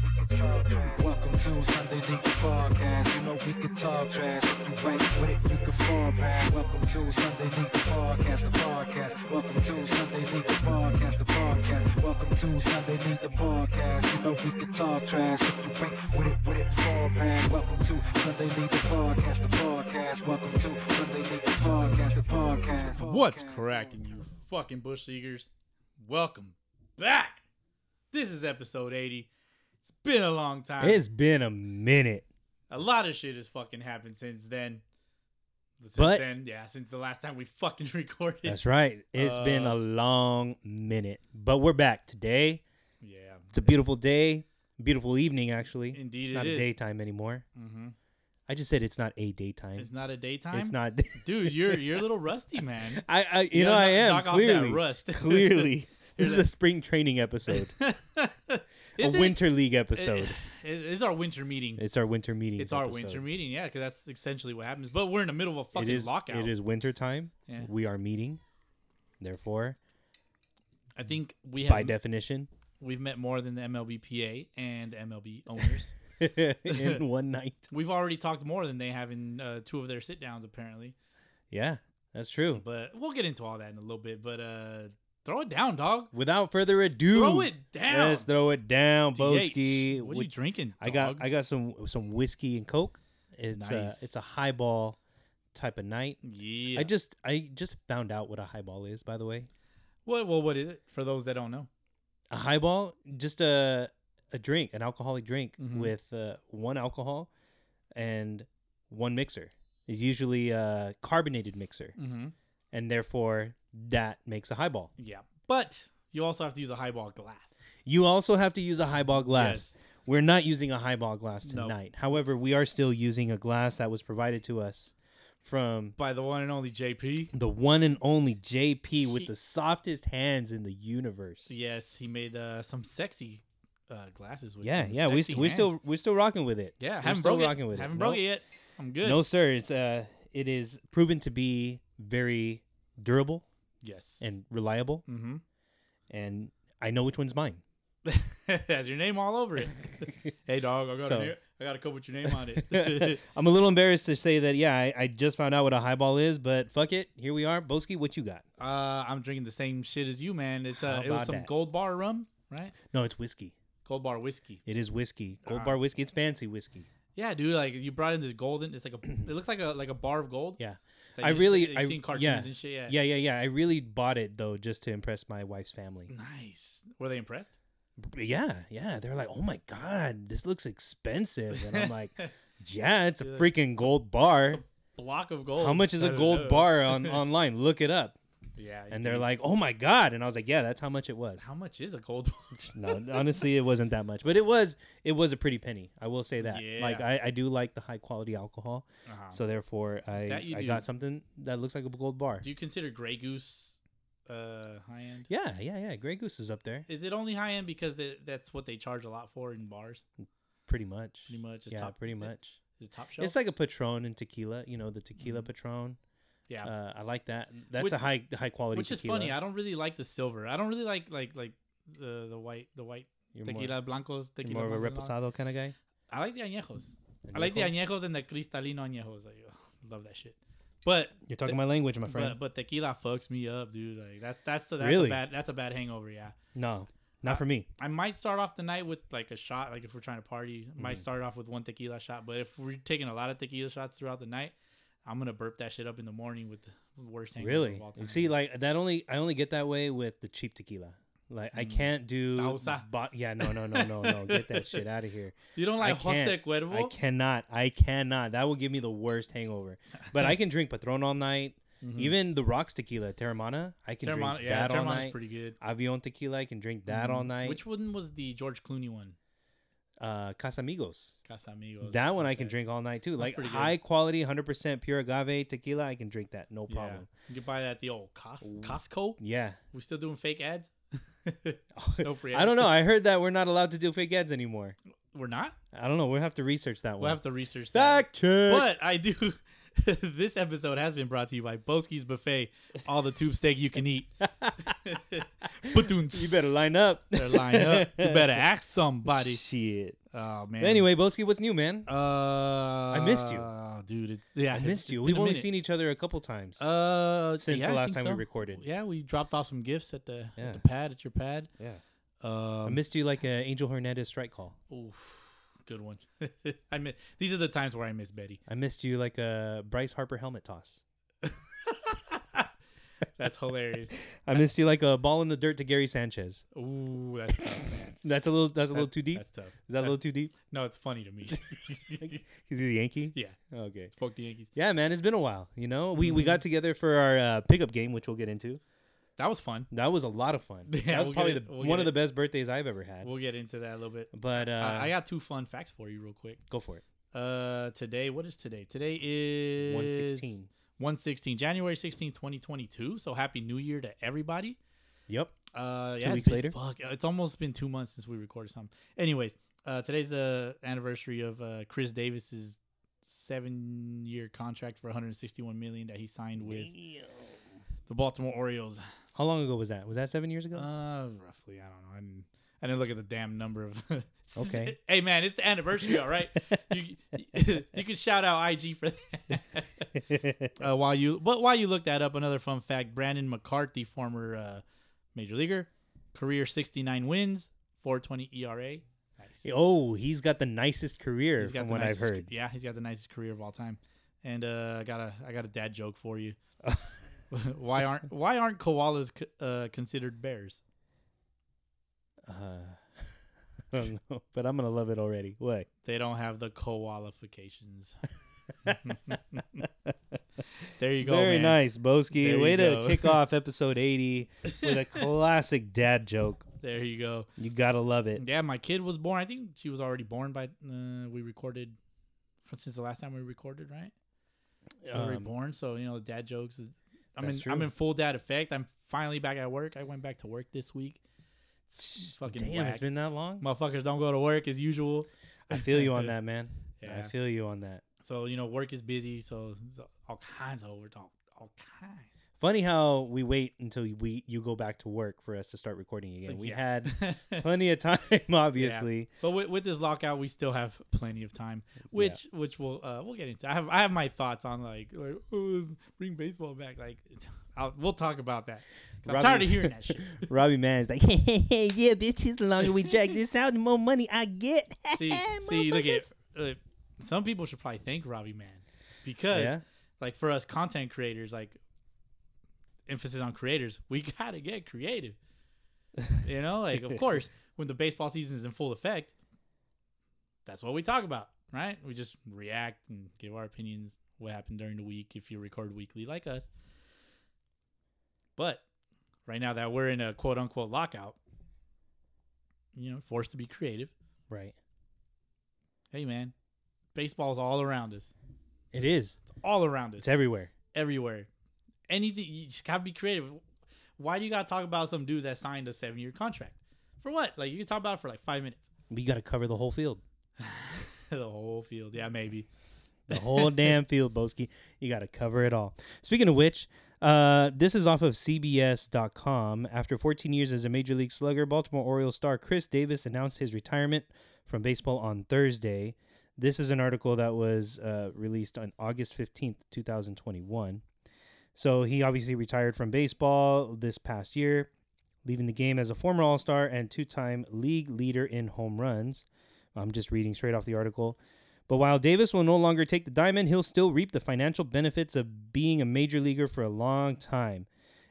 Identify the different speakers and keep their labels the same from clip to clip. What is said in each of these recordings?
Speaker 1: Welcome to Sunday League Podcast. You know we can talk trash. If you ain't with it, you can fall back. Welcome to Sunday League Podcast, the podcast. Welcome to Sunday League Podcast, the podcast. Welcome to Sunday League Podcast. You know we can talk trash. If you ain't with it, with it, fall back. Welcome to Sunday League Podcast, the podcast. Welcome to Sunday League Podcast, the podcast. the
Speaker 2: What's
Speaker 1: podcast.
Speaker 2: cracking, you fucking bush leaguers? Welcome back. This is episode 80. It's been a long time.
Speaker 3: It's been a minute.
Speaker 2: a lot of shit has fucking happened since then. Since
Speaker 3: But-
Speaker 2: then, yeah, since the last time we fucking recorded.
Speaker 3: That's right. It's been
Speaker 2: uh,
Speaker 3: a long minute. But we're back today.
Speaker 2: yeah.
Speaker 3: It's a beautiful day. Beautiful evening, actually.
Speaker 2: Indeed
Speaker 3: It's
Speaker 2: it
Speaker 3: not a
Speaker 2: is. Mm-hmm.
Speaker 3: daytime anymore. I just said it's not a daytime.
Speaker 2: It's not a daytime.
Speaker 3: It's not.
Speaker 2: Dude, you're you're a little rusty, man.
Speaker 3: I, I you,
Speaker 2: You
Speaker 3: know,
Speaker 2: gotta
Speaker 3: I am.
Speaker 2: knock off that
Speaker 3: clearly.
Speaker 2: rust.
Speaker 3: clearly. This is
Speaker 2: that-
Speaker 3: a spring training episode,
Speaker 2: Is
Speaker 3: a
Speaker 2: it-
Speaker 3: winter league episode.
Speaker 2: It- it's our winter meeting. It's,
Speaker 3: it's our winter meeting.
Speaker 2: our winter meeting, yeah, because that's essentially what happens. But we're in the middle of a fucking
Speaker 3: It is.
Speaker 2: lockout.
Speaker 3: It is winter time.
Speaker 2: Yeah.
Speaker 3: We are meeting. Therefore,
Speaker 2: I think we
Speaker 3: by
Speaker 2: have
Speaker 3: definition,
Speaker 2: we've met more than the MLBPA and MLB owners.
Speaker 3: in one night.
Speaker 2: We've already talked more than they have in uh, two of their sit downs, apparently.
Speaker 3: Yeah, that's true.
Speaker 2: But we'll get into all that in a little bit. But uh, throw it down, dog.
Speaker 3: Without further ado,
Speaker 2: Throw it down.
Speaker 3: Let's throw it down, Boski.
Speaker 2: DH, What are you drinking? Dog?
Speaker 3: I got I got some some whiskey and coke. It's a
Speaker 2: Nice.
Speaker 3: it's a highball type of night.
Speaker 2: yeah.
Speaker 3: I just I just found out what a highball is, by the way.
Speaker 2: what? Well, what is it for those that don't know?
Speaker 3: A highball, just a a drink, an alcoholic drink
Speaker 2: Mm-hmm.
Speaker 3: with uh, one alcohol and one mixer. It's usually a carbonated mixer,
Speaker 2: Mm-hmm.
Speaker 3: and therefore that makes a highball.
Speaker 2: Yeah, but you also have to use a highball glass.
Speaker 3: You also have to use a highball glass.
Speaker 2: Yes.
Speaker 3: We're not using a highball glass
Speaker 2: No.
Speaker 3: tonight. However, we are still using a glass that was provided to us from
Speaker 2: By the one and only JP.
Speaker 3: the one and only JP with
Speaker 2: He-
Speaker 3: the softest hands in the universe.
Speaker 2: Yes, he made uh, some sexy uh, glasses with
Speaker 3: yeah,
Speaker 2: some
Speaker 3: yeah. We
Speaker 2: sexy
Speaker 3: st- we
Speaker 2: hands.
Speaker 3: still we're still rocking with it.
Speaker 2: yeah
Speaker 3: we're
Speaker 2: haven't
Speaker 3: still
Speaker 2: broke
Speaker 3: rocking
Speaker 2: it.
Speaker 3: with it.
Speaker 2: haven't
Speaker 3: No-
Speaker 2: broke it yet. I'm good.
Speaker 3: No, sir. It's uh, it is proven to be very durable
Speaker 2: yes.
Speaker 3: and reliable,
Speaker 2: hmm
Speaker 3: and I know which one's mine.
Speaker 2: has your name all over it. hey dog, I got
Speaker 3: So-
Speaker 2: a new, I got a coat with your name on it.
Speaker 3: I'm a little embarrassed to say that. Yeah, I, I just found out what a highball is, but fuck it. Here we are, Boski. What you got?
Speaker 2: uh, I'm drinking the same shit as you, man. It's uh,
Speaker 3: How
Speaker 2: it was
Speaker 3: about
Speaker 2: some
Speaker 3: that?
Speaker 2: Gold Bar rum, right?
Speaker 3: No, it's whiskey.
Speaker 2: Gold Bar whiskey.
Speaker 3: It is whiskey. Gold
Speaker 2: Ah.
Speaker 3: bar whiskey. It's fancy whiskey.
Speaker 2: Yeah, dude. Like you brought in this golden. It's like a. It looks like a like a bar of gold.
Speaker 3: Yeah.
Speaker 2: That
Speaker 3: I
Speaker 2: you-
Speaker 3: really-
Speaker 2: that You've
Speaker 3: I-
Speaker 2: seen cartoons
Speaker 3: yeah.
Speaker 2: and shit. Yeah.
Speaker 3: Yeah, yeah, yeah. I really bought it though just to impress my wife's
Speaker 2: Mm.
Speaker 3: family.
Speaker 2: Nice. Were they impressed?
Speaker 3: Yeah, yeah. They're like, "Oh my god, this looks expensive," and I'm like, "Yeah, it's a freaking gold bar.
Speaker 2: Block of gold.
Speaker 3: How much is
Speaker 2: I
Speaker 3: a
Speaker 2: don't
Speaker 3: gold
Speaker 2: know.
Speaker 3: bar on online? Look it up."
Speaker 2: Yeah.
Speaker 3: And they're
Speaker 2: dude.
Speaker 3: like, "Oh my god," and I was like, "Yeah, that's how much it was."
Speaker 2: how much is a gold bar?
Speaker 3: No, honestly, it wasn't that much, but it was it was a pretty penny. I will say that.
Speaker 2: Yeah.
Speaker 3: Like, I, I do like the high quality alcohol,
Speaker 2: Uh-huh.
Speaker 3: so therefore
Speaker 2: That
Speaker 3: I
Speaker 2: you
Speaker 3: I
Speaker 2: do.
Speaker 3: got something that looks like a gold bar.
Speaker 2: Do you consider Grey Goose uh, high end?
Speaker 3: Yeah, yeah, yeah. Grey Goose is up there.
Speaker 2: Is it only high end because they, that's what they charge a lot for in bars?
Speaker 3: Pretty much.
Speaker 2: Pretty much. It's
Speaker 3: yeah,
Speaker 2: top,
Speaker 3: pretty
Speaker 2: it-
Speaker 3: much.
Speaker 2: Is it top shelf?
Speaker 3: It's like a Patron and tequila. You know the tequila Patron.
Speaker 2: Mm-hmm. yeah.
Speaker 3: Uh, I like that. That's
Speaker 2: Which-
Speaker 3: a high high quality.
Speaker 2: Which is
Speaker 3: tequila.
Speaker 2: funny. I don't really like the silver. I don't really like like like the the white the white
Speaker 3: You're more,
Speaker 2: tequila blancos.
Speaker 3: you're
Speaker 2: Tequila
Speaker 3: more of a
Speaker 2: blancos.
Speaker 3: reposado kind of guy.
Speaker 2: I like the añejos. I like the
Speaker 3: Añejo?
Speaker 2: añejos and the cristalino añejos. I ugh, love that shit. But
Speaker 3: You're talking my language, my friend.
Speaker 2: but, but tequila fucks me up, dude. Like that's that's the that's
Speaker 3: Really?
Speaker 2: a bad that's a bad hangover. Yeah.
Speaker 3: no, not for me.
Speaker 2: I might start off the night with like a shot, like if we're trying to party, I
Speaker 3: Mm-hmm.
Speaker 2: might start off with one tequila shot. But if we're taking a lot of tequila shots throughout the night, I'm gonna burp that shit up in the morning with the worst hangover.
Speaker 3: Really.
Speaker 2: of all time.
Speaker 3: You see, like that only I only get that way with the cheap tequila. Like I can't do
Speaker 2: Mm. Salsa.
Speaker 3: Bo- yeah, no, no, no, no, no. Get that shit out of here.
Speaker 2: you don't like
Speaker 3: I can't.
Speaker 2: Jose Cuervo?
Speaker 3: I cannot. I cannot. That will give me the worst hangover. But I can drink Patron all night. Even the rocks tequila, Terramana, I can
Speaker 2: Mm-hmm. Terramana,
Speaker 3: drink
Speaker 2: yeah,
Speaker 3: that all
Speaker 2: Terramana's
Speaker 3: night.
Speaker 2: pretty good. Mm-hmm.
Speaker 3: Avion tequila, I can drink that all night.
Speaker 2: Which one was the George Clooney one?
Speaker 3: uh Casamigos.
Speaker 2: Casamigos.
Speaker 3: That one I can drink all night too. Like
Speaker 2: pretty good.
Speaker 3: high quality, 100% pure agave tequila, I can drink that no
Speaker 2: Yeah.
Speaker 3: problem.
Speaker 2: You can buy that at the old Cos- Costco.
Speaker 3: Yeah.
Speaker 2: We're still doing fake ads. no free ads.
Speaker 3: I don't know. I heard that we're not allowed to do fake ads anymore.
Speaker 2: We're not.
Speaker 3: I don't know. We'll have to research that
Speaker 2: We'll
Speaker 3: one.
Speaker 2: have to research that.
Speaker 3: Fact check.
Speaker 2: But I do, this episode has been brought to you by Boski's Buffet, all the tube steak you can eat. Batoons.
Speaker 3: You better line up.
Speaker 2: Better line up. You better ask somebody.
Speaker 3: Shit.
Speaker 2: Oh man.
Speaker 3: But anyway, Boski, what's new, man?
Speaker 2: uh, I
Speaker 3: missed you.
Speaker 2: dude. It's, yeah,
Speaker 3: I
Speaker 2: it's-
Speaker 3: missed
Speaker 2: it's
Speaker 3: you.
Speaker 2: been
Speaker 3: We've
Speaker 2: a
Speaker 3: only
Speaker 2: minute.
Speaker 3: seen each other a couple times.
Speaker 2: uh
Speaker 3: since
Speaker 2: yeah,
Speaker 3: the
Speaker 2: I
Speaker 3: last
Speaker 2: think
Speaker 3: time we
Speaker 2: so.
Speaker 3: recorded.
Speaker 2: Yeah, we dropped off some gifts at the
Speaker 3: Yeah.
Speaker 2: at the pad at your pad.
Speaker 3: yeah. I
Speaker 2: Um,
Speaker 3: missed you like an Angel Hernandez strike call.
Speaker 2: oof, good one. I miss. These are the times where I miss Betty.
Speaker 3: I missed you like a Bryce Harper helmet toss.
Speaker 2: That's hilarious.
Speaker 3: I missed you like a ball in the dirt to Gary Sanchez.
Speaker 2: Ooh, that's tough. man.
Speaker 3: That's a little. That's a little too deep.
Speaker 2: That's tough.
Speaker 3: Is that a little too deep?
Speaker 2: No, it's funny to me.
Speaker 3: He's a Yankee.
Speaker 2: yeah,
Speaker 3: Okay.
Speaker 2: fuck the Yankees.
Speaker 3: Yeah, man, it's been a while. You know, we
Speaker 2: Mm-hmm.
Speaker 3: we got together for our uh, pickup game, which we'll get into.
Speaker 2: That was fun.
Speaker 3: That was a lot of fun.
Speaker 2: Yeah,
Speaker 3: that was
Speaker 2: we'll get
Speaker 3: probably
Speaker 2: it-
Speaker 3: the,
Speaker 2: we'll
Speaker 3: one
Speaker 2: get
Speaker 3: of the best birthdays I've ever had.
Speaker 2: We'll get into that a little bit.
Speaker 3: but uh,
Speaker 2: I, I got two fun facts for you, real quick.
Speaker 3: go for it.
Speaker 2: Uh, today, what is today? Today is
Speaker 3: One sixteen.
Speaker 2: 116, January 16, 2022. So happy New Year to everybody.
Speaker 3: Yep.
Speaker 2: Uh, yeah,
Speaker 3: Two
Speaker 2: it's
Speaker 3: weeks
Speaker 2: been-
Speaker 3: later?
Speaker 2: Fuck, it's almost been two months since we recorded something. Anyways, uh, today's the anniversary of uh, Chris Davis's seven-year contract for 161 million that he signed with the Baltimore Orioles.
Speaker 3: How long ago was that? Was that seven years ago?
Speaker 2: Uh, roughly, I don't know. I didn't, I didn't look at the damn number of.
Speaker 3: Okay.
Speaker 2: hey man, it's the anniversary, all right. You you can shout out IG for that. uh, while you but while you look that up, another fun fact: Brandon McCarthy, former uh, major leaguer, career sixty nine wins, four twenty E ERA. Nice.
Speaker 3: oh, he's got the nicest career
Speaker 2: He's got
Speaker 3: from
Speaker 2: the
Speaker 3: what I've
Speaker 2: nicest-
Speaker 3: heard.
Speaker 2: Yeah, he's got the nicest career of all time. And uh, I got a I got a dad joke for you. why aren't why aren't koalas c- uh, considered bears?
Speaker 3: Uh, I don't know, but I'm gonna love it already. What?
Speaker 2: They don't have the qualifications. there you go,
Speaker 3: Very
Speaker 2: man.
Speaker 3: nice,
Speaker 2: There
Speaker 3: Boski.
Speaker 2: you
Speaker 3: Way to
Speaker 2: go.
Speaker 3: kick off episode 80 with a classic dad joke.
Speaker 2: There you go.
Speaker 3: You gotta love it.
Speaker 2: Yeah, my kid was born. I think she was already born by uh, we recorded since the last time we recorded, right? already
Speaker 3: Um,
Speaker 2: born. So you know, the dad jokes. Is, I'm in.
Speaker 3: that's
Speaker 2: I'm
Speaker 3: true.
Speaker 2: in full dad effect. I'm finally back at work. I went back to work this week. It's fucking
Speaker 3: Damn, it's
Speaker 2: whack.
Speaker 3: been that long.
Speaker 2: Motherfuckers don't go to work as usual.
Speaker 3: I feel you on that, man. I
Speaker 2: Yeah.
Speaker 3: feel you on that.
Speaker 2: So you know, work is busy. So there's all kinds of overtime. All kinds.
Speaker 3: Funny how we wait until we you go back to work for us to start recording again. We
Speaker 2: Yeah.
Speaker 3: had plenty of time, obviously.
Speaker 2: But with, with this lockout, we still have plenty of time, which which we'll uh, we'll get into. I have I have my thoughts on like like oh, bring baseball back. Like I'll, we'll talk about that. 'Cause I'm
Speaker 3: Robbie-
Speaker 2: tired of hearing that shit.
Speaker 3: Robbie Mann's like, hey, hey, hey, yeah, bitches. The longer we drag this out, the more money I get.
Speaker 2: See see look at
Speaker 3: Motherfuckers.
Speaker 2: uh, some people should probably thank Robbie Man because
Speaker 3: Yeah.
Speaker 2: like for us content creators, like emphasis on creators, we gotta get creative. You know, like of course, when the baseball season is in full effect, that's what we talk about, right? We just react and give our opinions, what happened during the week if you record weekly like us. But right now that we're in a quote unquote lockout, you know, forced to be creative.
Speaker 3: Right.
Speaker 2: Hey man, baseball's all around us.
Speaker 3: It is.
Speaker 2: It's all around us
Speaker 3: It's everywhere.
Speaker 2: everywhere. Anything you just gotta be creative. Why do you gotta talk about some dude that signed a seven year contract? For what? Like you can talk about it for like five minutes.
Speaker 3: We got to cover the whole field.
Speaker 2: the whole field. Yeah, maybe.
Speaker 3: The whole damn field, Boski. You got to cover it all. Speaking of which, uh, this is off of CBS.com. After 14 years as a major league slugger, Baltimore Orioles star Chris Davis announced his retirement from baseball on Thursday. This is an article that was uh, released on August 15th, 2021. So he obviously retired from baseball this past year, leaving the game as a former All Star and two time league leader in home runs. I'm just reading straight off the article. But while Davis will no longer take the diamond, he'll still reap the financial benefits of being a major leaguer for a long time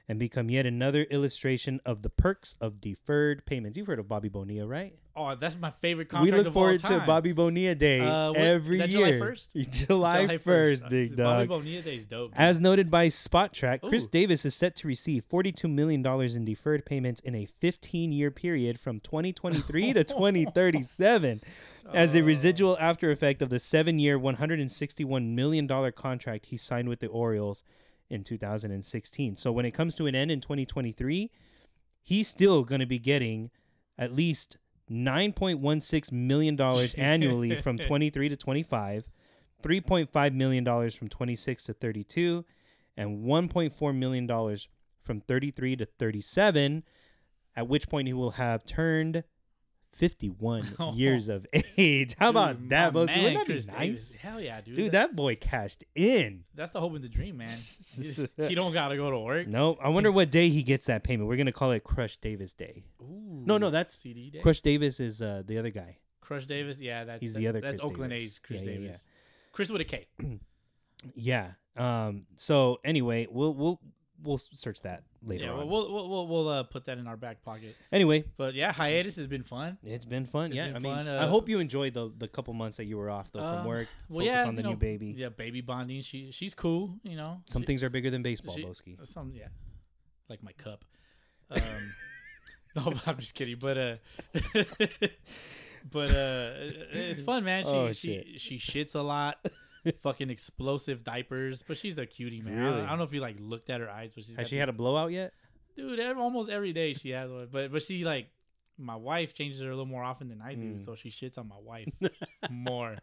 Speaker 3: and become yet another illustration of the perks of deferred payments. You've heard of Bobby Bonilla, right?
Speaker 2: Oh, that's my favorite contract.
Speaker 3: we look
Speaker 2: of
Speaker 3: forward
Speaker 2: all time.
Speaker 3: to Bobby Bonilla Day
Speaker 2: Uh, what-
Speaker 3: every
Speaker 2: is that July
Speaker 3: year.
Speaker 2: 1st?
Speaker 3: July 1st,
Speaker 2: Uh,
Speaker 3: big
Speaker 2: Bobby
Speaker 3: dog.
Speaker 2: Bonilla Day is dope. man.
Speaker 3: As noted by SpotTrack, Chris
Speaker 2: Ooh.
Speaker 3: Davis is set to receive $42 million in deferred payments in a 15 year period from 2023 to 2037 as a residual after effect of the seven year, $161 million contract he signed with the Orioles in 2016. So when it comes to an end in 2023, he's still going to be getting at least $9.16 million annually from 23 to 25 $3.5 million from 26 to 32 and $1.4 million from 33 to 37, at which point he will have turned 51 years of age. How about
Speaker 2: Oh. Dude,
Speaker 3: that,
Speaker 2: my
Speaker 3: Boski? Wouldn't
Speaker 2: man,
Speaker 3: that be
Speaker 2: Chris Davis.
Speaker 3: nice?
Speaker 2: Hell yeah, dude.
Speaker 3: Dude, that boy cashed in.
Speaker 2: that's the hope and the dream, man. he don't gotta go to work.
Speaker 3: No, I wonder what day he gets that payment. We're gonna call it Crush Davis Day.
Speaker 2: Ooh,
Speaker 3: No, no, that's
Speaker 2: CD day. Crush,
Speaker 3: Crush Davis is uh, the other guy.
Speaker 2: Davis. Yeah, that's
Speaker 3: He's
Speaker 2: that-
Speaker 3: the other
Speaker 2: That's
Speaker 3: Chris
Speaker 2: Oakland
Speaker 3: Davis.
Speaker 2: A's Chris
Speaker 3: Yeah, yeah,
Speaker 2: Davis. Chris with a K.
Speaker 3: Yeah. Um. So anyway, we'll we'll we'll search that later
Speaker 2: Yeah,
Speaker 3: on.
Speaker 2: we'll we'll we'll, we'll, we'll uh, put that in our back pocket.
Speaker 3: anyway,
Speaker 2: But yeah, hiatus has been fun.
Speaker 3: it's been fun.
Speaker 2: It's
Speaker 3: yeah.
Speaker 2: been
Speaker 3: I mean,
Speaker 2: fun,
Speaker 3: I
Speaker 2: uh,
Speaker 3: hope you enjoyed the the couple months that you were off though
Speaker 2: Uh,
Speaker 3: from work.
Speaker 2: Well,
Speaker 3: Focus
Speaker 2: yeah,
Speaker 3: on the
Speaker 2: you know,
Speaker 3: new baby.
Speaker 2: Yeah, baby bonding. She she's cool. You know,
Speaker 3: Some
Speaker 2: She-
Speaker 3: things are bigger than baseball,
Speaker 2: she- uh,
Speaker 3: Boski.
Speaker 2: Some yeah, like my cup. Um, no, I'm just kidding. But uh, but uh, it's fun, man. She
Speaker 3: Oh,
Speaker 2: she she shits a lot. Fucking explosive diapers, but she's a cutie, man. I-
Speaker 3: Really?
Speaker 2: I, don't know if you like looked at her eyes, but she's
Speaker 3: Has
Speaker 2: got
Speaker 3: she had a blowout yet?
Speaker 2: dude ev- almost every day she has one but but she like my wife changes her a little more often than i do
Speaker 3: Mm.
Speaker 2: so she shits on my wife more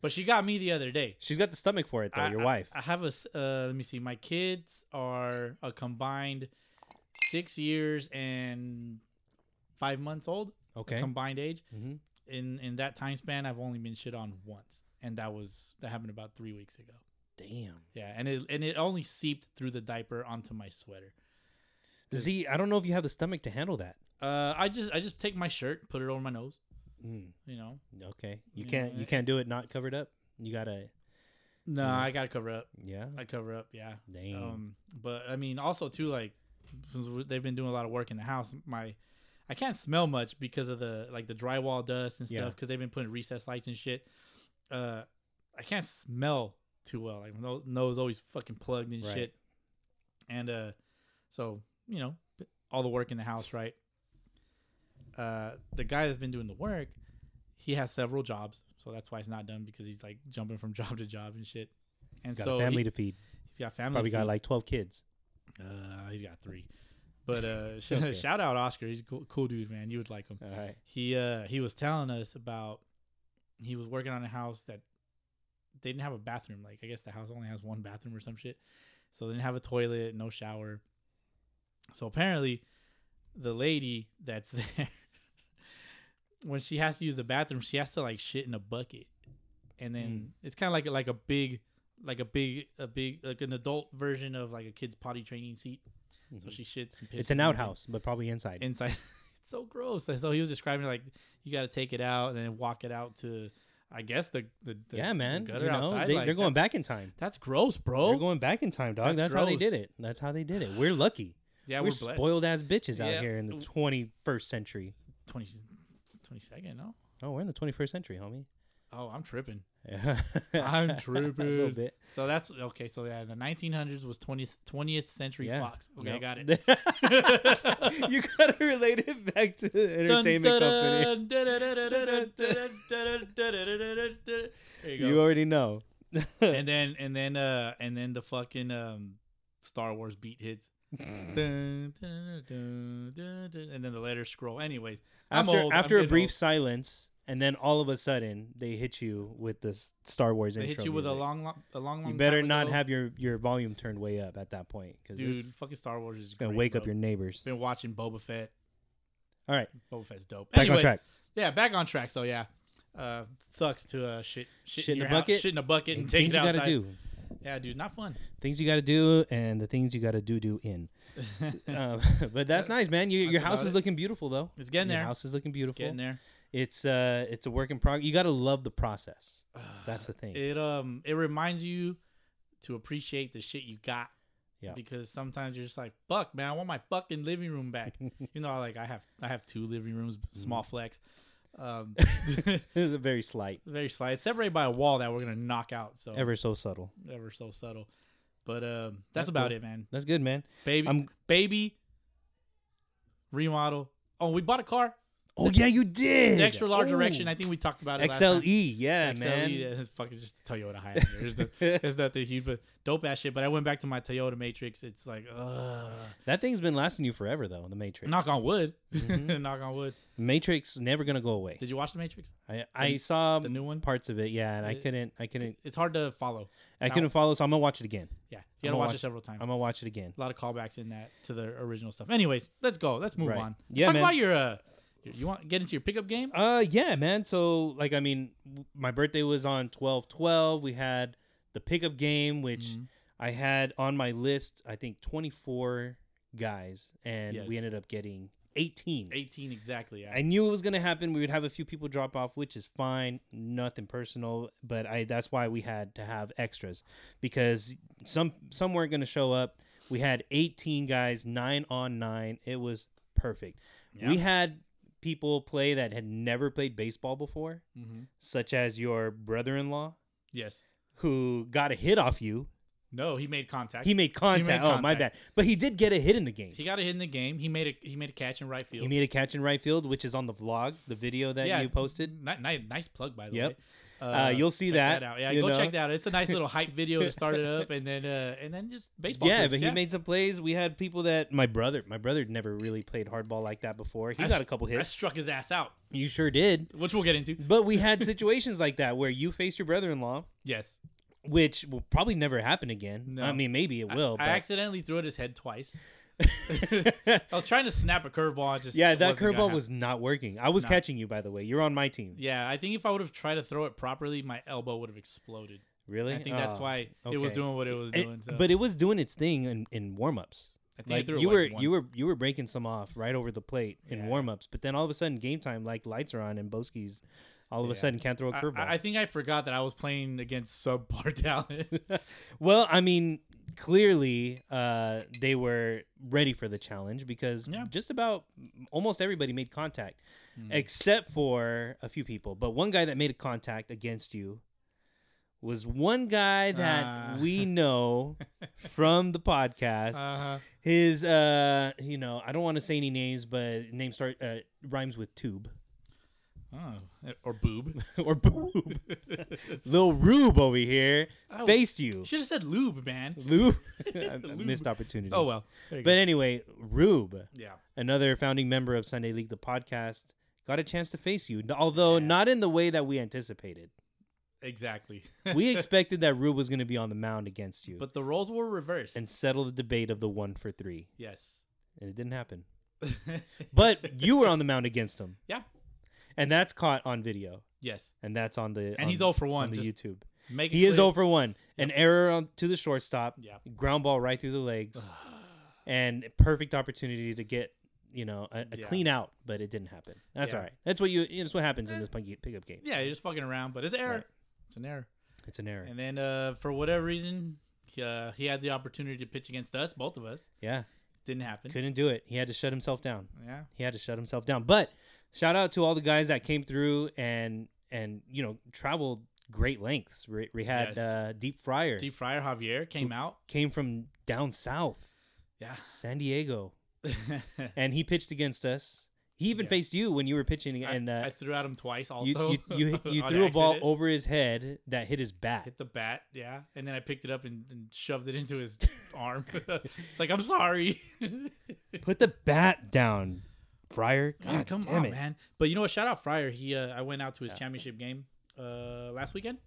Speaker 2: but she got me the other day
Speaker 3: She's got the stomach for it though.
Speaker 2: I-
Speaker 3: your
Speaker 2: I-
Speaker 3: wife.
Speaker 2: i, have a s- uh, let me see my kids are a combined six years and five months old
Speaker 3: okay.
Speaker 2: combined age
Speaker 3: Mhm.
Speaker 2: in in that time span i've only been shit on once and that was that happened about three weeks ago
Speaker 3: Damn.
Speaker 2: yeah and it and it only seeped through the diaper onto my sweater
Speaker 3: Z, I don't know if you have the stomach to handle that.
Speaker 2: uh i just i just take my shirt put it over my nose
Speaker 3: Mm,
Speaker 2: you know.
Speaker 3: okay.
Speaker 2: You
Speaker 3: You
Speaker 2: know,
Speaker 3: can't you
Speaker 2: it-
Speaker 3: can't do it not covered up. You gotta.
Speaker 2: No,
Speaker 3: Yeah.
Speaker 2: I gotta cover up.
Speaker 3: Yeah.
Speaker 2: I cover up, yeah.
Speaker 3: Damn.
Speaker 2: Um, but I mean, also too, like since we- they've been doing a lot of work in the house, my I can't smell much because of the like the drywall dust and
Speaker 3: Yeah.
Speaker 2: stuff because they've been putting recess lights and shit. Uh, I can't smell too well. Like my no- nose always fucking plugged and
Speaker 3: Right.
Speaker 2: shit. And uh, so you know, all the work in the house, right? Uh, the guy that's been doing the work, he has several jobs, so that's why it's not done because he's like jumping from job to job and shit. And
Speaker 3: He's got
Speaker 2: so
Speaker 3: a
Speaker 2: he-
Speaker 3: family to feed.
Speaker 2: he's got family.
Speaker 3: Probably
Speaker 2: to feed.
Speaker 3: got like twelve kids.
Speaker 2: Uh, he's got three. But uh, sh-
Speaker 3: Okay.
Speaker 2: shout out Oscar. He's a cool, cool dude, man. You would like him.
Speaker 3: All right.
Speaker 2: He uh, he was telling us about he was working on a house that they didn't have a bathroom. Like I guess the house only has one bathroom or some shit. So they didn't have a toilet, no shower. So apparently, the lady that's there, when she has to use the bathroom, she has to like shit in a bucket, and then
Speaker 3: Hmm.
Speaker 2: it's kind of like like a big, like a big, a big like an adult version of like a kid's potty training seat. So she shits. And pisses
Speaker 3: Mm-hmm. Hmm. It's
Speaker 2: and everything
Speaker 3: an outhouse, but probably inside.
Speaker 2: inside. it's so gross. Like, So he was describing like you got to take it out and then walk it out to, I guess the the, the
Speaker 3: yeah,
Speaker 2: the
Speaker 3: man.
Speaker 2: gutter
Speaker 3: you know,
Speaker 2: outside.
Speaker 3: they,
Speaker 2: Like,
Speaker 3: they're going
Speaker 2: that's-
Speaker 3: back in time.
Speaker 2: That's gross, bro.
Speaker 3: They're going back in time, dog. That's,
Speaker 2: That's
Speaker 3: how they
Speaker 2: gross.
Speaker 3: did it. That's how they did it. We're lucky.
Speaker 2: yeah,
Speaker 3: we're
Speaker 2: we're, blessed.
Speaker 3: spoiled ass bitches out
Speaker 2: Yeah.
Speaker 3: here in the 21st century.
Speaker 2: 20, 22nd, no?
Speaker 3: Oh, we're in the 21st century, homie.
Speaker 2: Oh, I'm tripping.
Speaker 3: A
Speaker 2: I'm
Speaker 3: little
Speaker 2: tripping.
Speaker 3: bit.
Speaker 2: So that's okay. So yeah, the 1900s was 20th 20th century
Speaker 3: Yeah.
Speaker 2: Fox. Okay, I
Speaker 3: Yep.
Speaker 2: got it.
Speaker 3: you gotta relate it back to the
Speaker 2: Dun,
Speaker 3: entertainment
Speaker 2: da-da,
Speaker 3: company.
Speaker 2: da-da-da-da-da, da-da-da-da-da-da-da-da-da. There you go.
Speaker 3: You already know.
Speaker 2: and then and then uh and then the fucking um Star Wars beat hits. Dun, dun, dun, dun, dun, and then the letters scroll. Anyways, I'm
Speaker 3: after
Speaker 2: old, I'm
Speaker 3: after a
Speaker 2: getting
Speaker 3: brief
Speaker 2: old.
Speaker 3: silence, and then all of a sudden they hit you with this Star Wars
Speaker 2: they
Speaker 3: intro.
Speaker 2: hit you with a
Speaker 3: music.
Speaker 2: long, long, a long, long.
Speaker 3: You better
Speaker 2: time
Speaker 3: not
Speaker 2: ago.
Speaker 3: have your your volume turned way up at that point because
Speaker 2: dude.
Speaker 3: it's
Speaker 2: Fucking Star Wars is
Speaker 3: gonna
Speaker 2: great,
Speaker 3: wake
Speaker 2: bro.
Speaker 3: up your neighbors.
Speaker 2: Been watching Boba Fett.
Speaker 3: All right,
Speaker 2: Boba Fett's dope.
Speaker 3: back on
Speaker 2: Anyway,
Speaker 3: track.
Speaker 2: Yeah, back on track. So yeah, uh, sucks to uh, shit, shit, in,
Speaker 3: Shit in
Speaker 2: your
Speaker 3: a
Speaker 2: house-
Speaker 3: bucket?
Speaker 2: shit in a bucket, and take
Speaker 3: Things
Speaker 2: it
Speaker 3: you
Speaker 2: outside.
Speaker 3: gotta do,
Speaker 2: Yeah, dude, not fun.
Speaker 3: things you gotta do, and the things you gotta do do in. um, but that's nice, man. You, your
Speaker 2: That's
Speaker 3: house
Speaker 2: about
Speaker 3: is
Speaker 2: it.
Speaker 3: looking beautiful though.
Speaker 2: It's getting
Speaker 3: your
Speaker 2: there.
Speaker 3: house is looking
Speaker 2: It's
Speaker 3: beautiful.
Speaker 2: getting there.
Speaker 3: It's uh, it's a work in progress. You gotta love the process. That's the thing.
Speaker 2: It um it reminds you to appreciate the shit you got.
Speaker 3: Yeah.
Speaker 2: Because sometimes you're just like, fuck, man, I want my fucking living room back. you know, like I have I have two living rooms,
Speaker 3: Mm-hmm.
Speaker 2: small flex. Um
Speaker 3: it's very slight,
Speaker 2: very slight. It's separated by a wall that we're gonna knock out. So ever,
Speaker 3: ever so subtle.
Speaker 2: so subtle. But um that's,
Speaker 3: That's
Speaker 2: about
Speaker 3: cool.
Speaker 2: it, man.
Speaker 3: That's good, man.
Speaker 2: Baby
Speaker 3: I'm-
Speaker 2: baby remodel. Oh, we bought a car.
Speaker 3: Oh yeah, you did.
Speaker 2: The extra large
Speaker 3: Ooh.
Speaker 2: erection. I think we talked about it. last time. E,
Speaker 3: XLE, yeah,
Speaker 2: XLE,
Speaker 3: man.
Speaker 2: yeah, It's fucking just a Toyota Highlander. There's, no, there's nothing huge, but dope ass shit. But I went back to my Toyota Matrix. It's like, ugh.
Speaker 3: That thing's been lasting you forever though. The Matrix.
Speaker 2: Knock on wood.
Speaker 3: Mm-hmm.
Speaker 2: Knock on wood.
Speaker 3: Matrix never gonna go away.
Speaker 2: Did you watch the Matrix?
Speaker 3: I, I saw
Speaker 2: The new one.
Speaker 3: parts of it, yeah, and I
Speaker 2: It-
Speaker 3: couldn't, I couldn't,
Speaker 2: It's hard to follow.
Speaker 3: I couldn't follow. So I'm gonna watch it again.
Speaker 2: Yeah, you gotta
Speaker 3: I'ma
Speaker 2: watch,
Speaker 3: watch-
Speaker 2: it several times.
Speaker 3: I'm gonna watch it again.
Speaker 2: a lot of callbacks in that to the original stuff. Anyways, let's go. Let's move
Speaker 3: Right.
Speaker 2: on. Let's
Speaker 3: Yeah,
Speaker 2: talk
Speaker 3: man.
Speaker 2: about your. Uh, your- you want get into your pickup game?
Speaker 3: Uh, yeah, man. So like, I mean, w- my birthday was on 12-12. We had the pickup game, which I had on my list. I think twenty four guys, and
Speaker 2: Yes.
Speaker 3: we ended up getting eighteen.
Speaker 2: 18 exactly.
Speaker 3: I
Speaker 2: I,
Speaker 3: knew it was gonna happen. We would have a few people drop off, which is fine, nothing personal. But I that's why we had to have extras because some some weren't gonna show up. We had 18 guys, nine on nine. It was perfect. We had people play that had never played baseball before,
Speaker 2: Mhm.
Speaker 3: such as your brother-in-law
Speaker 2: Yes.
Speaker 3: who got a hit off you.
Speaker 2: No, he made contact.
Speaker 3: He made contact. Oh my bad,
Speaker 2: contact.
Speaker 3: but he did get a hit in the game.
Speaker 2: He got a hit in the game. He made a he made a catch in right field.
Speaker 3: He made a catch in right field, which is on the vlog, the video that you posted.
Speaker 2: Ni- ni- nice plug, by the
Speaker 3: Yep.
Speaker 2: way.
Speaker 3: Uh, you'll see
Speaker 2: check
Speaker 3: that,
Speaker 2: out. Yeah,
Speaker 3: you
Speaker 2: go
Speaker 3: know?
Speaker 2: check that out. It's a nice little hype video to start it up, and then uh, and then just baseball.
Speaker 3: yeah,
Speaker 2: clips,
Speaker 3: but he made some plays. We had people that my brother, my brother never really played hardball like that before. He
Speaker 2: I
Speaker 3: got
Speaker 2: s-
Speaker 3: a couple
Speaker 2: I
Speaker 3: hits.
Speaker 2: struck his ass out,
Speaker 3: you sure did.
Speaker 2: which we'll get into.
Speaker 3: But we had situations like that where you faced your brother-in-law,
Speaker 2: Yes,
Speaker 3: which will probably never happen again.
Speaker 2: No.
Speaker 3: I mean, maybe it will.
Speaker 2: I accidentally threw at his head twice. I was trying to snap a curveball. and Just
Speaker 3: yeah,
Speaker 2: it
Speaker 3: that
Speaker 2: wasn't gonna
Speaker 3: curveball
Speaker 2: happen.
Speaker 3: was not working. I was catching you, by the way. You're on my team.
Speaker 2: Yeah, I think if I would have tried to throw it properly, my elbow would have exploded.
Speaker 3: Really?
Speaker 2: I think that's
Speaker 3: Oh,
Speaker 2: why it was
Speaker 3: okay.
Speaker 2: doing what it was
Speaker 3: It-
Speaker 2: doing. so.
Speaker 3: But it was doing its thing in, in warm-ups.
Speaker 2: I think I
Speaker 3: Like
Speaker 2: threw it,
Speaker 3: you
Speaker 2: like,
Speaker 3: were you were
Speaker 2: once.
Speaker 3: you were breaking some off right over the plate in
Speaker 2: Yeah.
Speaker 3: warm-ups, but then all of a sudden game time, like lights are on and Boski's all of a
Speaker 2: Yeah.
Speaker 3: sudden can't throw a
Speaker 2: I-
Speaker 3: curveball.
Speaker 2: I, I think I forgot that I was playing against subpar talent.
Speaker 3: Well, I mean, clearly uh, they were ready for the challenge because
Speaker 2: Yeah. Hmm.
Speaker 3: just about almost everybody made contact, except for a few people. But one guy that made a contact against you was one guy that
Speaker 2: Ah.
Speaker 3: we know from the podcast.
Speaker 2: uh-huh.
Speaker 3: His, uh, you know, I don't want to say any names, but name start uh, rhymes with tube
Speaker 2: Oh, or boob.
Speaker 3: or boob. Lil Rube over here
Speaker 2: Oh.
Speaker 3: faced you.
Speaker 2: Should have said lube, man.
Speaker 3: Lube, I- I
Speaker 2: Lube.
Speaker 3: missed opportunity.
Speaker 2: Oh well. There you
Speaker 3: But
Speaker 2: go.
Speaker 3: anyway, Rube,
Speaker 2: yeah,
Speaker 3: another founding member of Sunday League, the podcast, got a chance to face you, n- although not in the way that we anticipated.
Speaker 2: exactly.
Speaker 3: We expected that Rube was going to be on the mound against you
Speaker 2: but the roles were reversed.
Speaker 3: and settle the debate of the one for three,
Speaker 2: yes.
Speaker 3: and it didn't happen. But you were on the mound against him,
Speaker 2: yeah.
Speaker 3: and that's caught on video,
Speaker 2: Yes.
Speaker 3: and that's on the
Speaker 2: And he's 0
Speaker 3: on-
Speaker 2: for 1,
Speaker 3: on the
Speaker 2: just-
Speaker 3: YouTube.
Speaker 2: Make it
Speaker 3: He is
Speaker 2: clear.
Speaker 3: over one. An error on, to the shortstop.
Speaker 2: Yeah.
Speaker 3: Ground ball right through the legs. and perfect opportunity to get, you know, a, a
Speaker 2: Yeah.
Speaker 3: clean out, but it didn't happen. That's
Speaker 2: Yeah. Eh.
Speaker 3: all right. That's what you you know, that's what happens in this punky pickup game.
Speaker 2: Yeah, you're just fucking around, but it's an error.
Speaker 3: Right.
Speaker 2: It's an error.
Speaker 3: It's an error.
Speaker 2: And then uh, for whatever reason, he, uh, he had the opportunity to pitch against us, both of us.
Speaker 3: Yeah.
Speaker 2: Didn't happen.
Speaker 3: Couldn't do it. He had to shut himself down.
Speaker 2: yeah.
Speaker 3: He had to shut himself down. But shout out to all the guys that came through and and you know, traveled great lengths. We, we had
Speaker 2: Yes.
Speaker 3: uh, Deep Fryer
Speaker 2: Steve Fryer Javier came out.
Speaker 3: came from down south,
Speaker 2: Yeah.
Speaker 3: San Diego, and he pitched against us. He even
Speaker 2: Yeah.
Speaker 3: faced you when you were pitching,
Speaker 2: I-
Speaker 3: and uh,
Speaker 2: I, threw at him twice. Also,
Speaker 3: you, you, you, you
Speaker 2: on
Speaker 3: threw a ball
Speaker 2: accident.
Speaker 3: over his head that hit his back.
Speaker 2: Hit the bat, yeah, and then I picked it up and, and shoved it into his arm. It's like I'm sorry.
Speaker 3: Put the bat down, Fryer. God
Speaker 2: come
Speaker 3: damn
Speaker 2: on,
Speaker 3: it.
Speaker 2: man. But you know what? Shout out Fryer. He, uh, I went out to his championship game uh, last weekend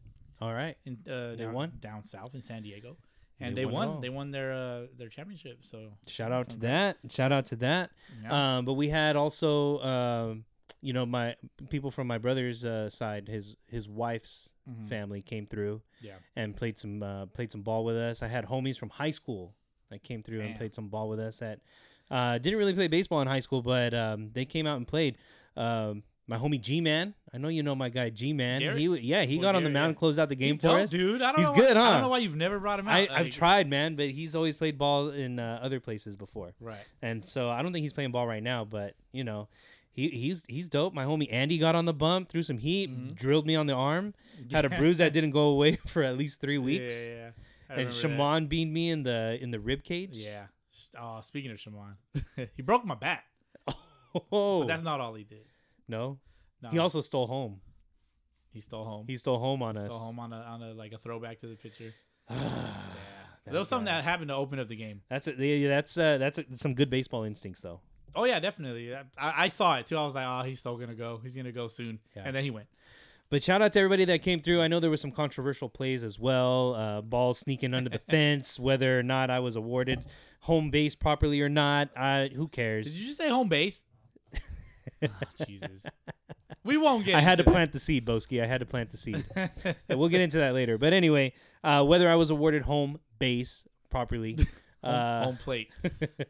Speaker 3: All right.
Speaker 2: in uh, down,
Speaker 3: won?
Speaker 2: down south in San Diego, and
Speaker 3: They
Speaker 2: they,
Speaker 3: won it
Speaker 2: won.
Speaker 3: all.
Speaker 2: They won their uh, their championship. So
Speaker 3: Shout out to that. Shout out to that.
Speaker 2: Yeah.
Speaker 3: Um, but we had also, um, you know, my people from my brother's uh, side. His his wife's
Speaker 2: Mm-hmm.
Speaker 3: family came through
Speaker 2: yeah,
Speaker 3: and played some uh, played some ball with us. I had homies from high school that came through and
Speaker 2: Damn.
Speaker 3: played some ball with us. That uh, didn't really play baseball in high school, but um, they came out and played. Um, my homie G Man, I know you know my guy G Man.
Speaker 2: Garrett?
Speaker 3: He wa- yeah, he
Speaker 2: Well,
Speaker 3: got on the
Speaker 2: Garrett,
Speaker 3: mound
Speaker 2: yeah.
Speaker 3: and closed out the game
Speaker 2: he's
Speaker 3: for
Speaker 2: dope,
Speaker 3: us.
Speaker 2: dude. I don't
Speaker 3: He's
Speaker 2: know
Speaker 3: good,
Speaker 2: why, I
Speaker 3: huh?
Speaker 2: don't know why you've never brought him out.
Speaker 3: I, I've
Speaker 2: Like,
Speaker 3: tried, man, but he's always played ball in uh, other places before,
Speaker 2: Right.
Speaker 3: and so I don't think he's playing ball right now. But you know, he he's he's dope. My homie Andy got on the bump, threw some heat,
Speaker 2: Mm-hmm.
Speaker 3: drilled me on the arm, had a bruise that didn't go away for at least three
Speaker 2: Yeah,
Speaker 3: weeks,
Speaker 2: yeah, yeah. I remember that.
Speaker 3: and Shaman beamed me in the in the rib cage.
Speaker 2: Yeah. Oh, speaking of Shaman, he broke my back.
Speaker 3: Oh,
Speaker 2: But that's not all he did.
Speaker 3: No,
Speaker 2: No,
Speaker 3: he also stole home.
Speaker 2: he stole home.
Speaker 3: He stole home on
Speaker 2: He
Speaker 3: us.
Speaker 2: stole home on a on a like a throwback to the picture. yeah, that was something that happened to open up the game.
Speaker 3: That's a, yeah, that's uh, that's a, some good baseball instincts though.
Speaker 2: Oh yeah, definitely. That- I, I saw it too. I was like, oh, he's still gonna go. He's gonna go soon.
Speaker 3: Yeah.
Speaker 2: And then he went.
Speaker 3: But shout out to everybody that came through. I know there was some controversial plays as well. Uh, balls sneaking under the fence, whether or not I was awarded home base properly or not. I, who
Speaker 2: Did
Speaker 3: cares?
Speaker 2: you just say home base? Oh, Jesus, we won't get.
Speaker 3: I had to
Speaker 2: into
Speaker 3: plant the seed, Boski. I had to plant the seed. And we'll get into that later. But anyway, uh, whether I was awarded home base properly,
Speaker 2: home,
Speaker 3: uh,
Speaker 2: home plate.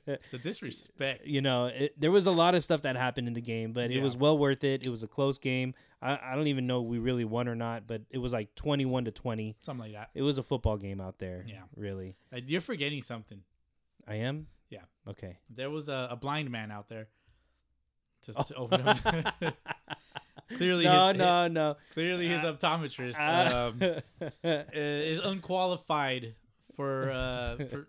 Speaker 2: The disrespect.
Speaker 3: you know, it, there was a lot of stuff that happened in the game, but it
Speaker 2: Yeah.
Speaker 3: was well worth it. It was a close game. I, I don't even know if we really won or not, but it was like twenty-one to twenty.
Speaker 2: Something like that.
Speaker 3: It was a football game out there.
Speaker 2: Yeah.
Speaker 3: really.
Speaker 2: Uh, You're forgetting something.
Speaker 3: I am.
Speaker 2: Yeah.
Speaker 3: Okay.
Speaker 2: There was a, a blind man out there. Just to open up. clearly,
Speaker 3: No,
Speaker 2: his,
Speaker 3: no, Uh, no.
Speaker 2: clearly his optometrist um, uh, is unqualified for, uh, for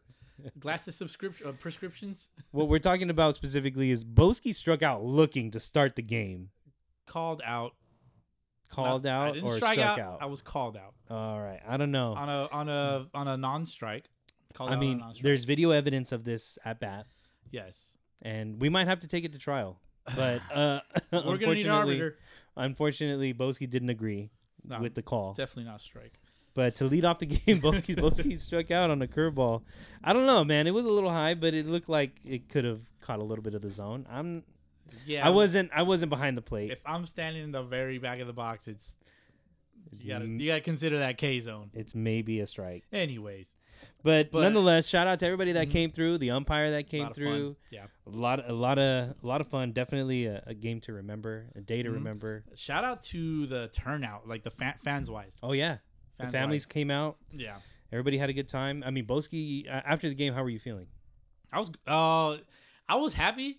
Speaker 2: glasses subscription uh, prescriptions.
Speaker 3: what we're talking about specifically is Boski struck out looking to start the game.
Speaker 2: Called out.
Speaker 3: Called
Speaker 2: Not-
Speaker 3: out
Speaker 2: I didn't
Speaker 3: or
Speaker 2: strike
Speaker 3: struck out.
Speaker 2: I was called out
Speaker 3: All right. I don't know.
Speaker 2: on a on a on a non-strike. Called
Speaker 3: I
Speaker 2: out on a
Speaker 3: mean,
Speaker 2: non-strike.
Speaker 3: there's video evidence of this at bat,
Speaker 2: yes.
Speaker 3: and we might have to take it to trial. But uh,
Speaker 2: We're gonna need an
Speaker 3: unfortunately,
Speaker 2: arbiter.
Speaker 3: unfortunately, Boski didn't agree
Speaker 2: No,
Speaker 3: with the
Speaker 2: It's
Speaker 3: call.
Speaker 2: definitely not strike.
Speaker 3: But to lead off the game, Boski, Boski struck out on a curveball. I don't know, man. It was a little high, but it looked like it could have caught a little bit of the zone. I'm,
Speaker 2: Yeah.
Speaker 3: I wasn't, I wasn't behind the plate.
Speaker 2: If I'm standing in the very back of the box, it's you gotta
Speaker 3: Mm.
Speaker 2: you gotta consider that K zone.
Speaker 3: it's maybe a strike.
Speaker 2: Anyways,
Speaker 3: But,
Speaker 2: But-
Speaker 3: nonetheless, shout out to everybody that came through, the umpire that
Speaker 2: a
Speaker 3: came
Speaker 2: lot of fun.
Speaker 3: through.
Speaker 2: Yeah.
Speaker 3: A lot, a lot of, a lot of fun. Definitely a, a game to remember, a day to
Speaker 2: Mm-hmm.
Speaker 3: remember.
Speaker 2: Shout out to the turnout, like the fa- fans wise.
Speaker 3: Oh yeah,
Speaker 2: Fans
Speaker 3: the families came out.
Speaker 2: Yeah.
Speaker 3: Everybody had a good time. I mean, Boski. Uh, after the game, how were you feeling?
Speaker 2: I was uh I was happy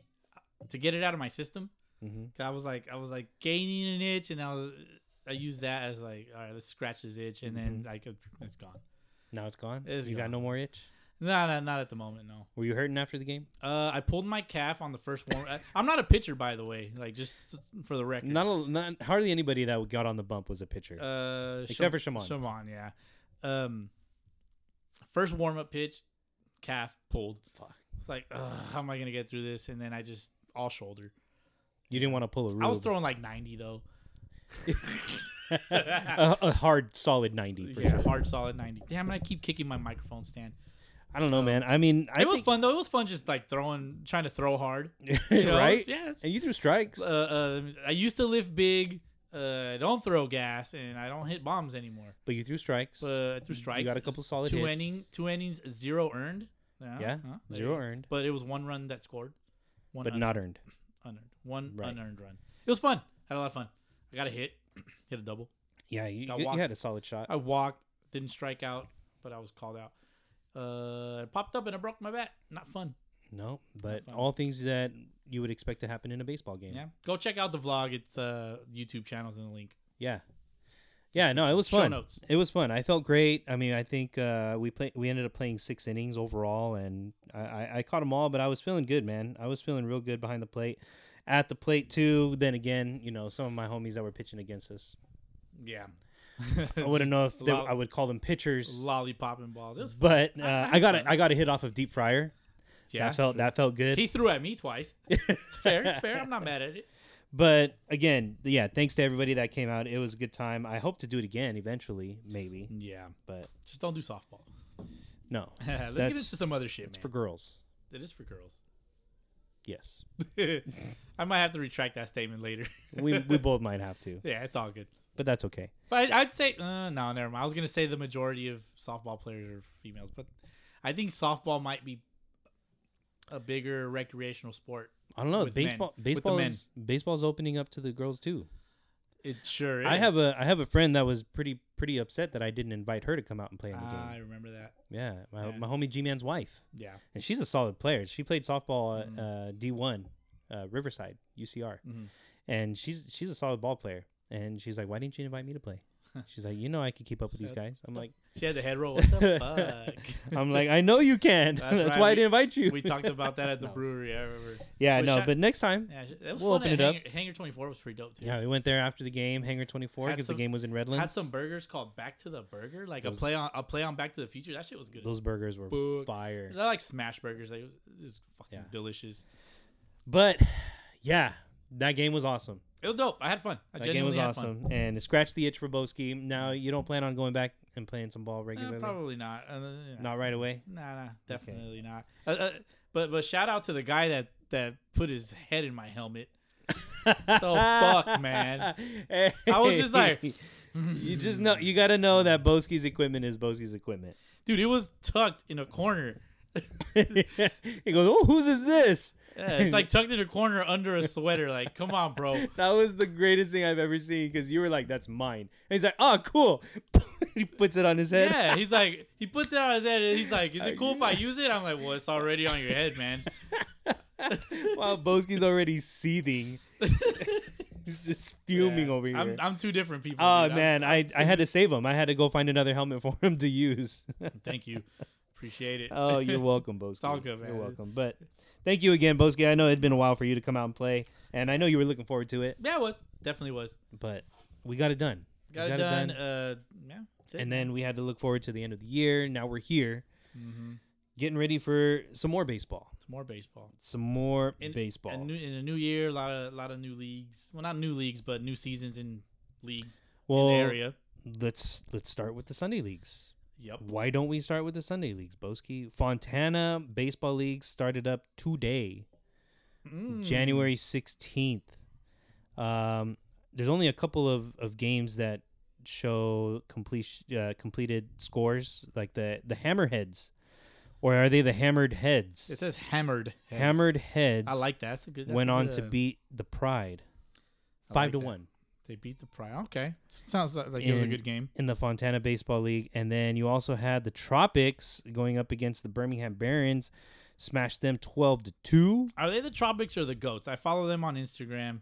Speaker 2: to get it out of my system.
Speaker 3: Mhm.
Speaker 2: 'Cause I was like I was like gaining an itch and I was I used that as like all right, let's scratch this itch and then
Speaker 3: Mm-hmm.
Speaker 2: like it's gone.
Speaker 3: Now it's gone.
Speaker 2: It is
Speaker 3: you got
Speaker 2: gone.
Speaker 3: no more itch.
Speaker 2: No, no, not at the moment, no.
Speaker 3: Were you hurting after the game?
Speaker 2: Uh, I pulled my calf on the first warm. I- I'm not a pitcher, by the way. Like just for the record,
Speaker 3: Not, a, not hardly anybody that got on the bump was a pitcher.
Speaker 2: Uh,
Speaker 3: Except for
Speaker 2: Sham-
Speaker 3: Shamon.
Speaker 2: Shamon, yeah. Um, first warm up pitch, calf pulled.
Speaker 3: Fuck.
Speaker 2: It's like, ugh, how am I gonna get through this? And then I just all shoulder.
Speaker 3: you didn't want to pull a rule.
Speaker 2: I was throwing like 90 though.
Speaker 3: a, a hard, solid ninety. For
Speaker 2: Yeah,
Speaker 3: sure.
Speaker 2: hard solid 90. Damn it, I keep kicking my microphone stand.
Speaker 3: I don't know, man. I mean, I
Speaker 2: it was
Speaker 3: think-
Speaker 2: fun though. It was fun just like throwing, trying to throw hard. You know,
Speaker 3: right?
Speaker 2: Yeah.
Speaker 3: And you threw strikes.
Speaker 2: Uh, uh, I used to lift big. Uh, I don't throw gas, and I don't hit bombs anymore.
Speaker 3: But you threw strikes.
Speaker 2: But through strikes,
Speaker 3: got a couple solid
Speaker 2: two
Speaker 3: hits.
Speaker 2: inning, two innings, zero earned. Yeah,
Speaker 3: yeah,
Speaker 2: huh, uh, there
Speaker 3: zero
Speaker 2: you go.
Speaker 3: earned,
Speaker 2: But it was one run that scored, one
Speaker 3: but
Speaker 2: un-
Speaker 3: not earned.
Speaker 2: unearned, one
Speaker 3: Right.
Speaker 2: unearned run. It was fun. Had a lot of fun. I got a hit, hit a double.
Speaker 3: Yeah, you,
Speaker 2: Got
Speaker 3: you- you
Speaker 2: walked. Oh,
Speaker 3: had a solid shot.
Speaker 2: I walked, didn't strike out, but I was called out. Uh, I popped up and I broke my bat. Not fun.
Speaker 3: No, but
Speaker 2: fun.
Speaker 3: all things that you would expect to happen in a baseball game.
Speaker 2: Yeah. Go check out the vlog. It's uh YouTube channels in the link.
Speaker 3: Yeah. Yeah, no, it was
Speaker 2: Show
Speaker 3: fun.
Speaker 2: notes.
Speaker 3: It was fun. I felt great. I mean, I think uh, we play, we ended up playing six innings overall, and I, I, I caught them all. But I was feeling good, man. I was feeling real good behind the plate, at the plate too. Then again, you know, some of my homies that were pitching against us,
Speaker 2: Yeah.
Speaker 3: I wouldn't know if they,
Speaker 2: Lol-
Speaker 3: I would call them pitchers,
Speaker 2: lollipopping balls. It was
Speaker 3: but uh, I got a,
Speaker 2: fun.
Speaker 3: I got a hit off of deep fryer.
Speaker 2: yeah.
Speaker 3: that felt that felt good.
Speaker 2: He threw at me twice. It's fair. It's fair. I'm not mad at it.
Speaker 3: But again, yeah, thanks to everybody that came out. It was a good time. I hope to do it again eventually, maybe.
Speaker 2: Yeah.
Speaker 3: But
Speaker 2: Just don't do softball.
Speaker 3: no,
Speaker 2: Let's get
Speaker 3: That's-
Speaker 2: into some other shit, man.
Speaker 3: for girls,
Speaker 2: It is for girls.
Speaker 3: yes.
Speaker 2: I might have to retract that statement later.
Speaker 3: We we both might have to,
Speaker 2: yeah, it's all good.
Speaker 3: but that's okay.
Speaker 2: But I, I'd say uh, no, never mind. I was gonna say the majority of softball players are females, but I think softball might be a bigger recreational sport.
Speaker 3: I don't know.
Speaker 2: With men.
Speaker 3: Baseball
Speaker 2: With the
Speaker 3: baseball
Speaker 2: men.
Speaker 3: is baseball's opening up to the girls too.
Speaker 2: It sure is.
Speaker 3: I have a I have a friend that was pretty pretty upset that I didn't invite her to come out and play in the
Speaker 2: Ah, I
Speaker 3: game.
Speaker 2: remember that.
Speaker 3: Yeah, my,
Speaker 2: yeah.
Speaker 3: my homie G Man's wife,
Speaker 2: Yeah.
Speaker 3: and she's a solid player. She played softball at
Speaker 2: Mm.
Speaker 3: uh, D one, uh, Riverside UCR,
Speaker 2: Mhm.
Speaker 3: and she's she's a solid ball player. And she's like, "Why didn't you invite me to play?" She's like, "You know I could keep up with these
Speaker 2: Shut
Speaker 3: guys." I'm like,
Speaker 2: She had the head roll. What the fuck?
Speaker 3: I'm like, I know you can. That's,
Speaker 2: That's right,
Speaker 3: why I
Speaker 2: we-
Speaker 3: didn't invite you.
Speaker 2: We talked about that at the
Speaker 3: No.
Speaker 2: brewery. I remember.
Speaker 3: Yeah,
Speaker 2: But
Speaker 3: no,
Speaker 2: shout-
Speaker 3: but next time.
Speaker 2: Yeah, that was
Speaker 3: We'll
Speaker 2: fun
Speaker 3: open
Speaker 2: at
Speaker 3: it up.
Speaker 2: Hanger, Hanger 24 was pretty dope too.
Speaker 3: Yeah, we went there after the game, Hangar 24,
Speaker 2: Had
Speaker 3: because the
Speaker 2: some-
Speaker 3: game was in Redlands.
Speaker 2: Had some burgers called Back to the Burger, like
Speaker 3: Those-
Speaker 2: a play on a play on Back to the Future. That shit was good.
Speaker 3: Those burgers were
Speaker 2: Book.
Speaker 3: fire.
Speaker 2: I like smash burgers. They was just fucking
Speaker 3: Yeah.
Speaker 2: delicious.
Speaker 3: But yeah, that game was awesome.
Speaker 2: It was dope. I had fun. I
Speaker 3: That game was
Speaker 2: genuinely had fun.
Speaker 3: awesome, and it scratched the itch for Boski. Now you don't plan on going back and playing some ball
Speaker 2: Eh,
Speaker 3: regularly.
Speaker 2: probably not. Uh, yeah.
Speaker 3: Not right away.
Speaker 2: Nah, nah, definitely not. Uh, uh, but but shout out to the guy that that put his head in my helmet. So Oh, fuck, man. I was just like-
Speaker 3: you just know you got to know that Boski's equipment is Boski's equipment.
Speaker 2: Dude, it was tucked in a corner.
Speaker 3: he goes, "Oh, whose is this?"
Speaker 2: Yeah, it's like tucked in a corner under a sweater. Like, come on, bro.
Speaker 3: That was the greatest thing I've ever seen because you were like, "That's mine." And he's like, "Oh, cool." he puts it on his head.
Speaker 2: Yeah, he's like, he puts it on his head. And he's like, is it cool if I use it? I'm like, well, it's already on your head, man.
Speaker 3: Wow, Boski's already seething. He's just fuming
Speaker 2: Yeah.
Speaker 3: over here.
Speaker 2: I'm, I'm two different people.
Speaker 3: oh
Speaker 2: dude. I'm-
Speaker 3: man, I, I had to save him. I had to go find another helmet for him to use.
Speaker 2: thank you, appreciate it.
Speaker 3: oh, you're welcome, Boski.
Speaker 2: all good, man.
Speaker 3: You're welcome. But thank you again, Boski. I know it'd been a while for you to come out and play, and I know you were looking forward to it.
Speaker 2: yeah, it was definitely was.
Speaker 3: But we got it done. We
Speaker 2: Got, it done. Uh, yeah. that's it.
Speaker 3: and then we had to look forward to the end of the year. Now we're here,
Speaker 2: Mm-hmm.
Speaker 3: getting ready for some more baseball.
Speaker 2: It's more baseball.
Speaker 3: Some more
Speaker 2: in,
Speaker 3: baseball.
Speaker 2: A new, in a new year, a lot of lot of new leagues. Well, not new leagues, but new seasons in leagues
Speaker 3: well,
Speaker 2: in the area.
Speaker 3: let's let's start with the Sunday leagues.
Speaker 2: Yep.
Speaker 3: Why don't we start with the Sunday leagues, Boski? Fontana Baseball League started up today,
Speaker 2: Mm.
Speaker 3: January 16th. Um, there's only a couple of, of games that show complete, uh, completed scores, like the, the Hammerheads. Or are they the Hammered Heads?
Speaker 2: It says hammered. heads.
Speaker 3: hammered Heads
Speaker 2: I like that. That's a good. that's
Speaker 3: went
Speaker 2: a
Speaker 3: on
Speaker 2: good,
Speaker 3: to
Speaker 2: uh,
Speaker 3: beat the Pride
Speaker 2: I
Speaker 3: 5
Speaker 2: like
Speaker 3: to
Speaker 2: that.
Speaker 3: 1
Speaker 2: They beat the Pride. Okay. Sounds like, like it was a
Speaker 3: In-
Speaker 2: good game.
Speaker 3: in the Fontana Baseball League. And then you also had the Tropics going up against the Birmingham Barons, smashed them 12 to 2.
Speaker 2: Are they the Tropics or the Goats? I follow them on Instagram.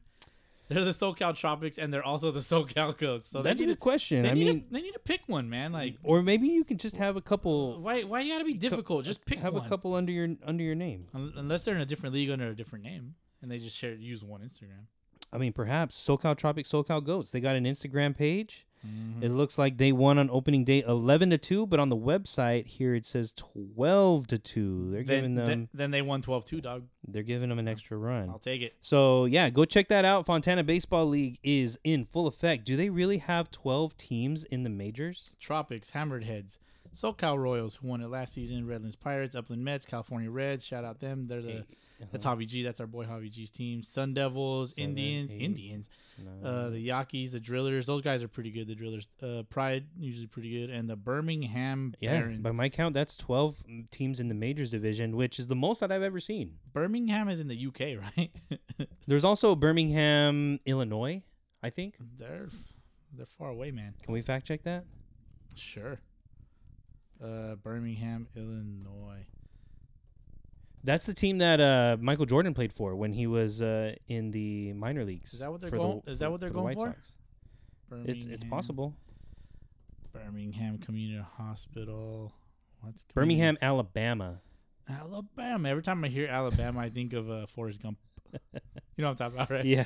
Speaker 2: They're the SoCal Tropics, and they're also the SoCal Goats. So
Speaker 3: That's
Speaker 2: they
Speaker 3: a
Speaker 2: need
Speaker 3: good question.
Speaker 2: They
Speaker 3: I
Speaker 2: need
Speaker 3: mean,
Speaker 2: to, they need to pick one, man. Like,
Speaker 3: or maybe you can just have a couple
Speaker 2: why why you gotta be difficult? Just pick
Speaker 3: have
Speaker 2: one.
Speaker 3: a couple under your under your name.
Speaker 2: Un- Unless they're in a different league under a different name, and they just share use one Instagram.
Speaker 3: I mean, perhaps SoCal Tropic SoCal Goats. They got an Instagram page.
Speaker 2: Mm-hmm.
Speaker 3: It looks like they won on opening day 11 to 2, but on the website here it says 12 to 2. They're giving
Speaker 2: Then,
Speaker 3: them
Speaker 2: then, then they won 12-2, dog.
Speaker 3: they're giving them an extra run.
Speaker 2: I'll take it.
Speaker 3: So yeah, go check that out. Fontana Baseball League is in full effect. Do they really have twelve teams in the majors?
Speaker 2: Tropics, Hammered Heads, SoCal Royals, who won it last season, Redlands Pirates, Upland Mets, California Reds, shout out them. They're the
Speaker 3: uh-huh.
Speaker 2: that's Javi G, that's our boy Javi G's team. Sun Devils, Indians,
Speaker 3: eight.
Speaker 2: Indians, uh, the Yakis, the Drillers, those guys are pretty good. The Drillers, uh, Pride usually pretty good, and the Birmingham
Speaker 3: Yeah,
Speaker 2: Barons.
Speaker 3: by my count, that's twelve mm, teams in the majors division, which is the most that I've ever seen.
Speaker 2: Birmingham is in the UK, right?
Speaker 3: There's also Birmingham, Illinois. I think.
Speaker 2: they're they're far away, man.
Speaker 3: Can we fact check that?
Speaker 2: Sure. Uh, Birmingham, Illinois.
Speaker 3: That's the team that uh, Michael Jordan played for when he was uh, in the minor leagues.
Speaker 2: Is that what they're
Speaker 3: for the-
Speaker 2: going- is that what they're
Speaker 3: the
Speaker 2: going
Speaker 3: White
Speaker 2: for? Mm.
Speaker 3: Sox. It's it's possible.
Speaker 2: Birmingham Community Hospital. What's community-
Speaker 3: Birmingham, Alabama.
Speaker 2: Alabama. Every time I hear Alabama, I think of uh, Forrest Gump. You know what I'm talking about, right?
Speaker 3: yeah.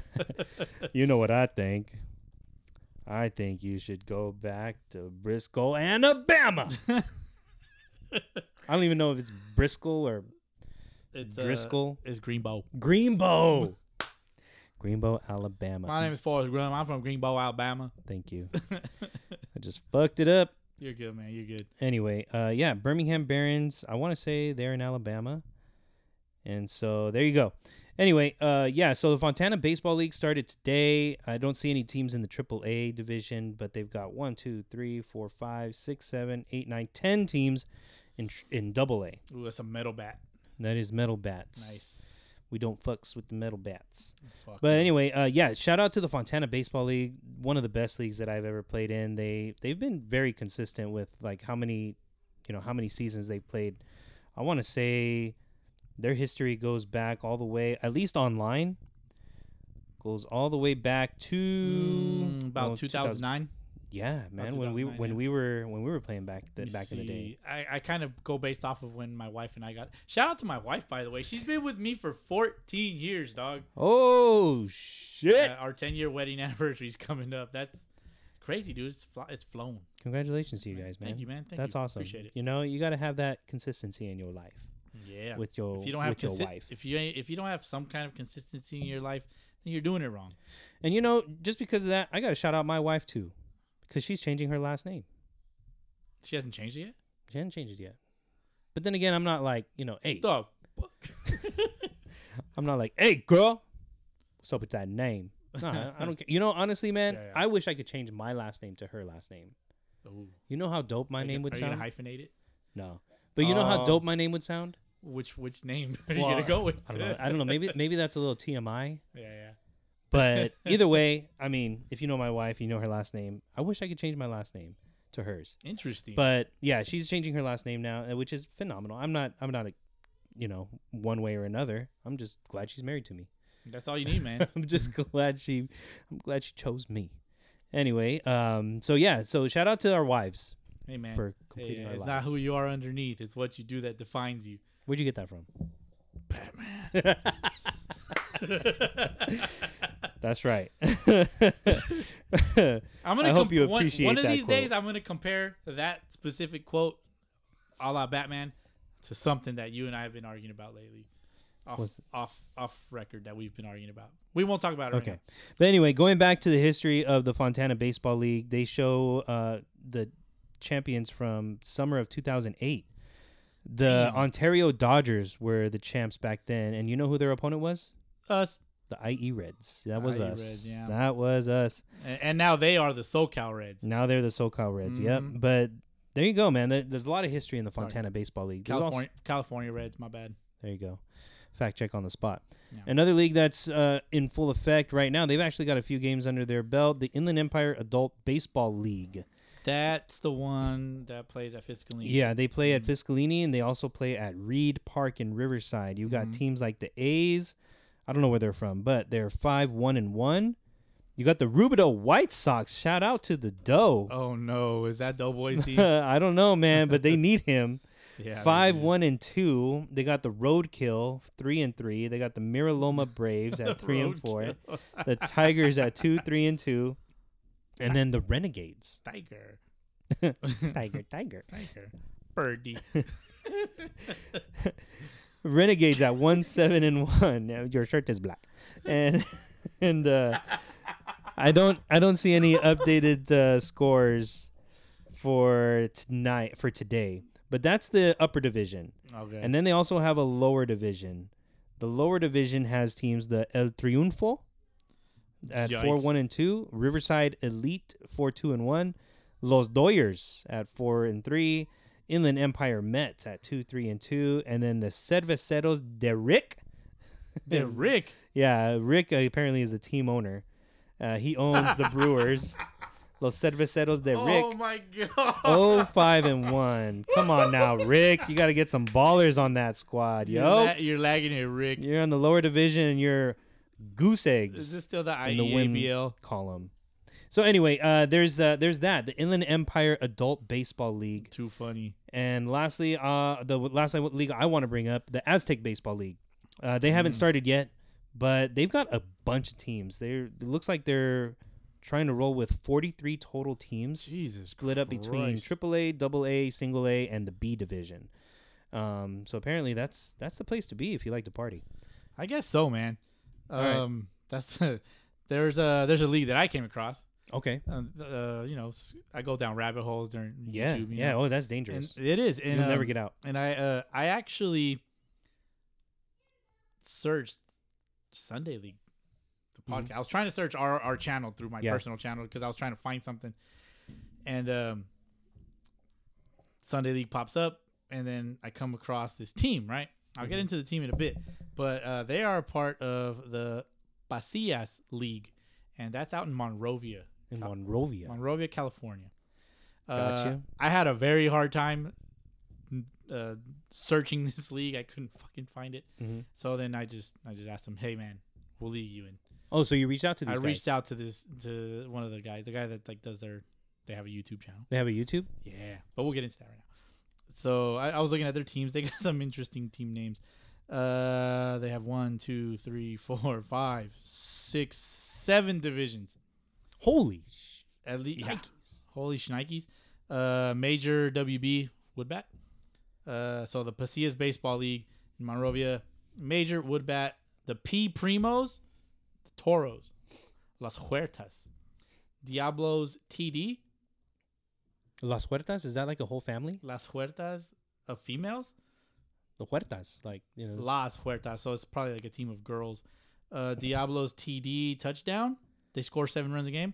Speaker 3: you know what I think. I think you should go back to Briscoe, Alabama. I don't even know if it's Briscoe or
Speaker 2: It's, uh,
Speaker 3: Driscoll.
Speaker 2: It's Greenbow.
Speaker 3: Greenbow. Greenbow, Alabama.
Speaker 2: My name is Forrest Gump. I'm from Greenbow, Alabama.
Speaker 3: Thank you. I just fucked it up.
Speaker 2: You're good, man. You're good.
Speaker 3: Anyway, uh, yeah, Birmingham Barons. I want to say they're in Alabama, and so there you go. Anyway, uh, yeah, so the Fontana Baseball League started today. I don't see any teams in the AAA division, but they've got one, two, three, four, five, six, seven, eight, nine, ten teams in tr- in Double A.
Speaker 2: Ooh, that's a metal bat.
Speaker 3: That is metal bats.
Speaker 2: Nice.
Speaker 3: We don't fucks with the metal bats.
Speaker 2: Fuck.
Speaker 3: But anyway, uh, yeah, shout out to the Fontana Baseball League, one of the best leagues that I've ever played in. They they've been very consistent with like how many, you know, how many seasons they've played. I want to say their history goes back all the way, at least online, goes all the way back to
Speaker 2: Mm, about
Speaker 3: well,
Speaker 2: 2009.
Speaker 3: Yeah, man. When we
Speaker 2: 2009,
Speaker 3: when
Speaker 2: yeah.
Speaker 3: we were when we were playing back the,
Speaker 2: You
Speaker 3: back in the day.
Speaker 2: see, I, I kind of go based off of when my wife and I got. Shout out to my wife, by the way. She's been with me for 14 years, dog.
Speaker 3: Oh shit!
Speaker 2: Uh, our 10 year wedding anniversary's coming up. That's crazy, dude. It's, fl- it's flown.
Speaker 3: Congratulations to you guys, man.
Speaker 2: Thank you, man. Thank
Speaker 3: That's
Speaker 2: you.
Speaker 3: awesome.
Speaker 2: Appreciate it.
Speaker 3: You know, you got to have that consistency in your life
Speaker 2: Yeah.
Speaker 3: with your
Speaker 2: if you don't have
Speaker 3: with your
Speaker 2: consi-
Speaker 3: wife.
Speaker 2: if you ain't, if you don't have some kind of consistency in your life, then you're doing it wrong.
Speaker 3: And you know, just because of that, I got to shout out my wife too, because she's changing her last name.
Speaker 2: She hasn't changed it yet.
Speaker 3: She hasn't changed it yet. But then again, I'm not like you know, hey,
Speaker 2: Dog.
Speaker 3: I'm not like, hey, girl, what's up with that name? Nah, I- I don't care. You know, honestly, man,
Speaker 2: Yeah, yeah.
Speaker 3: I wish I could change my last name to her last name.
Speaker 2: Ooh.
Speaker 3: You know how dope my
Speaker 2: Are you
Speaker 3: name
Speaker 2: gonna-
Speaker 3: would
Speaker 2: are you gonna
Speaker 3: sound?
Speaker 2: hyphenate it?
Speaker 3: No, but you know how
Speaker 2: Oh.
Speaker 3: dope my name would sound?
Speaker 2: Which which name are
Speaker 3: Well,
Speaker 2: you gonna go with?
Speaker 3: I don't know. I don't know. Maybe maybe that's a little TMI.
Speaker 2: yeah, yeah.
Speaker 3: But either way, I mean, if you know my wife, you know her last name. I wish I could change my last name to hers.
Speaker 2: Interesting.
Speaker 3: But yeah, she's changing her last name now, uh, which is phenomenal. I'm not I'm not a you know, one way or another. I'm just glad she's married to me.
Speaker 2: That's all you need, man.
Speaker 3: I'm just glad she I'm glad she chose me. Anyway, um so yeah, so shout out to our wives
Speaker 2: Hey, man.
Speaker 3: for
Speaker 2: Hey,
Speaker 3: completing our
Speaker 2: it's
Speaker 3: lives.
Speaker 2: not who you are underneath; it's what you do that defines you.
Speaker 3: Where'd you get that from? Batman. That's right.
Speaker 2: I'm gonna.
Speaker 3: I hope
Speaker 2: comp-
Speaker 3: you
Speaker 2: one-
Speaker 3: appreciate
Speaker 2: one, of
Speaker 3: that
Speaker 2: these days.
Speaker 3: quote.
Speaker 2: I'm gonna compare that specific quote, a la Batman, to something that you and I have been arguing about lately, off
Speaker 3: What's-
Speaker 2: off off record that we've been arguing about. We won't talk about it.
Speaker 3: Okay.
Speaker 2: Right
Speaker 3: But anyway, going back to the history of the Fontana Baseball League, they show uh, the champions from summer of 2008. The Ontario Dodgers were the champs back then, and you know who their opponent was?
Speaker 2: now. Us,
Speaker 3: The IE Reds. That was
Speaker 2: IE
Speaker 3: us.
Speaker 2: E Reds, yeah.
Speaker 3: That was us.
Speaker 2: and, and now they are the SoCal Reds.
Speaker 3: Now they're the SoCal Reds. Yep.
Speaker 2: Mhm.
Speaker 3: But there you go, man. There- There's a lot of history in the Fontana Baseball League. There's also-
Speaker 2: California, California Reds. My bad.
Speaker 3: There you go. Fact check on the spot.
Speaker 2: Yeah.
Speaker 3: Another league that's uh, in full effect right now. They've actually got a few games under their belt. The Inland Empire Adult Baseball League.
Speaker 2: That's the one that plays at Fiscal League.
Speaker 3: Yeah, they
Speaker 2: Mm.
Speaker 3: play at Fiscalini and they also play at Reed Park in Riverside. You've got
Speaker 2: Mm-hmm.
Speaker 3: teams like the A's. I don't know where they're from, but they're five one and one. You got the Rubidoux White Sox. Shout out to the Doe.
Speaker 2: Oh no, is that Doughboys team?
Speaker 3: I don't know, man, but they need him.
Speaker 2: Yeah, they
Speaker 3: five
Speaker 2: do.
Speaker 3: one and two. They got the Roadkill three and three. They got the Miraloma Braves at three and four. The Tigers at two three and two, and then the Renegades.
Speaker 2: Tiger,
Speaker 3: Tiger, Tiger.
Speaker 2: Tiger, Birdie.
Speaker 3: Renegades at one seven and one. Now, Your shirt is black, and and uh, I don't I don't see any updated uh, scores for tonight for today. But that's the upper division.
Speaker 2: Okay.
Speaker 3: And then they also have a lower division. The lower division has teams the El Triunfo at
Speaker 2: Yikes.
Speaker 3: four one and two, Riverside Elite four two and one, Los Doyers at four and three, Inland Empire Mets at two three and two, and then the Cerveceros de Rick.
Speaker 2: Yeah, Rick.
Speaker 3: Yeah, Rick uh, apparently is the team owner. Uh, he owns the Brewers. Los Cerveceros de
Speaker 2: Oh
Speaker 3: Rick.
Speaker 2: my god.
Speaker 3: Oh five and 1. Come on now, Rick. You got to get some ballers on that squad, yo.
Speaker 2: You're, la- you're lagging it, Rick.
Speaker 3: You're in the lower division and you're
Speaker 2: Is
Speaker 3: goose eggs
Speaker 2: this still the E
Speaker 3: in the win
Speaker 2: IEABL?
Speaker 3: column. So anyway, uh, there's uh, there's that the Inland Empire Adult Baseball League,
Speaker 2: Too funny.
Speaker 3: and lastly, uh, the last I- league I want to bring up the Aztec Baseball League. Uh, they
Speaker 2: Mm.
Speaker 3: haven't started yet, but they've got a bunch of teams. They it looks like they're trying to roll with 43 total teams
Speaker 2: Jesus.
Speaker 3: split up between AAA, AA, Single A, and the B division. Um, so apparently that's that's the place to be if you like to party.
Speaker 2: I guess so, man. Um,
Speaker 3: right.
Speaker 2: that's the. There's a there's a league that I came across.
Speaker 3: Okay.
Speaker 2: Uh, uh, you know, s- I go down rabbit holes during
Speaker 3: Yeah,
Speaker 2: YouTube. you
Speaker 3: yeah.
Speaker 2: know.
Speaker 3: Oh, that's
Speaker 2: and
Speaker 3: dangerous.
Speaker 2: it is. And,
Speaker 3: You'll never
Speaker 2: um,
Speaker 3: get out.
Speaker 2: And I uh, I actually searched Sunday League, the podcast. I was trying to search our, our channel through my
Speaker 3: Yeah.
Speaker 2: personal channel because I was trying to find something, and um, Sunday League pops up, and then I come across this team. Right, I'll get into the team in a bit, but uh, they are a part of the Pasillas League, and that's out in Monrovia,
Speaker 3: In Monrovia.
Speaker 2: Monrovia, California. Uh,
Speaker 3: Gotcha.
Speaker 2: I had a very hard time uh, searching this league. I couldn't fucking find it.
Speaker 3: Mm-hmm.
Speaker 2: So then I just I just asked him, "Hey man, we'll league you in."
Speaker 3: Oh, so you reached out to
Speaker 2: I
Speaker 3: these
Speaker 2: reached
Speaker 3: guys.
Speaker 2: out to this to one of the guys, the guy that like does their They have a YouTube channel.
Speaker 3: They have a YouTube.
Speaker 2: Yeah, but we'll get into that right now. So I, I was looking at their teams. They got some interesting team names. Uh, they have one, two, three, four, five, six, seven divisions.
Speaker 3: Holy sh-
Speaker 2: At least,
Speaker 3: yikes!
Speaker 2: holy shnikes. Uh, Major WB Woodbat. Uh, so the Pasillas Baseball League in Monrovia. Major Woodbat. The P Primos, the Toros, Las Huertas, Diablos TD,
Speaker 3: Las Huertas is that like a whole family?
Speaker 2: Las Huertas of females.
Speaker 3: The Huertas, like you know,
Speaker 2: Las Huertas, so it's probably like a team of girls. Uh, Diablos TD touchdown. They score seven runs a game.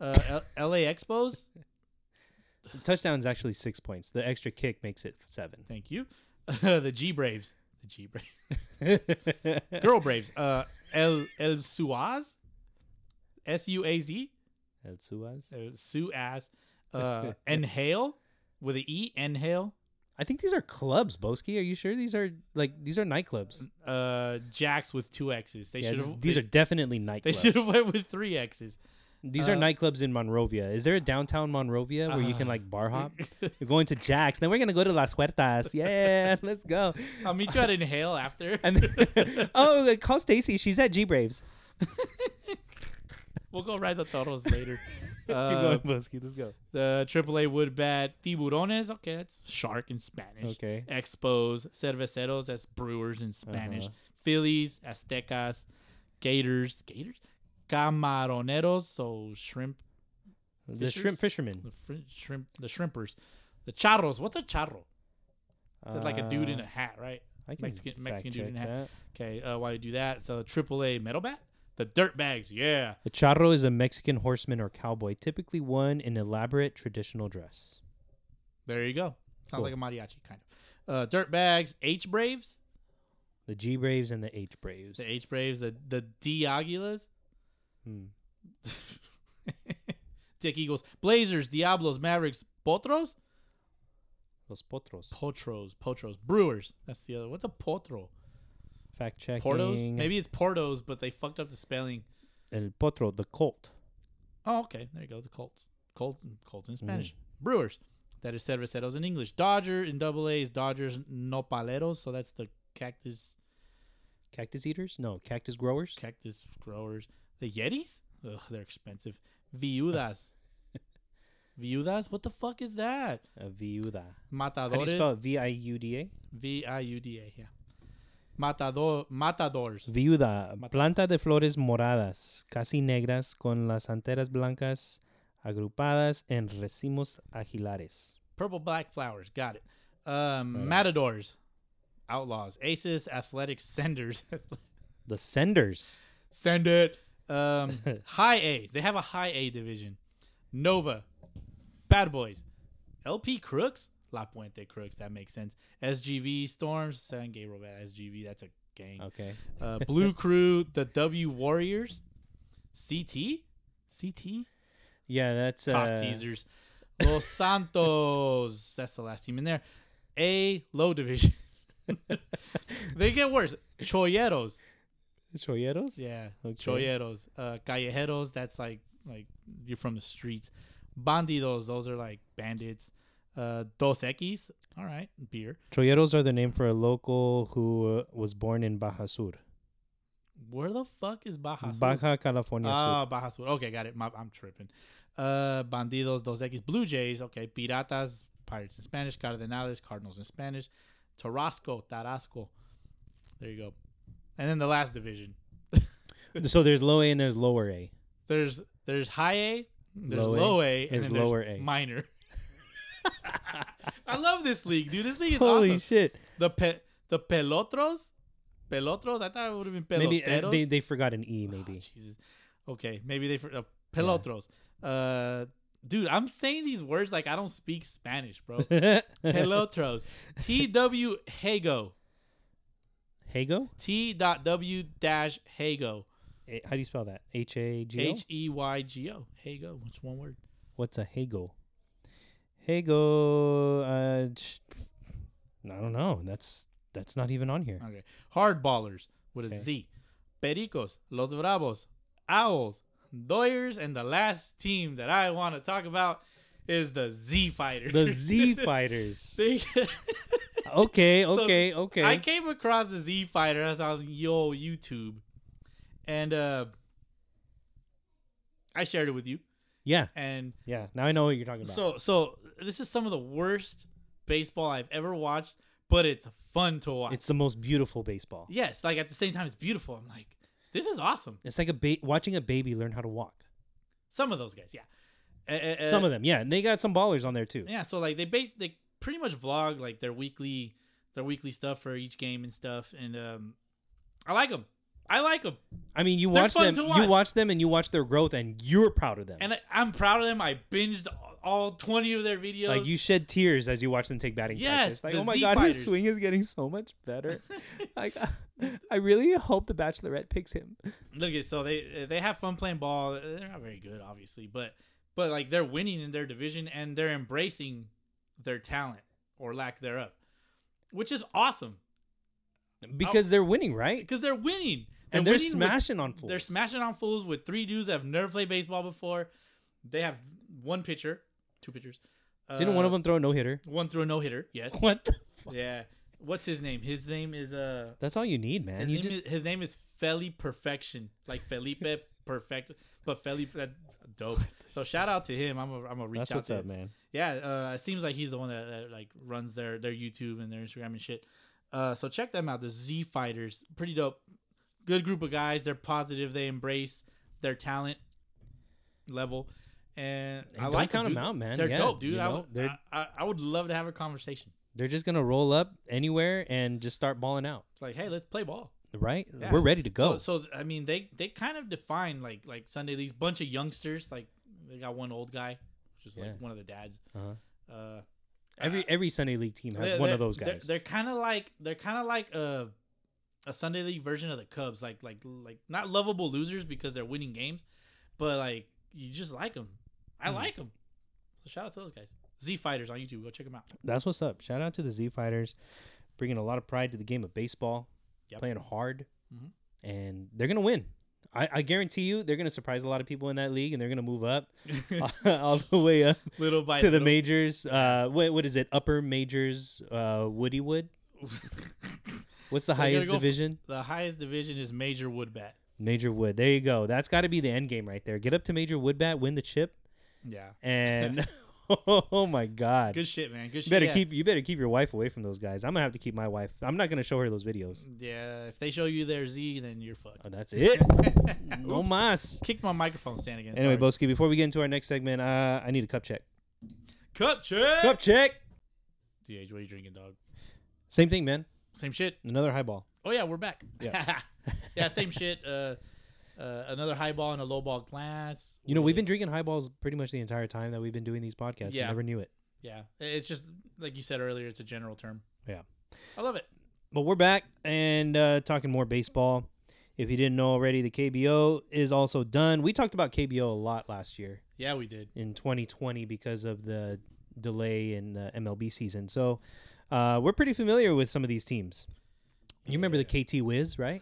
Speaker 2: Uh, L- LA Expos.
Speaker 3: the touchdown is actually six points. The extra kick makes it seven.
Speaker 2: Thank you. the G Braves. The G Braves. Girl Braves. Uh, El El Suaz. S U A Z.
Speaker 3: El Suaz.
Speaker 2: uh, Suaz. Uh, Inhale with an E. Inhale.
Speaker 3: I think these are clubs, Boski. Are you sure these are like these are nightclubs?
Speaker 2: Uh, Jacks with two X's. They
Speaker 3: Yeah,
Speaker 2: should
Speaker 3: it's-
Speaker 2: have.
Speaker 3: these
Speaker 2: they,
Speaker 3: are definitely nightclubs.
Speaker 2: They should have went with three X's.
Speaker 3: These are
Speaker 2: Uh,
Speaker 3: nightclubs in Monrovia. Is there a downtown Monrovia where you can like bar hop? we're going to Jack's. Then we're gonna go to Las Huertas. Yeah, let's go.
Speaker 2: I'll meet you at Inhale after.
Speaker 3: And then, oh, like, call Stacy. She's at G Braves.
Speaker 2: We'll go ride the toros later.
Speaker 3: Keep
Speaker 2: Uh,
Speaker 3: going, Busky. Let's go.
Speaker 2: the AAA wood bat tiburones. Okay, that's shark in Spanish.
Speaker 3: Okay. Uh-huh.
Speaker 2: Expos, cerveceros. That's brewers in Spanish. Phillies, Aztecas, Gators, Gators, camaroneros. So shrimp,
Speaker 3: The
Speaker 2: Fishers?
Speaker 3: shrimp fisherman.
Speaker 2: the fr- shrimp, the shrimpers, the charros. What's a charro? It's like a dude in a hat, right?
Speaker 3: I Uh, can
Speaker 2: Mexican- Mexican
Speaker 3: fact
Speaker 2: dude in
Speaker 3: check
Speaker 2: hat.
Speaker 3: that.
Speaker 2: Okay, uh, why you do that? So AAA metal bat, the dirt bags. Yeah.
Speaker 3: A charro is a Mexican horseman or cowboy, typically one in elaborate traditional dress.
Speaker 2: There you go. Sounds
Speaker 3: Cool.
Speaker 2: like a mariachi kind of. Uh, dirt bags, H Braves,
Speaker 3: The G Braves and the H Braves.
Speaker 2: the H Braves, the the D Aguilas,
Speaker 3: Hmm.
Speaker 2: Dick Eagles, Blazers, Diablos, Mavericks, Potros,
Speaker 3: Los potros.
Speaker 2: Potros, Potros, Brewers. That's the other. What's a potro?
Speaker 3: fact checking.
Speaker 2: Portos? Maybe it's Portos, but they fucked up the spelling.
Speaker 3: El potro, the colt.
Speaker 2: Oh, okay. There you go. The Colts, Colts, Colts in Spanish. Brewers. That is Cerveceros in English. Dodger in Double A's. Dodgers Nopaleros. So that's the cactus
Speaker 3: Cactus eaters? No, cactus growers.
Speaker 2: cactus growers. The Yetis? Ugh, they're expensive. Viudas. Viudas? What the fuck is that?
Speaker 3: A viuda. How do you spell
Speaker 2: Matadores.
Speaker 3: it? V I U D A?
Speaker 2: V I U D A, yeah. Matador matadores.
Speaker 3: Viuda.
Speaker 2: Mata-
Speaker 3: Planta de flores moradas, casi negras, con las anteras blancas agrupadas en racimos agilares.
Speaker 2: Purple black flowers. Got it. Um, matadors. Outlaws. Aces, athletic senders.
Speaker 3: The senders.
Speaker 2: Send it. Um, high A. They have a high A division. Nova. Bad Boys. LP Crooks. La Puente Crooks. That makes sense. SGV Storms. San Gabriel Bad SGV. That's a gang.
Speaker 3: Okay.
Speaker 2: Uh, Blue Crew. The W Warriors. CT. CT.
Speaker 3: Yeah, that's. Uh,
Speaker 2: Cock teasers. Los Santos. That's the last team in there. A low division. they get worse. Choyeros.
Speaker 3: Cholleros?
Speaker 2: Yeah,
Speaker 3: Okay.
Speaker 2: choyeros, uh, callejeros. That's like like you're from the streets. Bandidos, those are like bandits. Uh, dos Equis, all right, beer.
Speaker 3: Cholleros are the name for a local who uh, was born in Baja Sur.
Speaker 2: Where the fuck is Baja? Sur?
Speaker 3: Baja California
Speaker 2: Ah, Baja Sur. Okay, got it. My, I'm tripping. Uh, Bandidos, Dos Equis, Blue Jays. Okay, Piratas, Pirates in Spanish. Cardenales, Cardinals in Spanish. Tarasco, Tarasco. There you go. And then the last division.
Speaker 3: Sur. So there's low A and there's lower A.
Speaker 2: There's there's high A, there's
Speaker 3: Low
Speaker 2: low
Speaker 3: A,
Speaker 2: A,
Speaker 3: there's
Speaker 2: and then there's
Speaker 3: lower A.
Speaker 2: minor. I love this league, dude. This league is
Speaker 3: Holy
Speaker 2: awesome.
Speaker 3: shit.
Speaker 2: the pe- the pelotros, pelotros. I thought it would have been peloteros.
Speaker 3: Maybe uh, they, they forgot an E,
Speaker 2: Oh,
Speaker 3: maybe.
Speaker 2: Jesus. Okay, maybe they for- uh, pelotros. Uh, dude, I'm saying these words like I don't speak Spanish, bro. pelotros. T W Hago.
Speaker 3: Hago?
Speaker 2: T dot W dash Hago.
Speaker 3: Eh, How do you spell that? H A G O?
Speaker 2: H E Y G O. Hago. What's one word?
Speaker 3: What's a Hago? Hago. Uh, ch- I don't know. That's that's not even on here.
Speaker 2: Okay. Hardballers with a
Speaker 3: Okay.
Speaker 2: Z. Pericos, Los Bravos, Owls, Doyers, and the last team that I want to talk about is the Z Fighter.
Speaker 3: The Z Fighters.
Speaker 2: They-
Speaker 3: Okay,
Speaker 2: So,
Speaker 3: okay, okay.
Speaker 2: I came across the Z Fighter as on Yo YouTube, and uh, I shared it with you.
Speaker 3: yeah,
Speaker 2: And
Speaker 3: yeah. Now I know what you're talking about.
Speaker 2: so, so this is some of the worst baseball I've ever watched, but it's fun to watch.
Speaker 3: it's the most beautiful baseball.
Speaker 2: yes, like at the same time, it's beautiful. I'm like, this is awesome.
Speaker 3: It's like a ba- watching a baby learn how to walk.
Speaker 2: Some of those guys, yeah. Uh, uh,
Speaker 3: Some of them, yeah. And they got some ballers on there too.
Speaker 2: yeah so like they base they pretty much vlog like their weekly their weekly stuff for each game and stuff and um i like them i like them
Speaker 3: I mean, you
Speaker 2: They're
Speaker 3: watch
Speaker 2: fun
Speaker 3: them,
Speaker 2: to
Speaker 3: you
Speaker 2: watch.
Speaker 3: watch them, and you watch their growth, and you're proud of them.
Speaker 2: and I, i'm proud of them i binged all 20 of their videos
Speaker 3: like you shed tears as you watch them take batting
Speaker 2: Yes,
Speaker 3: practice. Like,
Speaker 2: the
Speaker 3: oh my
Speaker 2: Z
Speaker 3: god,
Speaker 2: fighters.
Speaker 3: his swing is getting so much better. like, I really hope the Bachelorette picks him.
Speaker 2: look at so they they have fun playing ball they're not very good obviously but but like they're winning in their division and they're embracing their talent or lack thereof which is awesome
Speaker 3: Because they're winning, right?
Speaker 2: Oh. because they're winning
Speaker 3: And they're
Speaker 2: winning with-
Speaker 3: smashing on fools.
Speaker 2: They're smashing on fools with three dudes that have never played baseball before. They have one pitcher, two pitchers. Uh,
Speaker 3: Didn't one of them Oh throw a no hitter?
Speaker 2: One through a no hitter. Yes.
Speaker 3: What? The fuck?
Speaker 2: yeah. What's his name? His name is uh.
Speaker 3: That's all you need, man.
Speaker 2: His,
Speaker 3: you
Speaker 2: name,
Speaker 3: just
Speaker 2: is, his name is Feli Perfection, like Felipe Perfect, but Feli that dope. So shout out to him. I'm a, I'm a reach
Speaker 3: that's
Speaker 2: out
Speaker 3: what's
Speaker 2: to
Speaker 3: up,
Speaker 2: him.
Speaker 3: man.
Speaker 2: Yeah, uh, it seems like he's the one that, that like runs their their YouTube and their Instagram and shit. Uh, so check them out, the Z Fighters. Pretty dope. Good group of guys. They're positive. They embrace their talent level, and I
Speaker 3: don't
Speaker 2: like
Speaker 3: count 'em
Speaker 2: dude.
Speaker 3: out, man.
Speaker 2: They're
Speaker 3: Yeah,
Speaker 2: dope, dude.
Speaker 3: you
Speaker 2: I,
Speaker 3: know,
Speaker 2: would,
Speaker 3: they're-
Speaker 2: I, I- I would love to have a conversation.
Speaker 3: They're just gonna roll up anywhere and just start balling out,
Speaker 2: It's like, hey, let's play ball.
Speaker 3: right?
Speaker 2: Yeah.
Speaker 3: We're ready to go.
Speaker 2: So, so I mean, they they kind of define like like Sunday leagues. Bunch of youngsters. Like they got one old guy, which is
Speaker 3: Yeah.
Speaker 2: like one of the dads.
Speaker 3: Uh-huh.
Speaker 2: Uh,
Speaker 3: every every Sunday league team has
Speaker 2: They're-
Speaker 3: one
Speaker 2: they're-
Speaker 3: of those
Speaker 2: they're-
Speaker 3: guys.
Speaker 2: They're, kind of like they're kind of like a a Sunday league version of the Cubs, like like like not lovable losers because they're winning games, but like you just like them. I like 'em.
Speaker 3: Hmm.
Speaker 2: like them. So shout out to those guys. Z Fighters on YouTube. Go check them out.
Speaker 3: that's what's up. Shout out to the Z Fighters, bringing a lot of pride to the game of baseball,
Speaker 2: Yep.
Speaker 3: playing hard,
Speaker 2: Mhm.
Speaker 3: and they're gonna win. I, I guarantee you, they're gonna surprise a lot of people in that league, and they're gonna move up all the way up
Speaker 2: little by
Speaker 3: to the
Speaker 2: little.
Speaker 3: majors. Uh, what what is it? Upper majors, uh, Woody Wood. What's the
Speaker 2: They're gonna
Speaker 3: highest
Speaker 2: go for-
Speaker 3: division?
Speaker 2: the highest division is Major Woodbat.
Speaker 3: Major Wood. There you go. That's got to be the end game right there. Get up to Major Woodbat, win the chip,
Speaker 2: Yeah.
Speaker 3: and oh my god,
Speaker 2: Good shit, man. Good shit.
Speaker 3: you better
Speaker 2: yeah.
Speaker 3: keep you better keep your wife away from those guys. I'm gonna have to keep my wife. I'm not gonna show her those videos.
Speaker 2: Yeah. If they show you their Z, then you're fucked.
Speaker 3: Oh, that's it. no mas.
Speaker 2: Kick my microphone stand again.
Speaker 3: Anyway,
Speaker 2: sorry.
Speaker 3: Boski, before we get into our next segment, uh, I need a cup check.
Speaker 2: cup check.
Speaker 3: Cup check.
Speaker 2: DH, what are you drinking, dog?
Speaker 3: Same thing, man.
Speaker 2: Same shit.
Speaker 3: Another highball.
Speaker 2: Oh yeah, we're back.
Speaker 3: Yeah.
Speaker 2: yeah, same shit. Uh, uh, another highball and a lowball glass.
Speaker 3: You know, we've been
Speaker 2: with-
Speaker 3: drinking highballs pretty much the entire time that we've been doing these podcasts. I
Speaker 2: Yeah.
Speaker 3: never knew it.
Speaker 2: Yeah, it's just like you said earlier. It's a general term.
Speaker 3: Yeah.
Speaker 2: I love it.
Speaker 3: But we're back and uh, talking more baseball. If you didn't know already, the KBO is also done. We talked about KBO a lot last year
Speaker 2: Yeah, we did.
Speaker 3: in 2020 because of the delay in the MLB season. So uh, we're pretty familiar with some of these teams. You remember the KT Wiz, right?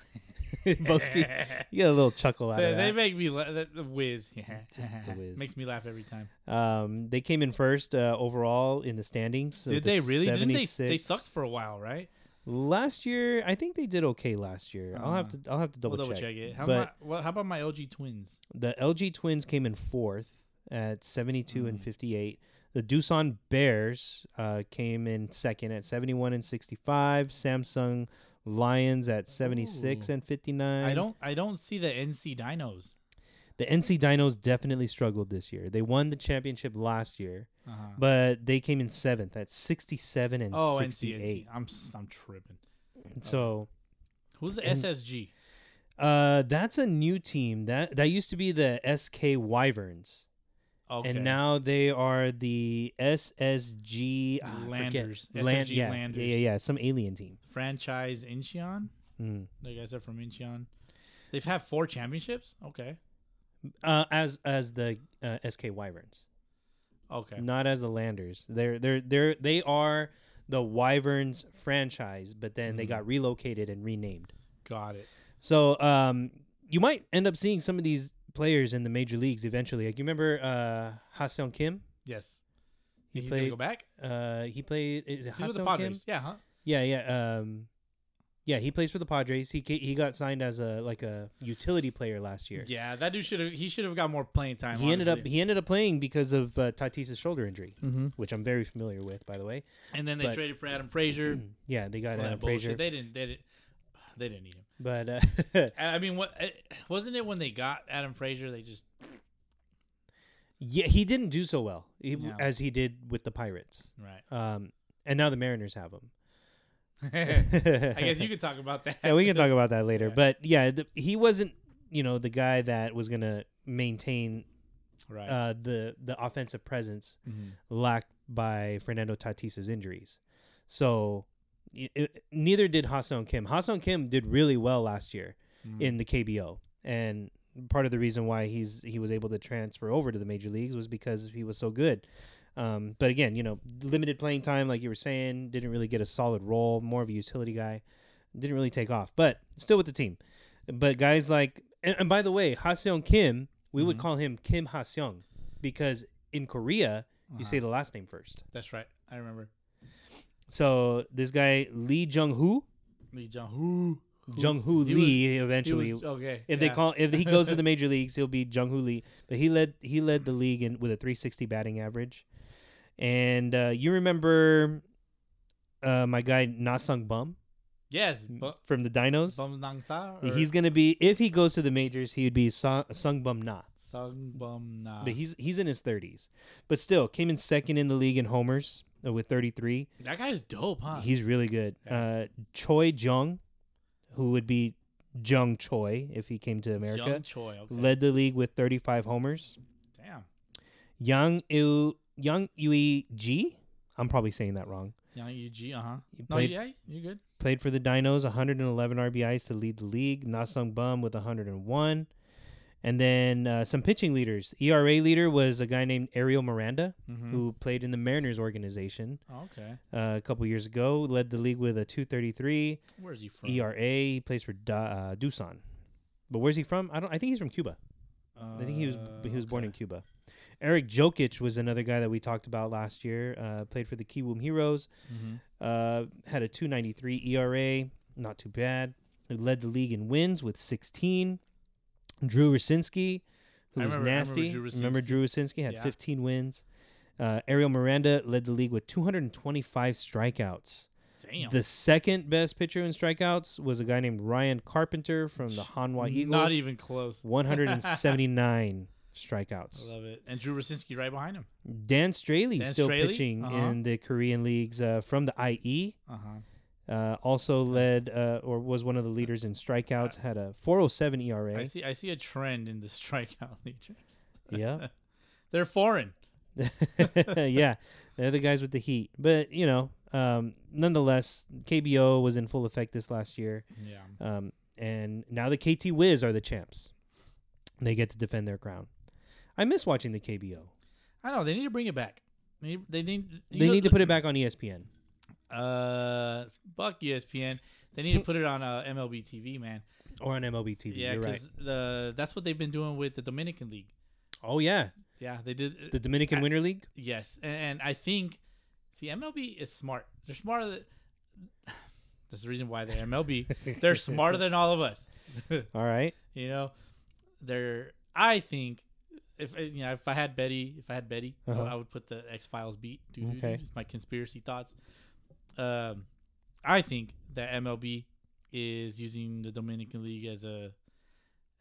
Speaker 3: Boski, you got a little chuckle out
Speaker 2: They,
Speaker 3: of
Speaker 2: they
Speaker 3: that.
Speaker 2: make me la- the, the whiz. Yeah,
Speaker 3: Just the whiz.
Speaker 2: makes me laugh every time.
Speaker 3: um, they came in first uh, overall in the standings. So
Speaker 2: Did
Speaker 3: the
Speaker 2: they really? Didn't they? They
Speaker 3: 76
Speaker 2: sucked for a while, right?
Speaker 3: last year. I think they did okay last year. I'll have to I'll have to double,
Speaker 2: We'll double
Speaker 3: check.
Speaker 2: check, it. How,
Speaker 3: But-
Speaker 2: about, well, how about my OG twins?
Speaker 3: The LG Twins came in fourth at 72
Speaker 2: Mm.
Speaker 3: and 58. The Doosan Bears uh, came in second at 71 and 65. Samsung Lions at 76
Speaker 2: Ooh.
Speaker 3: and 59.
Speaker 2: I don't. I don't see the NC Dinos.
Speaker 3: The NC Dinos definitely struggled this year. They won the championship last year,
Speaker 2: Uh-huh.
Speaker 3: but they came in seventh at 67 and
Speaker 2: Oh, NC,
Speaker 3: 68.
Speaker 2: NC. I'm s- I'm tripping.
Speaker 3: So
Speaker 2: Who's the
Speaker 3: And-
Speaker 2: SSG?
Speaker 3: uh, that's a new team. That that used to be the SK Wyverns.
Speaker 2: Okay.
Speaker 3: and now they are the SSG ah, I forget.
Speaker 2: Landers.
Speaker 3: Land-
Speaker 2: SSG
Speaker 3: yeah,
Speaker 2: Landers.
Speaker 3: yeah, yeah, yeah, some alien team.
Speaker 2: franchise Incheon.
Speaker 3: Mm.
Speaker 2: The guys are from Incheon. They've had four championships. Okay.
Speaker 3: Uh, as as the uh, SK Wyverns,
Speaker 2: Okay.
Speaker 3: not as the Landers. They're they're they're they are the Wyverns franchise, but then
Speaker 2: Mm.
Speaker 3: they got relocated and renamed.
Speaker 2: Got it.
Speaker 3: So um, you might end up seeing some of these players in the major leasees eventually. Like you remember uh, Ha Seong Kim?
Speaker 2: Yes.
Speaker 3: He
Speaker 2: He's gonna
Speaker 3: played.
Speaker 2: go back.
Speaker 3: Uh, he played. Is it
Speaker 2: He's with the
Speaker 3: Hasan Kim?
Speaker 2: Padres. Yeah, huh?
Speaker 3: Yeah, yeah. Um, yeah, he plays for the Padres. He ca- he got signed as a like a utility player last year.
Speaker 2: Yeah, that dude should have. He should have got more playing time.
Speaker 3: He ended up he ended up playing because of uh, Tatis's shoulder injury,
Speaker 2: mm-hmm.
Speaker 3: which I'm very familiar with, by the way.
Speaker 2: and then they
Speaker 3: but-
Speaker 2: traded for Adam Frazier.
Speaker 3: Yeah, they got
Speaker 2: All that
Speaker 3: Adam
Speaker 2: bullshit.
Speaker 3: Frazier,
Speaker 2: They didn't. They didn't. They didn't need him.
Speaker 3: but uh,
Speaker 2: I I mean, what eh, wasn't it when they got Adam Frazier? They just
Speaker 3: yeah, he didn't do so well he,
Speaker 2: No.
Speaker 3: as he did with the Pirates.
Speaker 2: right.
Speaker 3: Um, and now the Mariners have him.
Speaker 2: I guess you could talk about that.
Speaker 3: yeah, we can talk about that later.
Speaker 2: Yeah.
Speaker 3: But yeah, the, he wasn't, you know, the guy that was gonna maintain
Speaker 2: Right.
Speaker 3: uh, the the offensive presence
Speaker 2: Mhm.
Speaker 3: lacked by Fernando Tatis's injuries. So y- it, neither did Hassan Kim. Hassan Kim did really well last year
Speaker 2: Mm.
Speaker 3: in the KBO, and part of the reason why he's he was able to transfer over to the major leagues was because he was so good. Um, but again, you know, limited playing time, like you were saying, didn't really get a solid role. More of a utility guy, didn't really take off, but still with the team. But guys like, and, and by the way, Haseong Kim, we
Speaker 2: Mm-hmm.
Speaker 3: would call him Kim Haseong because in Korea you
Speaker 2: Uh-huh.
Speaker 3: say the last name first.
Speaker 2: That's right. I remember
Speaker 3: So this guy Lee Jung Hoo,
Speaker 2: Lee Jung Hoo.
Speaker 3: Jung Hoo
Speaker 2: He was-
Speaker 3: Lee,
Speaker 2: He
Speaker 3: eventually.
Speaker 2: was, okay.
Speaker 3: If
Speaker 2: yeah.
Speaker 3: they call if he goes to the major leagues, he'll be Jung Hoo Lee. But he led he led the league in with a 360 batting average. And uh, you remember uh, my guy Nasung Bum
Speaker 2: yes, Bu-
Speaker 3: from the Dinos?
Speaker 2: Bum Nang Sa. or
Speaker 3: He's gonna be if he goes to the majors, he would be Sa- Sung Bum Na.
Speaker 2: Sung Bum Na.
Speaker 3: But he's he's in his 30s, but still came in second in the league in homers uh, with 33.
Speaker 2: that guy's dope, huh?
Speaker 3: He's really good. Uh, Choi Jung, who would be Jung Choi if he came to America,
Speaker 2: Young Choi. Okay.
Speaker 3: led the league with 35 homers.
Speaker 2: Damn.
Speaker 3: Yang Il Yang Yui Ji, E I'm probably saying that wrong.
Speaker 2: Young UG. Uh huh.
Speaker 3: He
Speaker 2: No,
Speaker 3: played-
Speaker 2: yeah, you good?
Speaker 3: Played for the Dinos, 111 RBIs to lead the league. Nasung Bum with 101. And then uh, some pitching leaders. ERA leader was a guy named Ariel Miranda,
Speaker 2: Hmm.
Speaker 3: who played in the Mariners organization
Speaker 2: Mm-hmm. Oh, okay.
Speaker 3: uh, a couple years ago. Led the league with a 233.
Speaker 2: Where's he from?
Speaker 3: ERA. He plays for da, uh, Doosan, but where's he from? I don't. I think he's from Cuba. I think he was
Speaker 2: Uh,
Speaker 3: he was born in Cuba. Eric Jokic was another guy that we talked about last year. Uh, played for the Kiwoom Heroes.
Speaker 2: mm-hmm.
Speaker 3: Uh, had a 2.93 ERA. Not too bad. He led the league in wins with 16. Drew Rosinski, who
Speaker 2: I
Speaker 3: was
Speaker 2: remember- I remember
Speaker 3: nasty.
Speaker 2: Drew
Speaker 3: Remember Drew Rosinski had
Speaker 2: Yeah.
Speaker 3: 15 wins. Uh, Ariel Miranda led the league with 225 strikeouts.
Speaker 2: Damn.
Speaker 3: The second best pitcher in strikeouts was a guy named Ryan Carpenter from the Hanwha Eagles.
Speaker 2: Not even close.
Speaker 3: 179
Speaker 2: I
Speaker 3: strikeouts.
Speaker 2: love it. And Drew Rosinski right behind him.
Speaker 3: Dan Straley
Speaker 2: Dan
Speaker 3: still
Speaker 2: Straley?
Speaker 3: pitching
Speaker 2: Uh-huh.
Speaker 3: in the Korean leagues uh, from the IE.
Speaker 2: Uh huh.
Speaker 3: Uh, also led uh, or was one of the leaders in strikeouts. Had E a 407
Speaker 2: I
Speaker 3: ERA.
Speaker 2: see. I see a trend in the strikeout leaders.
Speaker 3: Yeah,
Speaker 2: They're foreign.
Speaker 3: yeah, they're the guys with the heat. But you know, um, nonetheless, KBO was in full effect this last year.
Speaker 2: Yeah.
Speaker 3: Um, and now the KT Wiz are the champs. They get to defend their crown. I miss watching the KBO.
Speaker 2: I know they need to bring it back. They need. They need, you
Speaker 3: They
Speaker 2: know,
Speaker 3: need to put it back on E ESPN.
Speaker 2: Uh, fuck ESPN. They need to put it on uh, MLB TV, man.
Speaker 3: Or on MLB TV.
Speaker 2: Yeah,
Speaker 3: you're right.
Speaker 2: because the that's what they've been doing with the Dominican League.
Speaker 3: Oh yeah,
Speaker 2: Yeah, they did. uh,
Speaker 3: the Dominican Winter League.
Speaker 2: yes, and, and I think see MLB is smart. They're smarter. Than, that's the reason why they're MLB. they're smarter than all of us.
Speaker 3: All right.
Speaker 2: You know, they're. I think if uh, you know if I had Betty, if I had Betty, I-
Speaker 3: Uh-huh.
Speaker 2: I, would put the X Files beat. Doo, doo, doo,
Speaker 3: Okay.
Speaker 2: just my conspiracy thoughts. Um, I think that MLB is using the Dominican League as a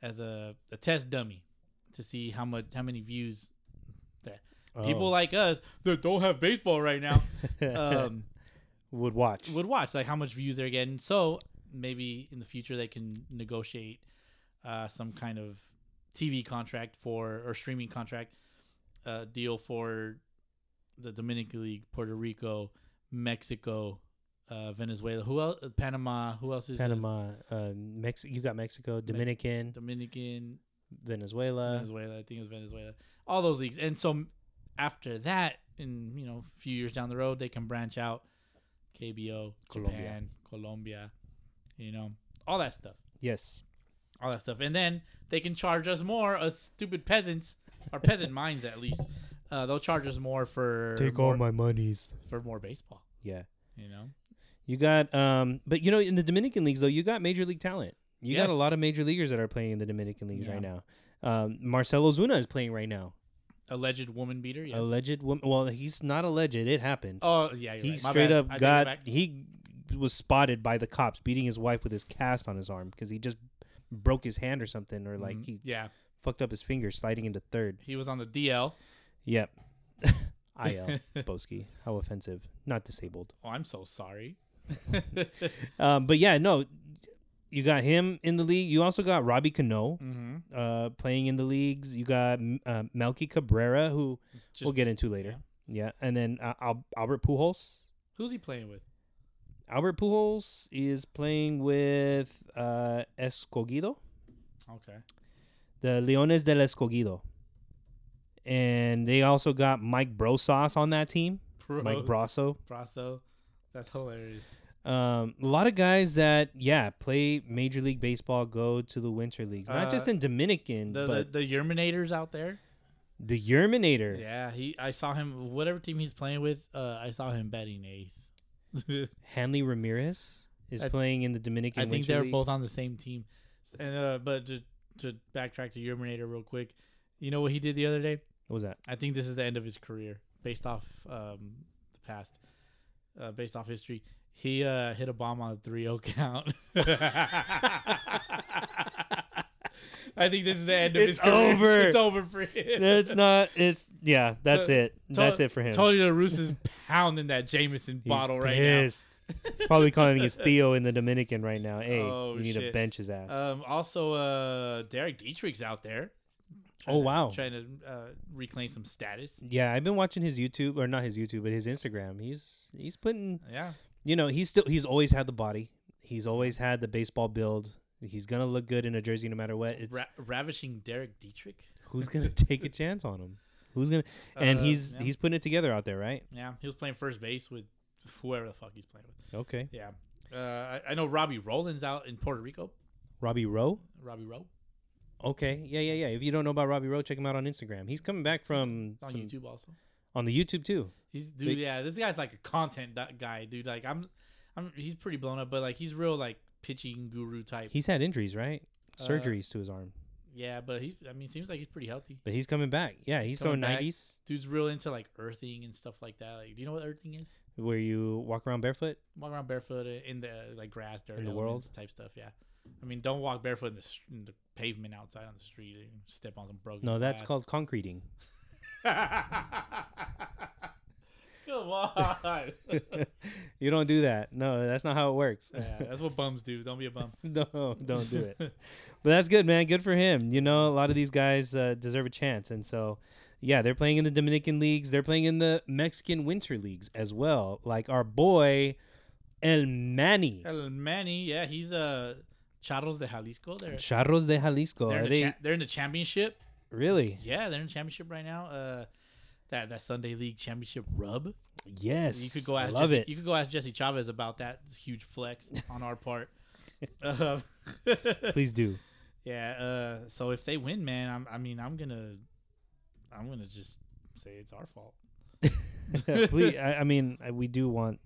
Speaker 2: as a, a test dummy to see how much how many views
Speaker 3: Oh.
Speaker 2: people like us that don't have baseball right now um,
Speaker 3: would watch.
Speaker 2: would watch, like how much views they're getting. So maybe in the future they can negotiate uh, some kind of TV contract for or streaming contract uh, deal for the Dominican League, Puerto Rico, Mexico, uh, Venezuela. Who else? Panama. Who else is uh,
Speaker 3: Panama, uh, Mex- You got Mexico, Dominican,
Speaker 2: Dominican,
Speaker 3: Venezuela.
Speaker 2: Venezuela. I think it was Venezuela. All those leagues. And so after that, in you know, a few years down the road, they can branch out KBO,
Speaker 3: Colombia.
Speaker 2: Japan, Colombia, you know, all that stuff.
Speaker 3: Yes.
Speaker 2: All that stuff. And then they can charge us more, us stupid peasants, our peasant minds at least, uh, they'll charge us more for
Speaker 3: Take
Speaker 2: more,
Speaker 3: all my monies.
Speaker 2: for more baseball.
Speaker 3: Yeah.
Speaker 2: You know,
Speaker 3: You got um but you know in the Dominican leagues though, you got major league talent. You got a
Speaker 2: Yes.
Speaker 3: lot of major leaguers that are playing in the Dominican leagues
Speaker 2: Yeah.
Speaker 3: right now. Um Marcelo Zuna is playing right now.
Speaker 2: alleged woman beater. Yes.
Speaker 3: Alleged woman well, he's not alleged, it happened.
Speaker 2: Oh yeah, you're
Speaker 3: he
Speaker 2: right. My
Speaker 3: straight
Speaker 2: bad.
Speaker 3: up
Speaker 2: I take it
Speaker 3: got
Speaker 2: back.
Speaker 3: he was spotted by the cops beating his wife with his cast on his arm because he just broke his hand or something or like
Speaker 2: Mhm.
Speaker 3: he
Speaker 2: yeah,
Speaker 3: fucked up his finger sliding into third.
Speaker 2: he was on the DL.
Speaker 3: Yep. IL Boski. How offensive. Not disabled.
Speaker 2: Oh, I'm so sorry.
Speaker 3: Um, but yeah, no, you got him in the league. You also got Robbie Cano
Speaker 2: hmm
Speaker 3: uh, playing in the leagues. You got mm, uh, Melky Cabrera, who
Speaker 2: Just,
Speaker 3: we'll get into later. Yeah, and then uh, Al- Albert Pujols.
Speaker 2: Who's he playing with?
Speaker 3: Albert Pujols is playing with uh, Escogido,
Speaker 2: Okay.
Speaker 3: the Leones del Escogido, and they also got Mike Brosas on that team.
Speaker 2: Bro, oh.
Speaker 3: Mike Brosso.
Speaker 2: Brasso. That's hilarious.
Speaker 3: Um, a lot of guys that yeah play Major League Baseball go to the winter leagues, not
Speaker 2: Uh,
Speaker 3: just in Dominican,
Speaker 2: The,
Speaker 3: but
Speaker 2: the the Yerminators out there.
Speaker 3: the, Yerminator.
Speaker 2: Yeah, he. I saw him. Whatever team he's playing with, uh, I saw him batting eighth.
Speaker 3: Hanley Ramirez is
Speaker 2: I-
Speaker 3: playing in the Dominican.
Speaker 2: I think
Speaker 3: Winter
Speaker 2: they're
Speaker 3: League.
Speaker 2: both on the same team. And uh, but to to backtrack to Urinator real quick, you know what he did the other day?
Speaker 3: What was that?
Speaker 2: I think this is the end of his career, based off um, the past, uh, based off history. He uh, hit a bomb on a 3-0 count. I think this is the end of his
Speaker 3: It's
Speaker 2: career.
Speaker 3: over.
Speaker 2: It's over for him.
Speaker 3: That's not. It's yeah. That's
Speaker 2: To-
Speaker 3: it. That's it for him.
Speaker 2: Tony La Russa's pounding that Jameson
Speaker 3: He's
Speaker 2: bottle right now.
Speaker 3: pissed. He's probably calling his Theo in the Dominican right now. Hey,
Speaker 2: Oh,
Speaker 3: you need to
Speaker 2: shit.
Speaker 3: bench his ass.
Speaker 2: Um, also, uh, Derek Dietrich's out there.
Speaker 3: Oh, wow.
Speaker 2: Trying to uh, reclaim some status.
Speaker 3: yeah, I've been watching his YouTube or not his YouTube, but his Instagram. He's he's putting
Speaker 2: Yeah,
Speaker 3: you know, he's still he's always had the body. He's always had the baseball build. He's gonna look good in a jersey no matter what. It's
Speaker 2: Ra- ravishing Derek Dietrich.
Speaker 3: who's gonna take a chance on him. Who's gonna and
Speaker 2: Uh,
Speaker 3: he's
Speaker 2: yeah.
Speaker 3: he's putting it together out there, right?
Speaker 2: Yeah, he was playing first base with whoever the fuck he's playing with.
Speaker 3: Okay.
Speaker 2: Yeah, uh, I, I know Robbie Rollins out in Puerto Rico.
Speaker 3: Robbie Rowe.
Speaker 2: Robbie Rowe
Speaker 3: Okay. Yeah, yeah, yeah. If you don't know about Robbie Rowe, check him out on Instagram. He's coming back from
Speaker 2: It's on
Speaker 3: some-
Speaker 2: YouTube also.
Speaker 3: on the YouTube too.
Speaker 2: He's dude.
Speaker 3: They-
Speaker 2: yeah, this guy's like a content du- guy, dude. Like I'm, I'm. He's pretty blown up, but like he's real like pitching guru type.
Speaker 3: He's had injuries, right?
Speaker 2: Uh,
Speaker 3: Surgeries to his arm,
Speaker 2: yeah, but he's. I mean, seems like he's pretty healthy.
Speaker 3: but he's coming back. Yeah, he's throwing
Speaker 2: coming back.
Speaker 3: nineties
Speaker 2: Dude's real into like earthing and stuff like that. Like, do you know what earthing is?
Speaker 3: where you walk around barefoot.
Speaker 2: walk around barefoot in the like grass, dirt,
Speaker 3: In the
Speaker 2: elements
Speaker 3: world?
Speaker 2: type stuff. Yeah, I mean, don't walk barefoot in the, str- in the pavement outside on the street and step on some broken.
Speaker 3: No, that's
Speaker 2: glass.
Speaker 3: called concreting.
Speaker 2: Come on,
Speaker 3: you don't do that. No, that's not how it works.
Speaker 2: yeah, that's what bums do. Don't be a bum.
Speaker 3: no, don't do it. But that's good, man. Good for him. You know, a lot of these guys uh, deserve a chance, and so yeah, they're playing in the Dominican leagues. They're playing in the Mexican winter leagues as well. Like our boy El Manny
Speaker 2: El Manny, yeah, he's uh, Charros de Jalisco. They're,
Speaker 3: Charros de Jalisco.
Speaker 2: they're,
Speaker 3: Are
Speaker 2: in
Speaker 3: they
Speaker 2: the cha- they're in the championship.
Speaker 3: really?
Speaker 2: Yeah, they're in the championship right now. Uh, that that Sunday League championship rub.
Speaker 3: Yes.
Speaker 2: You could go
Speaker 3: I
Speaker 2: ask
Speaker 3: Love
Speaker 2: Jesse,
Speaker 3: it.
Speaker 2: You could go ask Jesse Chavez about that huge flex on our part. uh,
Speaker 3: Please do.
Speaker 2: yeah. Uh, so if they win, man, I'm, I mean, I'm gonna, I'm gonna just say it's our fault.
Speaker 3: Please, I, I mean, I, we do want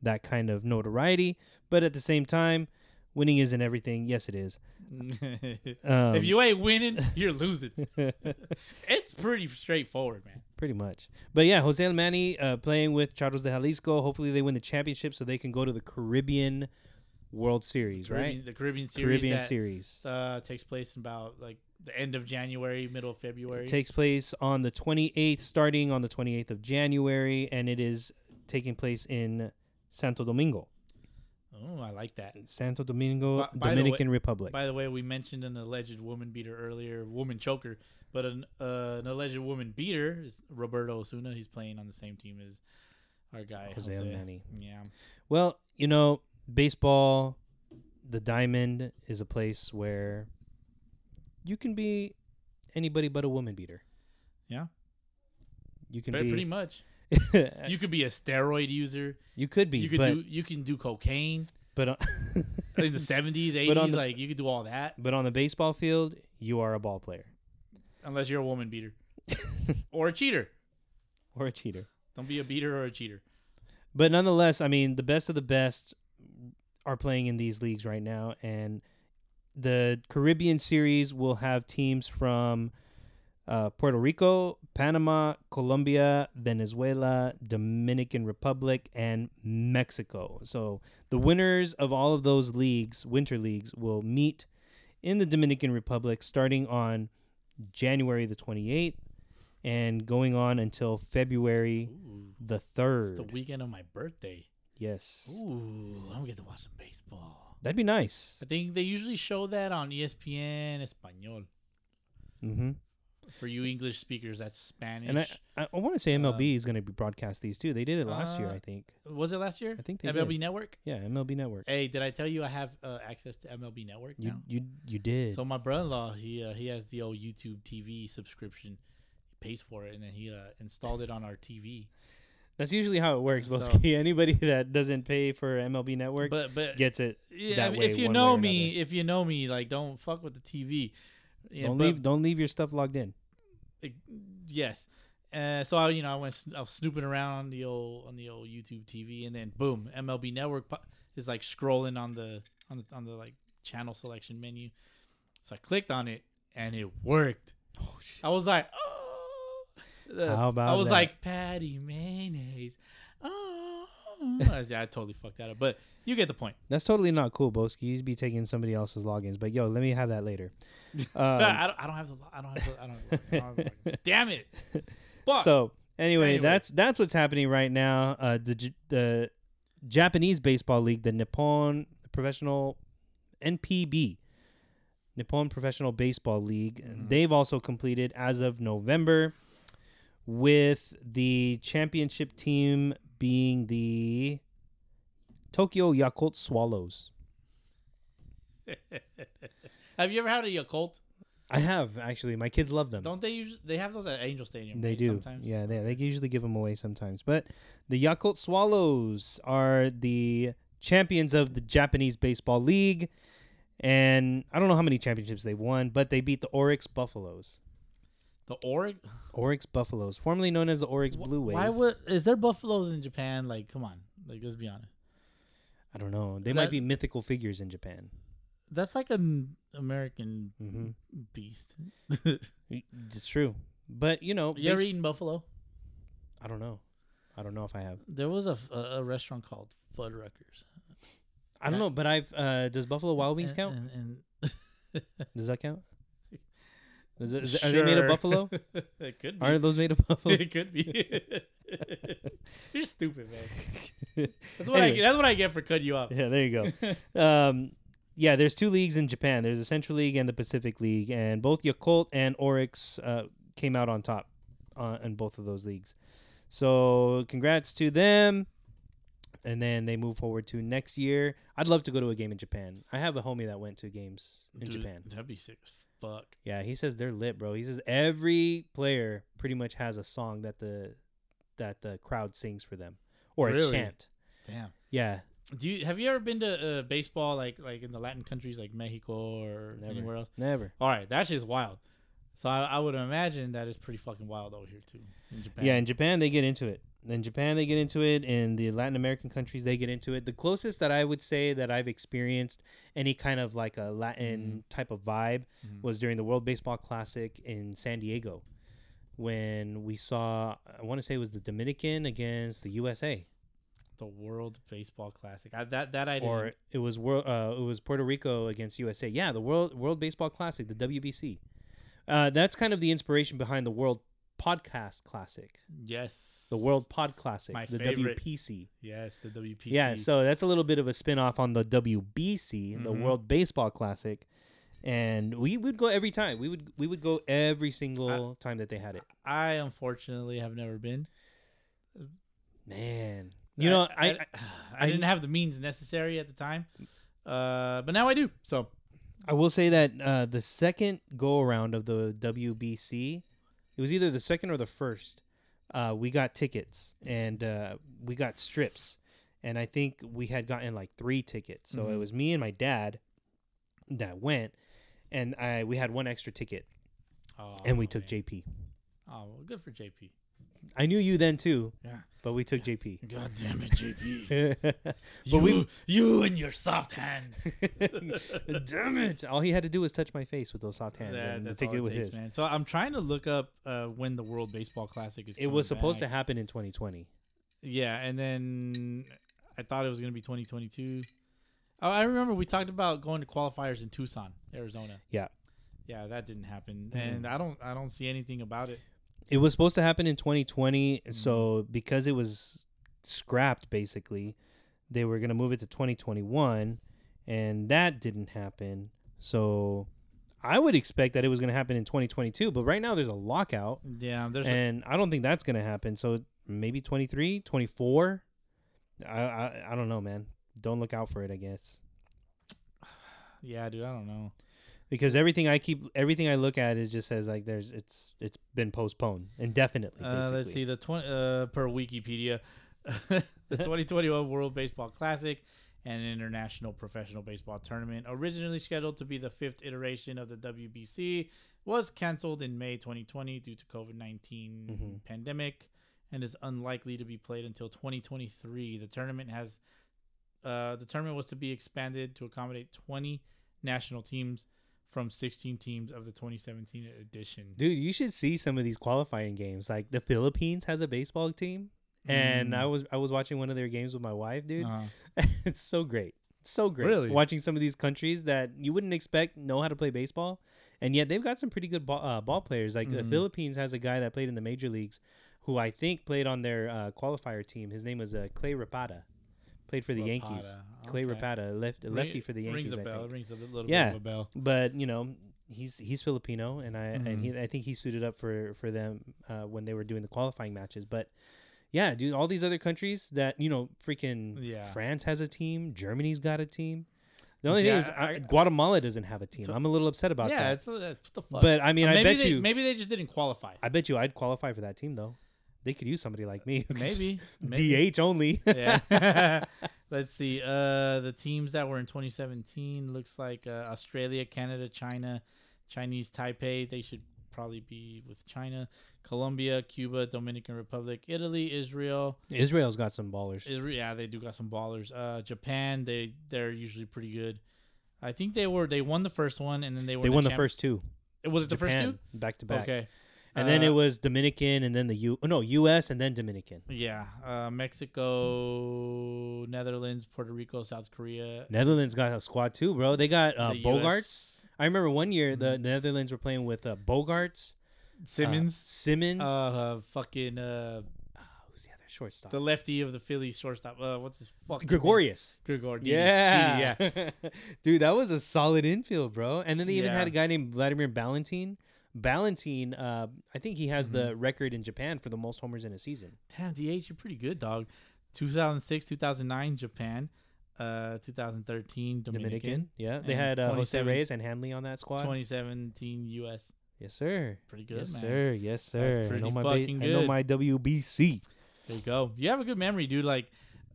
Speaker 3: that kind of notoriety, but at the same time, winning isn't everything. Yes, it is. Um,
Speaker 2: if you ain't winning, you're losing. it's pretty straightforward, man.
Speaker 3: Pretty much. But yeah, Jose Almani uh, playing with Charros de Jalisco. Hopefully they win the championship so they can go to the Caribbean World Series,
Speaker 2: Caribbean-
Speaker 3: right?
Speaker 2: The Caribbean series
Speaker 3: Caribbean
Speaker 2: that
Speaker 3: Series.
Speaker 2: uh, takes place in about like the end of January, middle of February.
Speaker 3: It takes place on the 28th, starting on the 28th of January, and it is taking place in Santo Domingo.
Speaker 2: oh, I like that.
Speaker 3: Santo Domingo,
Speaker 2: By- by the way-
Speaker 3: Dominican Republic.
Speaker 2: By the way, we mentioned an alleged woman beater earlier, woman choker, but an uh, an alleged woman beater is Roberto Osuna. He's playing on the same team as our guy
Speaker 3: Jose
Speaker 2: Jose.
Speaker 3: Armani.
Speaker 2: Yeah,
Speaker 3: Well, you know, baseball, the diamond is a place where you can be anybody but a woman beater.
Speaker 2: Yeah.
Speaker 3: You can
Speaker 2: Pre-
Speaker 3: be
Speaker 2: pretty much. You could be a steroid user.
Speaker 3: you could be,
Speaker 2: You could
Speaker 3: but
Speaker 2: do you can do cocaine
Speaker 3: but uh, on,
Speaker 2: in the seventies,
Speaker 3: But on
Speaker 2: eighties.
Speaker 3: the-
Speaker 2: Like you could do all that
Speaker 3: but on the baseball field, you are a ball player.
Speaker 2: unless you're a woman beater or a cheater.
Speaker 3: or a cheater.
Speaker 2: Don't be a beater or a cheater.
Speaker 3: But nonetheless, I mean, the best of the best are playing in these leagues right now, and the Caribbean series will have teams from uh, Puerto Rico, Panama, Colombia, Venezuela, Dominican Republic, and Mexico. So the winners of all of those leagues, winter leagues, will meet in the Dominican Republic starting on January the 28th and going on until February
Speaker 2: Ooh,
Speaker 3: the
Speaker 2: it's the
Speaker 3: 3rd.
Speaker 2: weekend of my birthday.
Speaker 3: Yes.
Speaker 2: Ooh, I'm gonna get to watch some baseball.
Speaker 3: That'd be nice.
Speaker 2: I think they usually show that on E ESPN Español.
Speaker 3: Mm-hmm.
Speaker 2: For you English speakers, that's Spanish.
Speaker 3: And I, I, I want to say MLB is going to be broadcast these too. They did it last year,
Speaker 2: Um, uh,
Speaker 3: I think.
Speaker 2: was it last year?
Speaker 3: I think they
Speaker 2: MLB
Speaker 3: did.
Speaker 2: Network.
Speaker 3: Yeah, MLB Network.
Speaker 2: Hey, did I tell you I have uh, access to MLB Network
Speaker 3: You
Speaker 2: now?
Speaker 3: you you did.
Speaker 2: So my brother-in-law, he uh, he has the old YouTube TV subscription. He pays for it, and then he uh, installed it on our TV.
Speaker 3: That's usually how it works.
Speaker 2: So-
Speaker 3: Boski. Anybody that doesn't pay for MLB Network
Speaker 2: But but
Speaker 3: gets it.
Speaker 2: yeah,
Speaker 3: that
Speaker 2: I mean,
Speaker 3: way,
Speaker 2: if you
Speaker 3: one way
Speaker 2: know
Speaker 3: or
Speaker 2: me, if you know me, like don't fuck with the TV. Yeah,
Speaker 3: don't
Speaker 2: but-
Speaker 3: leave don't leave your stuff logged in.
Speaker 2: Like, yes. Uh, so I, you know, I went, sn- I was snooping around on the old on the old YouTube TV, and then boom, MLB Network po- is like scrolling on the on the on the like channel selection menu. So I clicked on it, and it worked. I was like, oh. The-
Speaker 3: How
Speaker 2: I
Speaker 3: about
Speaker 2: was
Speaker 3: that?
Speaker 2: like patty mayonnaise. Oh, I, was- I totally fucked that up, but you get the point.
Speaker 3: That's totally not cool, Boski. You'd be taking somebody else's logins. But yo, let me have that later. Um,
Speaker 2: I, don't, I don't have the. lo- I don't have. The, I don't. Have the, I don't have the damn it! Fuck.
Speaker 3: so anyway,
Speaker 2: Anyway.
Speaker 3: that's that's what's happening right now. Uh, the J- the Japanese baseball league, the Nippon Professional NPB, Nippon Professional Baseball League, they've also completed as of November, with the championship team being the Tokyo Yakult Swallows.
Speaker 2: have you ever had a Yakult?
Speaker 3: I have actually, my kids love them.
Speaker 2: Don't they usually they have those at Angel Stadium?
Speaker 3: They
Speaker 2: right,
Speaker 3: do.
Speaker 2: Sometimes.
Speaker 3: Yeah, they, they usually give them away sometimes. But the Yakult Swallows are the champions of the Japanese Baseball League. And I don't know how many championships they've won, but they beat the Oryx Buffaloes.
Speaker 2: The Oregon.
Speaker 3: Oryx Buffaloes, formerly known as the Oryx Blue Wave.
Speaker 2: Why would is there buffaloes in Japan? Like, come on. Like, let's be honest.
Speaker 3: I don't know. They
Speaker 2: that-
Speaker 3: might be mythical figures in Japan.
Speaker 2: That's like an American
Speaker 3: hmm
Speaker 2: beast.
Speaker 3: It's true. But, you know,
Speaker 2: you ever
Speaker 3: base-
Speaker 2: eaten buffalo?
Speaker 3: I don't know. I don't know if I have.
Speaker 2: There was a, f- a, a restaurant called Fuddruckers.
Speaker 3: I don't
Speaker 2: Yeah.
Speaker 3: know, but I've. Uh, does Buffalo Wild Wings
Speaker 2: And-
Speaker 3: count?
Speaker 2: And, and
Speaker 3: Does that count? Is it- is it- Are they made of
Speaker 2: Sure.
Speaker 3: buffalo?
Speaker 2: it could be.
Speaker 3: Are those made of buffalo?
Speaker 2: it could be. You're stupid, man. That's what
Speaker 3: Anyway.
Speaker 2: I. That's what I get for cutting you off.
Speaker 3: Yeah, there you go. um, yeah, there's two leagues in Japan. There's the Central League and the Pacific League, and both Yakult and Oryx uh, came out on top uh, in both of those leagues. So congrats to them. And then they move forward to next year. I'd love to go to a game in Japan. I have a homie that went to games in
Speaker 2: Dude,
Speaker 3: Japan.
Speaker 2: that'd be sick as fuck.
Speaker 3: Yeah, he says they're lit, bro. He says every player pretty much has a song that the that the crowd sings for them or a
Speaker 2: Really?
Speaker 3: chant.
Speaker 2: Damn.
Speaker 3: Yeah,
Speaker 2: Do you have you ever been to uh, baseball like like in the Latin countries like Mexico or
Speaker 3: Never.
Speaker 2: anywhere else?
Speaker 3: never.
Speaker 2: All right, that shit's wild. So I, I would imagine that is pretty fucking wild over here too in Japan.
Speaker 3: Yeah, in Japan they get into it. In Japan they get into it. In the Latin American countries they get into it. The closest that I would say that I've experienced any kind of like a
Speaker 2: Mm-hmm.
Speaker 3: Latin type of vibe
Speaker 2: Mhm.
Speaker 3: was during the World Baseball Classic in San Diego, when we saw I want to say it was the Dominican against the USA,
Speaker 2: the World Baseball Classic. I, that that I didn't.
Speaker 3: or it was world uh, it was Puerto Rico against USA. Yeah, the World World Baseball Classic, the WBC. Uh, that's kind of the inspiration behind the World Podcast Classic,
Speaker 2: yes,
Speaker 3: the World Pod Classic,
Speaker 2: My
Speaker 3: the
Speaker 2: favorite.
Speaker 3: WPC.
Speaker 2: Yes, the WPC.
Speaker 3: Yeah, so that's a little bit of a spin off on the WBC, the
Speaker 2: Mhm.
Speaker 3: World Baseball Classic. And we would go every time. We would we would go every single time that they had it.
Speaker 2: I unfortunately have never been.
Speaker 3: Man. You know, I, I,
Speaker 2: I
Speaker 3: I-
Speaker 2: didn't have the means necessary at the time, uh, but now I do. So
Speaker 3: I will say that uh, the second go around of the WBC, it was either the second or the first. Uh, we got tickets and uh, we got strips, and I think we had gotten like three tickets. So it was me and my dad that went, and I we had one extra ticket, and we
Speaker 2: Oh,
Speaker 3: took
Speaker 2: man.
Speaker 3: JP.
Speaker 2: Oh, well, good for JP.
Speaker 3: I knew you then too,
Speaker 2: Yeah.
Speaker 3: but we took JP.
Speaker 2: God damn it, JP.
Speaker 3: but
Speaker 2: you,
Speaker 3: we
Speaker 2: you and your soft hands.
Speaker 3: damn it! All he had to do was touch my face with those soft hands,
Speaker 2: That-
Speaker 3: and the
Speaker 2: that's all
Speaker 3: ticket
Speaker 2: it
Speaker 3: was
Speaker 2: takes,
Speaker 3: his.
Speaker 2: man. So I'm trying to look up uh, when the World Baseball Classic is.
Speaker 3: It was supposed to happen in 2020.
Speaker 2: Yeah, and then I thought it was gonna be 2022. Oh, I remember we talked about going to qualifiers in Tucson, Arizona.
Speaker 3: Yeah.
Speaker 2: Yeah, that didn't happen,
Speaker 3: Mm-hmm.
Speaker 2: and I don't, I don't see anything about it.
Speaker 3: It was supposed to happen in 2020.
Speaker 2: Mm-hmm.
Speaker 3: So because it was scrapped, basically, they were gonna move it to 2021, and that didn't happen. So I would expect that it was gonna happen in 2022. But right now, there's a lockout.
Speaker 2: Yeah, there's. a-
Speaker 3: and I don't think that's going to happen. So maybe 23, 24. I, I I don't know, man. Don't look out for it, I guess.
Speaker 2: yeah, dude, I don't know.
Speaker 3: Because everything I keep everything I look at is just says like there's it's it's been postponed indefinitely
Speaker 2: Uh,
Speaker 3: basically.
Speaker 2: let's see the 20 uh, per Wikipedia, the 2021 World Baseball Classic and International Professional Baseball Tournament, originally scheduled to be the fifth iteration of the WBC, was canceled in May 2020 due to COVID-19
Speaker 3: Mhm.
Speaker 2: pandemic, and is unlikely to be played until 2023. The tournament has uh, the tournament was to be expanded to accommodate 20 national teams from 16 teams of the 2017 edition.
Speaker 3: Dude, you should see some of these qualifying games. Like the Philippines has a baseball team and
Speaker 2: Mm.
Speaker 3: I was I was watching one of their games with my wife, dude.
Speaker 2: Uh-huh.
Speaker 3: it's so great. So great.
Speaker 2: Really?
Speaker 3: Watching some of these countries that you wouldn't expect know how to play baseball. And yet they've got some pretty good ball, uh, ball players. Like the
Speaker 2: Mhm.
Speaker 3: Philippines has a guy that played in the major leagues who I think played on their uh, qualifier team. His name was uh, Clay Rapata. Played for the Yankees.
Speaker 2: Rapata,
Speaker 3: Clay
Speaker 2: okay.
Speaker 3: Rapata, left,
Speaker 2: Ring-
Speaker 3: lefty for the
Speaker 2: Rings
Speaker 3: Yankees.
Speaker 2: a
Speaker 3: I
Speaker 2: bell.
Speaker 3: think.
Speaker 2: Rings a little
Speaker 3: Yeah.
Speaker 2: bit of a bell.
Speaker 3: But, you know, he's he's Filipino and I
Speaker 2: Mhm.
Speaker 3: and he, I think he suited up for for them uh, when they were doing the qualifying matches, but yeah, dude, all these other countries that you know, freaking
Speaker 2: Yeah.
Speaker 3: France has a team, Germany's got a team. The only
Speaker 2: Yeah,
Speaker 3: thing is, I,
Speaker 2: I-
Speaker 3: Guatemala doesn't have a team.
Speaker 2: So-
Speaker 3: I'm a little upset about
Speaker 2: yeah,
Speaker 3: that.
Speaker 2: it's, it's, what the fuck.
Speaker 3: But I mean, I
Speaker 2: maybe
Speaker 3: bet
Speaker 2: they,
Speaker 3: you,
Speaker 2: maybe they just didn't qualify.
Speaker 3: I bet you, I'd qualify for that team though. They could use somebody like me. who could just-
Speaker 2: Uh, Maybe, maybe.
Speaker 3: DH only.
Speaker 2: yeah. Let's see. Uh, the teams that were in 2017 looks like uh, Australia, Canada, China, Chinese Taipei. They should probably be with China, Colombia, Cuba, Dominican Republic, Italy, Israel.
Speaker 3: Israel's got some ballers.
Speaker 2: Israel, yeah, they do got some ballers. Uh, Japan, they they're usually pretty good. I think they were they won the first one and then they were
Speaker 3: they
Speaker 2: in
Speaker 3: won the
Speaker 2: champ-
Speaker 3: first two.
Speaker 2: Was it the first two?
Speaker 3: back to back.
Speaker 2: Okay.
Speaker 3: And then
Speaker 2: Uh,
Speaker 3: it was Dominican, and then the U. oh, No, U.S. and then Dominican.
Speaker 2: Yeah, uh, Mexico, Netherlands, Puerto Rico, South Korea.
Speaker 3: Netherlands got a squad too, bro. They got uh,
Speaker 2: the
Speaker 3: Bogarts.
Speaker 2: US,
Speaker 3: I remember one year the Netherlands were playing with uh, Bogarts, uh,
Speaker 2: Simmons,
Speaker 3: Simmons.
Speaker 2: uh, uh, fucking uh,
Speaker 3: who's the other shortstop?
Speaker 2: the lefty of the Phillies shortstop. Uh, what's his fucking
Speaker 3: Gregorius.
Speaker 2: name? Gregor. Didi. Didi,
Speaker 3: Yeah.
Speaker 2: yeah.
Speaker 3: Dude, that was a solid infield, bro. And then they even
Speaker 2: Yeah.
Speaker 3: had a guy named Vladimir Ballantyne. Ballantyne, uh, I think he has
Speaker 2: Mm-hmm.
Speaker 3: the record in Japan for the most homers in a season.
Speaker 2: Damn, DH, you're pretty good, dog. 2006, 2009, Japan. Uh, 2013, Dominican.
Speaker 3: Dominican. Yeah. They
Speaker 2: And
Speaker 3: had uh, Jose
Speaker 2: 27
Speaker 3: Reyes and Hanley on that squad.
Speaker 2: 2017, U.S.
Speaker 3: Yes, sir.
Speaker 2: Pretty good,
Speaker 3: yes,
Speaker 2: man.
Speaker 3: sir. Yes, sir. I
Speaker 2: pretty
Speaker 3: know my ba-
Speaker 2: fucking
Speaker 3: I know
Speaker 2: good.
Speaker 3: my WBC.
Speaker 2: There you go. You have a good memory, dude. Like,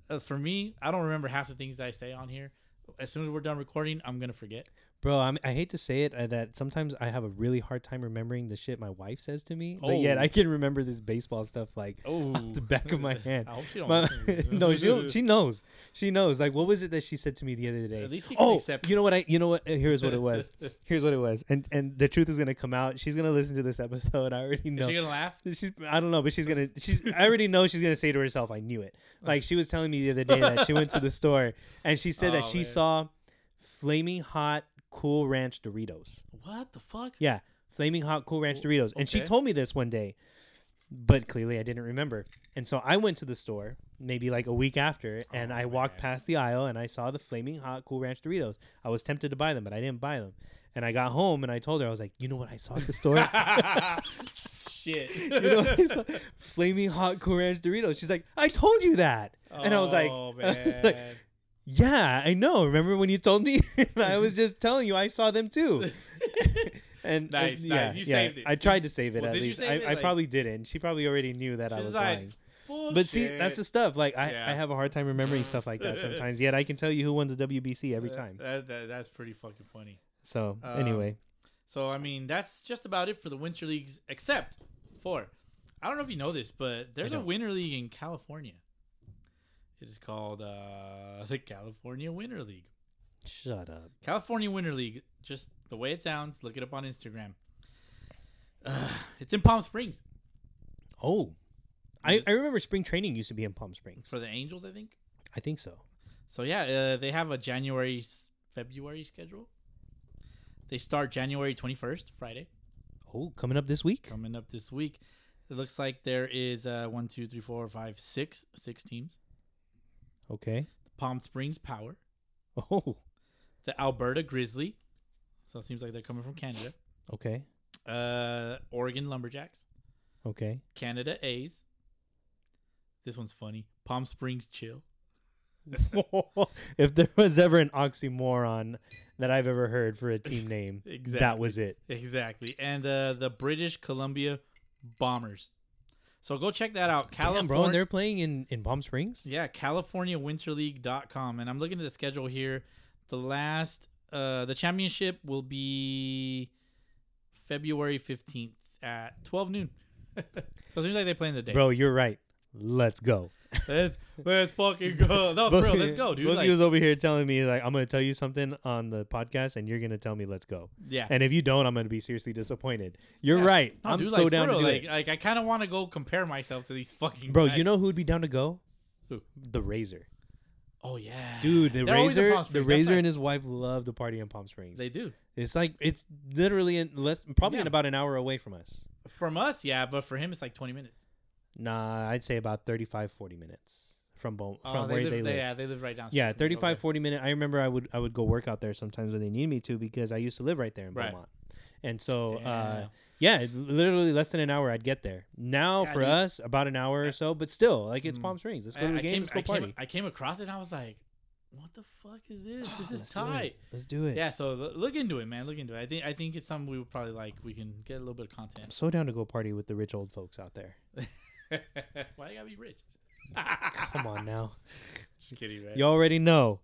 Speaker 2: uh, for me, I don't remember half the things that I say on here. As soon as we're done recording, I'm gonna forget.
Speaker 3: Bro, I'm, I hate to say it uh, that sometimes I have a really hard time remembering the shit my wife says to me, but yet
Speaker 2: Oh.
Speaker 3: I can remember this baseball stuff like
Speaker 2: Oh,
Speaker 3: off the back of my hand.
Speaker 2: I hope she don't.
Speaker 3: My-
Speaker 2: listen to this.
Speaker 3: no, she she knows. She knows. Like, what was it that she said to me the other day?
Speaker 2: At least you can
Speaker 3: oh,
Speaker 2: accept
Speaker 3: you know what? I you know what? uh, Here's what it was. Here's what it was. And and the truth is gonna come out. She's gonna listen to this episode. I already know.
Speaker 2: Is she gonna laugh?
Speaker 3: She- I don't know, but she's gonna. She's. I already know she's gonna say to herself, "I knew it." Like she was telling me the other day that she went to the store and she said that
Speaker 2: Oh,
Speaker 3: she
Speaker 2: man.
Speaker 3: saw flaming hot Cool Ranch Doritos.
Speaker 2: What the fuck?
Speaker 3: Yeah, flaming hot Cool Ranch Doritos. And she
Speaker 2: okay.
Speaker 3: told me this one day, but clearly I didn't remember. And so I went to the store maybe like a week after,
Speaker 2: Oh,
Speaker 3: and I walked past the aisle and I saw the flaming hot Cool Ranch Doritos. I was tempted to buy them, but I didn't buy them. And I got home and I told her I was like, you know what I saw at the store?
Speaker 2: Shit.
Speaker 3: you know, it's like, flaming hot Cool Ranch Doritos. She's like, I told you that, and I was like,
Speaker 2: Oh,
Speaker 3: I was like,
Speaker 2: man.
Speaker 3: yeah, I know. Remember when you told me? I was just telling you I saw them too. and
Speaker 2: Nice,
Speaker 3: and
Speaker 2: nice.
Speaker 3: yeah,
Speaker 2: You
Speaker 3: yeah,
Speaker 2: saved it.
Speaker 3: I tried to save it
Speaker 2: Well,
Speaker 3: at
Speaker 2: did you
Speaker 3: least.
Speaker 2: save
Speaker 3: I,
Speaker 2: it?
Speaker 3: I
Speaker 2: Like-
Speaker 3: probably didn't. She probably already knew that I
Speaker 2: She's
Speaker 3: was
Speaker 2: like, "Oh,
Speaker 3: lying. But see, that's the
Speaker 2: bullshit.
Speaker 3: stuff. Like I,
Speaker 2: Yeah.
Speaker 3: I have a hard time remembering stuff like that sometimes. Yet I can tell you who won the WBC every time.
Speaker 2: That, that, that's pretty fucking funny.
Speaker 3: So
Speaker 2: Um,
Speaker 3: anyway,
Speaker 2: So I mean, that's just about it for the winter leagues, except for I don't know if you know this, but there's a
Speaker 3: don't.
Speaker 2: winter league in California. It is called uh, the California Winter League.
Speaker 3: Shut up.
Speaker 2: California Winter League, just the way it sounds. Look it up on Instagram. Ugh, it's in Palm Springs
Speaker 3: Oh. I, I remember spring training used to be in Palm Springs.
Speaker 2: for the Angels, I think.
Speaker 3: I think so.
Speaker 2: So yeah, uh, they have a January February schedule. They start January 21st, Friday,
Speaker 3: Oh, coming up this week?
Speaker 2: coming up this week. It looks like there is uh, one, two, three, four, five, six, six teams.
Speaker 3: Okay.
Speaker 2: Palm Springs Power,
Speaker 3: Oh,
Speaker 2: the Alberta Grizzly. So it seems like they're coming from Canada.
Speaker 3: okay.
Speaker 2: Uh, Oregon Lumberjacks,
Speaker 3: Okay.
Speaker 2: Canada A's. This one's funny. Palm Springs Chill.
Speaker 3: if there was ever an oxymoron that I've ever heard for a team name, that
Speaker 2: Exactly.
Speaker 3: was it.
Speaker 2: Exactly. And uh, the British Columbia Bombers. So go check that out.
Speaker 3: Damn, bro, and
Speaker 2: California.
Speaker 3: they're playing in, in Palm Springs?
Speaker 2: Yeah, CaliforniaWinterLeague.com. And I'm looking at the schedule here. The last, uh, the championship will be February 15th at 12 noon. so it seems like they play in the day.
Speaker 3: Bro, you're right. Let's go.
Speaker 2: Let's, let's fucking go. No, for real, Oh, let's go, dude.
Speaker 3: Boski
Speaker 2: Like,
Speaker 3: was over here telling me like I'm gonna tell you something on the podcast, and you're gonna tell me let's go.
Speaker 2: yeah.
Speaker 3: And if you don't, I'm gonna be seriously disappointed. You're
Speaker 2: Yeah.
Speaker 3: right.
Speaker 2: No,
Speaker 3: I'm
Speaker 2: dude,
Speaker 3: so
Speaker 2: like, for
Speaker 3: down to
Speaker 2: real,
Speaker 3: do
Speaker 2: like,
Speaker 3: it,
Speaker 2: Like, I kind of want to go compare myself to these fucking
Speaker 3: bro.
Speaker 2: guys.
Speaker 3: You know who'd be down to go?
Speaker 2: Who?
Speaker 3: The Razor,
Speaker 2: Oh, yeah.
Speaker 3: dude. The
Speaker 2: They're always in
Speaker 3: Razor,
Speaker 2: Palm
Speaker 3: the
Speaker 2: Springs, that's
Speaker 3: Razor,
Speaker 2: right.
Speaker 3: and his wife love to party in Palm Springs.
Speaker 2: They do.
Speaker 3: it's like it's literally in less, probably in
Speaker 2: Yeah.
Speaker 3: about an hour away from us.
Speaker 2: From us, yeah, but for him, it's like 20 minutes.
Speaker 3: Nah, I'd say about 35, 40 minutes from bo-
Speaker 2: Oh,
Speaker 3: from where
Speaker 2: live,
Speaker 3: they live.
Speaker 2: Yeah, they live right down.
Speaker 3: Yeah, 35, 40 minute. I remember I would I would go work out there sometimes when they needed me to because I used to live right there in
Speaker 2: Right.
Speaker 3: Beaumont. And so, uh,
Speaker 2: Damn.
Speaker 3: yeah, it- literally less than an hour, I'd get there. Now
Speaker 2: Yeah,
Speaker 3: for
Speaker 2: dude. Hmm.
Speaker 3: us, about an hour or so, but still, like it's Palm Springs. Let's go to
Speaker 2: I,
Speaker 3: the
Speaker 2: I
Speaker 3: game.
Speaker 2: came,
Speaker 3: let's go
Speaker 2: I,
Speaker 3: party. Ah,
Speaker 2: came, I came across it and I was like, what the fuck is this? This is
Speaker 3: Let's do it.
Speaker 2: tight.
Speaker 3: Let's do it.
Speaker 2: Yeah, so l- look into it, man. Look into it. I think I think it's something we would probably like. We can get a little bit of
Speaker 3: I'm
Speaker 2: content.
Speaker 3: so down to go party with the rich old folks out there.
Speaker 2: Why you gotta be rich?
Speaker 3: Come on now,
Speaker 2: Just kidding, man.
Speaker 3: you already know.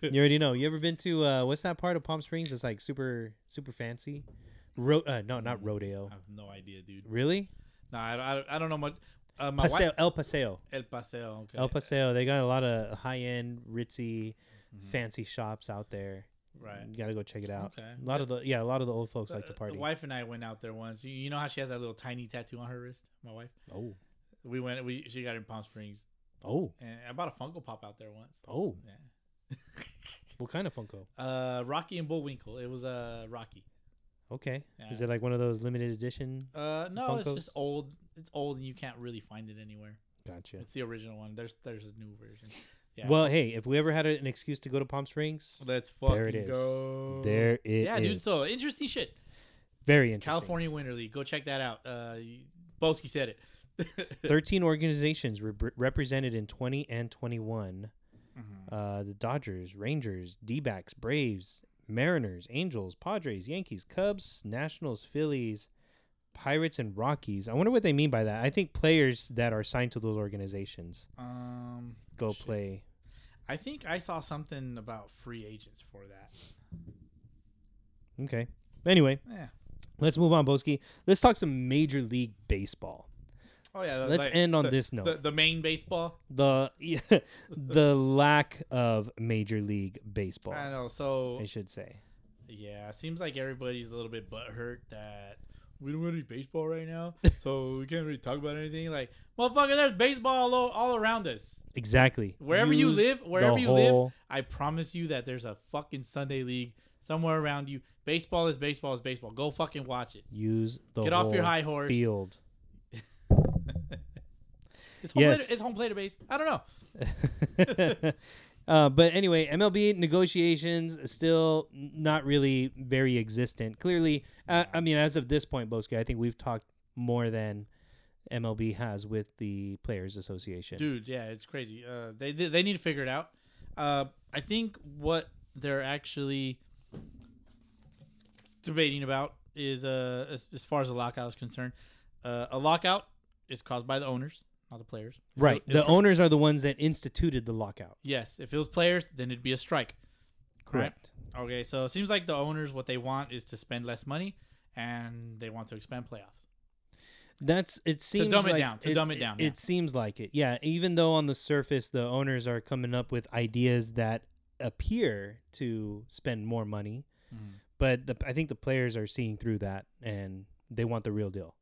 Speaker 3: You already know. You ever been to uh, what's that part of Palm Springs? It's like super super fancy. Ro- uh, no,
Speaker 2: Mm.
Speaker 3: not rodeo.
Speaker 2: I have no idea, dude.
Speaker 3: Really?
Speaker 2: No, I, don't- I, don't- I don't know much. Uh, my
Speaker 3: Paseo
Speaker 2: wife,
Speaker 3: El Paseo.
Speaker 2: El Paseo. Okay.
Speaker 3: El Paseo. They got a lot of high end, ritzy, fancy shops out there.
Speaker 2: Mm-hmm. Right.
Speaker 3: You gotta go check it out.
Speaker 2: Okay.
Speaker 3: A lot of the yeah, a lot of the old folks like to
Speaker 2: Uh,
Speaker 3: party.
Speaker 2: The wife and I went out there once. You, you know how she has that little tiny tattoo on her wrist. My wife.
Speaker 3: Oh,
Speaker 2: We went. We she got it in Palm Springs,
Speaker 3: oh,
Speaker 2: and I bought a Funko Pop out there once.
Speaker 3: oh!
Speaker 2: Yeah.
Speaker 3: What kind of Funko?
Speaker 2: Uh, Rocky and Bullwinkle. It was uh Rocky.
Speaker 3: Okay, is
Speaker 2: Yeah.
Speaker 3: it like one of those limited edition?
Speaker 2: Uh, no, it's
Speaker 3: Funkos?
Speaker 2: just old. It's old, and you can't really find it anywhere.
Speaker 3: Gotcha.
Speaker 2: It's the original one. There's there's a new version. Yeah.
Speaker 3: Well, hey, if we ever had a- an excuse to go to Palm Springs,
Speaker 2: let's fucking
Speaker 3: there it is.
Speaker 2: go.
Speaker 3: There it is.
Speaker 2: yeah, dude. So interesting shit.
Speaker 3: very interesting.
Speaker 2: California Winter League. Go check that out. Uh, you- Boski said it.
Speaker 3: Thirteen organizations re- represented in twenty and twenty-one. Uh, the Dodgers, Rangers, D-backs, Braves, Mariners, Angels, Padres, Yankees, Cubs, Nationals, Phillies, Pirates, and Rockies. I wonder what they mean by that. I think players that are signed to those organizations
Speaker 2: um,
Speaker 3: go
Speaker 2: Shit.
Speaker 3: play.
Speaker 2: I think I saw something about free agents for that.
Speaker 3: Okay. Anyway,
Speaker 2: Yeah.
Speaker 3: let's move on, Boski. Let's talk some Major League Baseball.
Speaker 2: Oh yeah.
Speaker 3: Let's end on
Speaker 2: the-
Speaker 3: this note.
Speaker 2: The, the main baseball.
Speaker 3: The the lack of Major League Baseball,
Speaker 2: I know. So
Speaker 3: I should say.
Speaker 2: yeah, seems like everybody's a little bit butthurt that we don't have any baseball right now, so we can't really talk about anything. Like, motherfucker, there's baseball all, all around us.
Speaker 3: Exactly.
Speaker 2: Wherever you
Speaker 3: Use
Speaker 2: live,
Speaker 3: the
Speaker 2: wherever you
Speaker 3: whole-
Speaker 2: live, I promise you that there's a fucking Sunday league somewhere around you. Baseball is baseball is baseball. Go fucking watch it.
Speaker 3: use the
Speaker 2: Get off your
Speaker 3: whole
Speaker 2: high horse.
Speaker 3: field.
Speaker 2: It's home
Speaker 3: Yes.
Speaker 2: plate. It's home plate base. I don't know.
Speaker 3: uh, but anyway, MLB negotiations still not really very existent. Clearly, uh, I mean, as of this point, Boski, I think we've talked more than MLB has with the Players Association.
Speaker 2: dude yeah it's crazy uh, they, they they need to figure it out uh, i think what they're actually debating about is uh as, as far as a lockout is concerned uh, a lockout is caused by the owners not the players If
Speaker 3: right.
Speaker 2: it-
Speaker 3: the
Speaker 2: if it-
Speaker 3: owners are the ones that instituted the lockout.
Speaker 2: yes if it was players then it'd be a strike Right.
Speaker 3: Correct.
Speaker 2: okay so it seems like the owners what they want is to spend less money and they want to expand playoffs
Speaker 3: That's it seems
Speaker 2: dumb it
Speaker 3: like-
Speaker 2: down, to dumb it down, yeah.
Speaker 3: It seems like it. Yeah, even though on the surface the owners are coming up with ideas that appear to spend more money,
Speaker 2: Mhm.
Speaker 3: but the, I think the players are seeing through that and they want the real deal.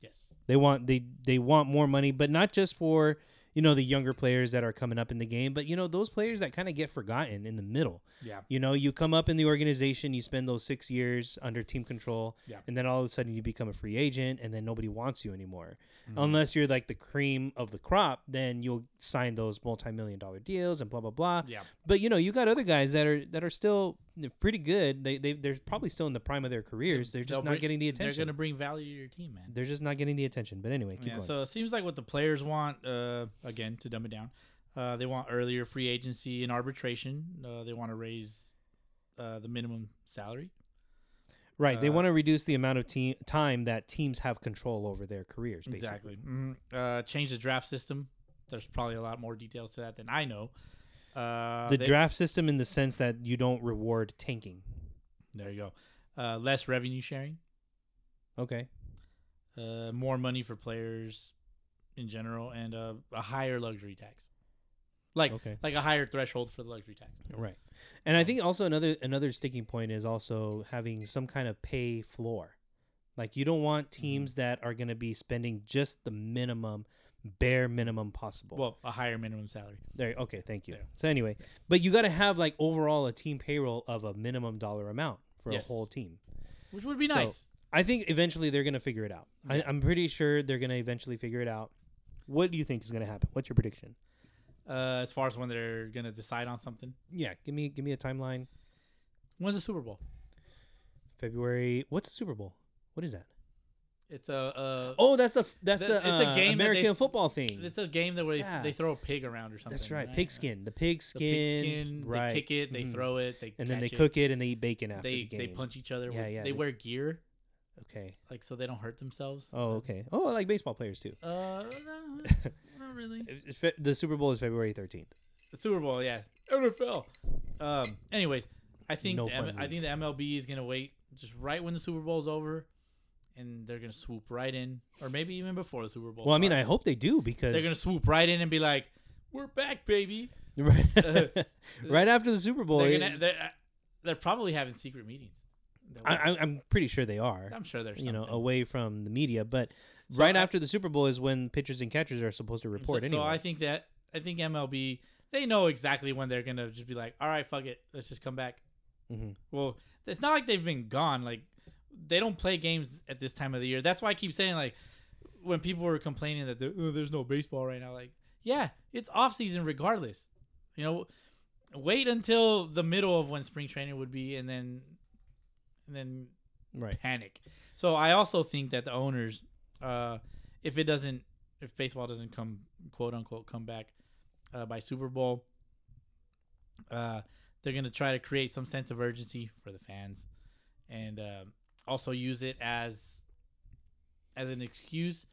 Speaker 2: Yes.
Speaker 3: They want they they want more money, but not just for you know the younger players that are coming up in the game, but you know those players that kind of get forgotten in the middle.
Speaker 2: Yeah.
Speaker 3: You know, you come up in the organization, you spend those six years under team control,
Speaker 2: Yeah.
Speaker 3: and then all of a sudden you become a free agent, and then nobody wants you anymore.
Speaker 2: Mm-hmm.
Speaker 3: Unless you're like the cream of the crop, then you'll sign those multi-million dollar deals and blah blah blah.
Speaker 2: Yeah.
Speaker 3: But you know, you got other guys that are that are still pretty good. They they they're probably still in the prime of their careers. They're just
Speaker 2: They'll
Speaker 3: not
Speaker 2: bring-
Speaker 3: getting the
Speaker 2: They're
Speaker 3: attention.
Speaker 2: gonna bring value to your team, man.
Speaker 3: They're just not getting the attention. But anyway, keep
Speaker 2: Yeah,
Speaker 3: going.
Speaker 2: so it seems like what the players want, uh, again, to dumb it down, uh, they want earlier free agency and arbitration. Uh, they want to raise uh, the minimum salary.
Speaker 3: right, they
Speaker 2: uh,
Speaker 3: want to reduce the amount of team time that teams have control over their careers. Basically.
Speaker 2: Exactly. hmm Uh, change the draft system. There's probably a lot more details to that than I know. Uh,
Speaker 3: The
Speaker 2: they-
Speaker 3: draft system, in the sense that you don't reward tanking.
Speaker 2: There you go. Uh, less revenue sharing.
Speaker 3: Okay.
Speaker 2: Uh, more money for players in general, and uh, a higher luxury tax. Like,
Speaker 3: Okay.
Speaker 2: like a higher threshold for the luxury tax.
Speaker 3: Right. And I think also another another sticking point is also having some kind of pay floor. Like you don't want
Speaker 2: Mm-hmm.
Speaker 3: teams that are going to be spending just the minimum, bare minimum possible.
Speaker 2: Well, a higher minimum salary.
Speaker 3: there. Okay, thank you.
Speaker 2: Yeah.
Speaker 3: So anyway, but you got to have like overall a team payroll of a minimum dollar amount for
Speaker 2: Yes.
Speaker 3: a whole team.
Speaker 2: Which would be
Speaker 3: So-
Speaker 2: nice.
Speaker 3: I think eventually they're going to figure it out. I,
Speaker 2: Yeah.
Speaker 3: I'm pretty sure they're going to eventually figure it out. What do you think is going to happen? What's your prediction?
Speaker 2: uh, as far as when they're gonna decide on something.
Speaker 3: Yeah, give me give me a timeline.
Speaker 2: When's the Super Bowl?
Speaker 3: February. What's the Super Bowl? What is that?
Speaker 2: It's a uh,
Speaker 3: Oh, that's a that's
Speaker 2: The-
Speaker 3: a,
Speaker 2: it's a game that
Speaker 3: uh,
Speaker 2: they-
Speaker 3: American football thing.
Speaker 2: it's a game that where they,
Speaker 3: Yeah.
Speaker 2: they throw a pig around or something.
Speaker 3: that's right, pigskin, the pigskin,
Speaker 2: The pigskin.
Speaker 3: right?
Speaker 2: They kick it. They
Speaker 3: Mhm.
Speaker 2: throw it. They
Speaker 3: and then they
Speaker 2: catch
Speaker 3: cook it and they eat bacon
Speaker 2: It.
Speaker 3: after
Speaker 2: They
Speaker 3: the game.
Speaker 2: they punch each other.
Speaker 3: Yeah,
Speaker 2: with-
Speaker 3: yeah,
Speaker 2: They
Speaker 3: they-
Speaker 2: wear gear
Speaker 3: Okay.
Speaker 2: like so they don't hurt themselves.
Speaker 3: Oh, okay. Oh, I like baseball players too.
Speaker 2: Uh, no, not really.
Speaker 3: It's fe- the Super Bowl is February thirteenth.
Speaker 2: The Super Bowl, yeah. NFL. Um. Anyways, I think
Speaker 3: No
Speaker 2: the M-
Speaker 3: fun
Speaker 2: I think the MLB is gonna wait just right when the Super Bowl is over, and they're gonna swoop right in, or maybe even before the Super Bowl.
Speaker 3: Well, I mean, I
Speaker 2: starts.
Speaker 3: hope they do
Speaker 2: they're gonna
Speaker 3: because
Speaker 2: swoop right in and be like, "We're back, baby."
Speaker 3: right, right after the Super Bowl,
Speaker 2: They're
Speaker 3: it-
Speaker 2: gonna they're, uh, they're probably having secret meetings. They'll-
Speaker 3: I, I- I'm pretty sure they are.
Speaker 2: I'm sure there's
Speaker 3: You know,
Speaker 2: something.
Speaker 3: away from the media, but
Speaker 2: So
Speaker 3: right
Speaker 2: I-
Speaker 3: after the Super Bowl is when pitchers and catchers are supposed to
Speaker 2: so, so
Speaker 3: report. anyway.
Speaker 2: I think that I think MLB they know exactly when they're gonna just be like, "All right, fuck it, let's just come back."
Speaker 3: Mhm.
Speaker 2: Well, it's not like they've been gone. Like they don't play games at this time of the year. That's why I keep saying like when people were complaining that there, "Oh, there's no baseball right now. Like, yeah, it's off season regardless. You know, wait until the middle of when spring training would be, and then and then
Speaker 3: right.
Speaker 2: panic. So I also think that the owners, uh, if it doesn't, if baseball doesn't come quote unquote come back uh, by Super Bowl, uh, they're gonna try to create some sense of urgency for the fans, and um also use it as as an excuse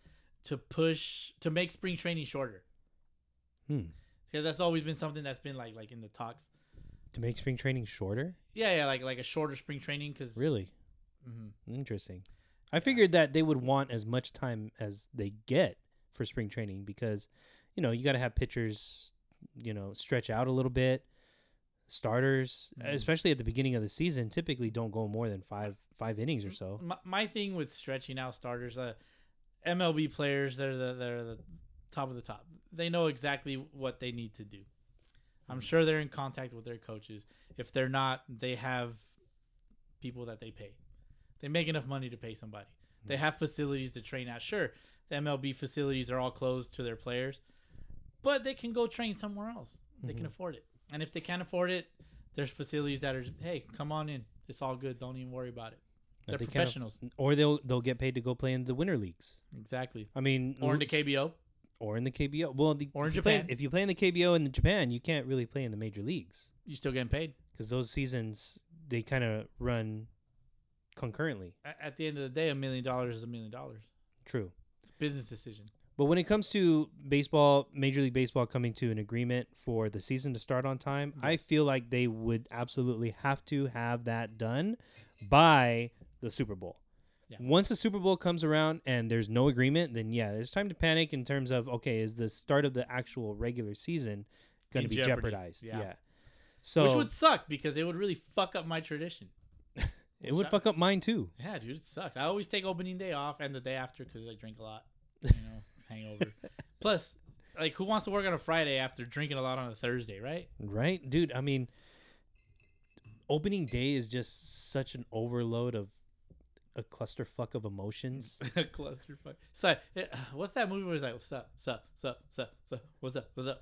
Speaker 2: to push to make spring training shorter.
Speaker 3: Hmm.
Speaker 2: Because that's always been something that's been like like in the talks.
Speaker 3: To make spring training shorter,
Speaker 2: Yeah, yeah, like like a shorter spring training. Because
Speaker 3: really.
Speaker 2: hmm
Speaker 3: Interesting. I figured that they would want as much time as they get for spring training because, you know, you got to have pitchers, you know, stretch out a little bit. Starters,
Speaker 2: Mhm.
Speaker 3: especially at the beginning of the season, typically don't go more than five five innings or so.
Speaker 2: my, my thing with stretching out starters, uh, MLB players, they're the they're the top of the top. They know exactly what they need to do.
Speaker 3: Mm.
Speaker 2: I'm sure they're in contact with their coaches. If they're not, they have people that they pay. They make enough money to pay somebody.
Speaker 3: Mm.
Speaker 2: They have facilities to train at. Sure, the MLB facilities are all closed to their players, but they can go train somewhere else. They
Speaker 3: Mm-hmm.
Speaker 2: can afford it. And if they can't afford it, there's facilities that are just, hey, come on in. It's all good. Don't even worry about it. They're
Speaker 3: If they can't-
Speaker 2: professionals.
Speaker 3: or they'll they'll get paid to go play in the winter leagues.
Speaker 2: Exactly.
Speaker 3: I mean,
Speaker 2: Or in the
Speaker 3: let's-
Speaker 2: KBO.
Speaker 3: or in the KBO. Well, the,
Speaker 2: Or in
Speaker 3: if you play-
Speaker 2: Japan.
Speaker 3: if you play in the KBO in Japan, you can't really play in the major leagues
Speaker 2: You still getting paid.
Speaker 3: because those seasons they kind of run concurrently.
Speaker 2: A- At the end of the day, a million dollars is a million dollars.
Speaker 3: True.
Speaker 2: It's a business decision.
Speaker 3: But when it comes to baseball, Major League Baseball coming to an agreement for the season to start on time, I feel like they would absolutely have to have that done by the Super Bowl.
Speaker 2: Yeah.
Speaker 3: Once the Super Bowl comes around and there's no agreement, then yeah, there's time to panic in terms of okay, is the start of the actual regular season going to
Speaker 2: In
Speaker 3: be
Speaker 2: jeopardy,
Speaker 3: jeopardized?
Speaker 2: yeah.
Speaker 3: So
Speaker 2: Which would suck because it would really fuck up my tradition.
Speaker 3: it would fuck up mine too.
Speaker 2: Yeah, dude, it sucks. I always take opening day off and the day after because I drink a lot. You know, hangover. Plus, like, who wants to work on a Friday after drinking a lot on a Thursday, right?
Speaker 3: Right? Dude, I mean opening day is just such an overload of a clusterfuck of emotions.
Speaker 2: Clusterfuck. So, uh, what's that movie where it's like, what's up, what's up, what's up, what's up, what's up, what's up, what's up?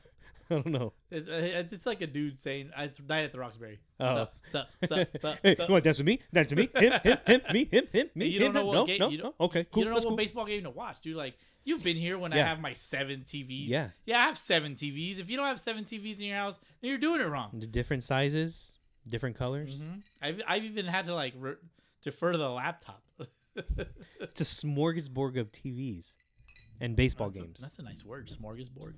Speaker 3: I don't know.
Speaker 2: It's, uh, it's like a dude saying, uh, it's Night at the Roxbury.
Speaker 3: Oh.
Speaker 2: Sup, sup, sup, sup,
Speaker 3: hey,
Speaker 2: sup.
Speaker 3: you want to dance with me? Dance with me? Him, him, him, me, him, him, me.
Speaker 2: You don't
Speaker 3: him,
Speaker 2: know
Speaker 3: him.
Speaker 2: what
Speaker 3: no,
Speaker 2: game-
Speaker 3: no,
Speaker 2: you don't-
Speaker 3: no. Okay, cool.
Speaker 2: you don't know
Speaker 3: that's
Speaker 2: what
Speaker 3: cool.
Speaker 2: baseball game to watch, dude. Like you've been here when I
Speaker 3: Yeah.
Speaker 2: have my seven TVs.
Speaker 3: Yeah.
Speaker 2: yeah, I have seven TVs. If you don't have seven TVs in your house, then you're doing it wrong.
Speaker 3: The different sizes, different colors.
Speaker 2: hmm I've I've even had to like re- defer the laptop.
Speaker 3: It's a smorgasbord of TVs and baseball games.
Speaker 2: That's a nice word, smorgasbord.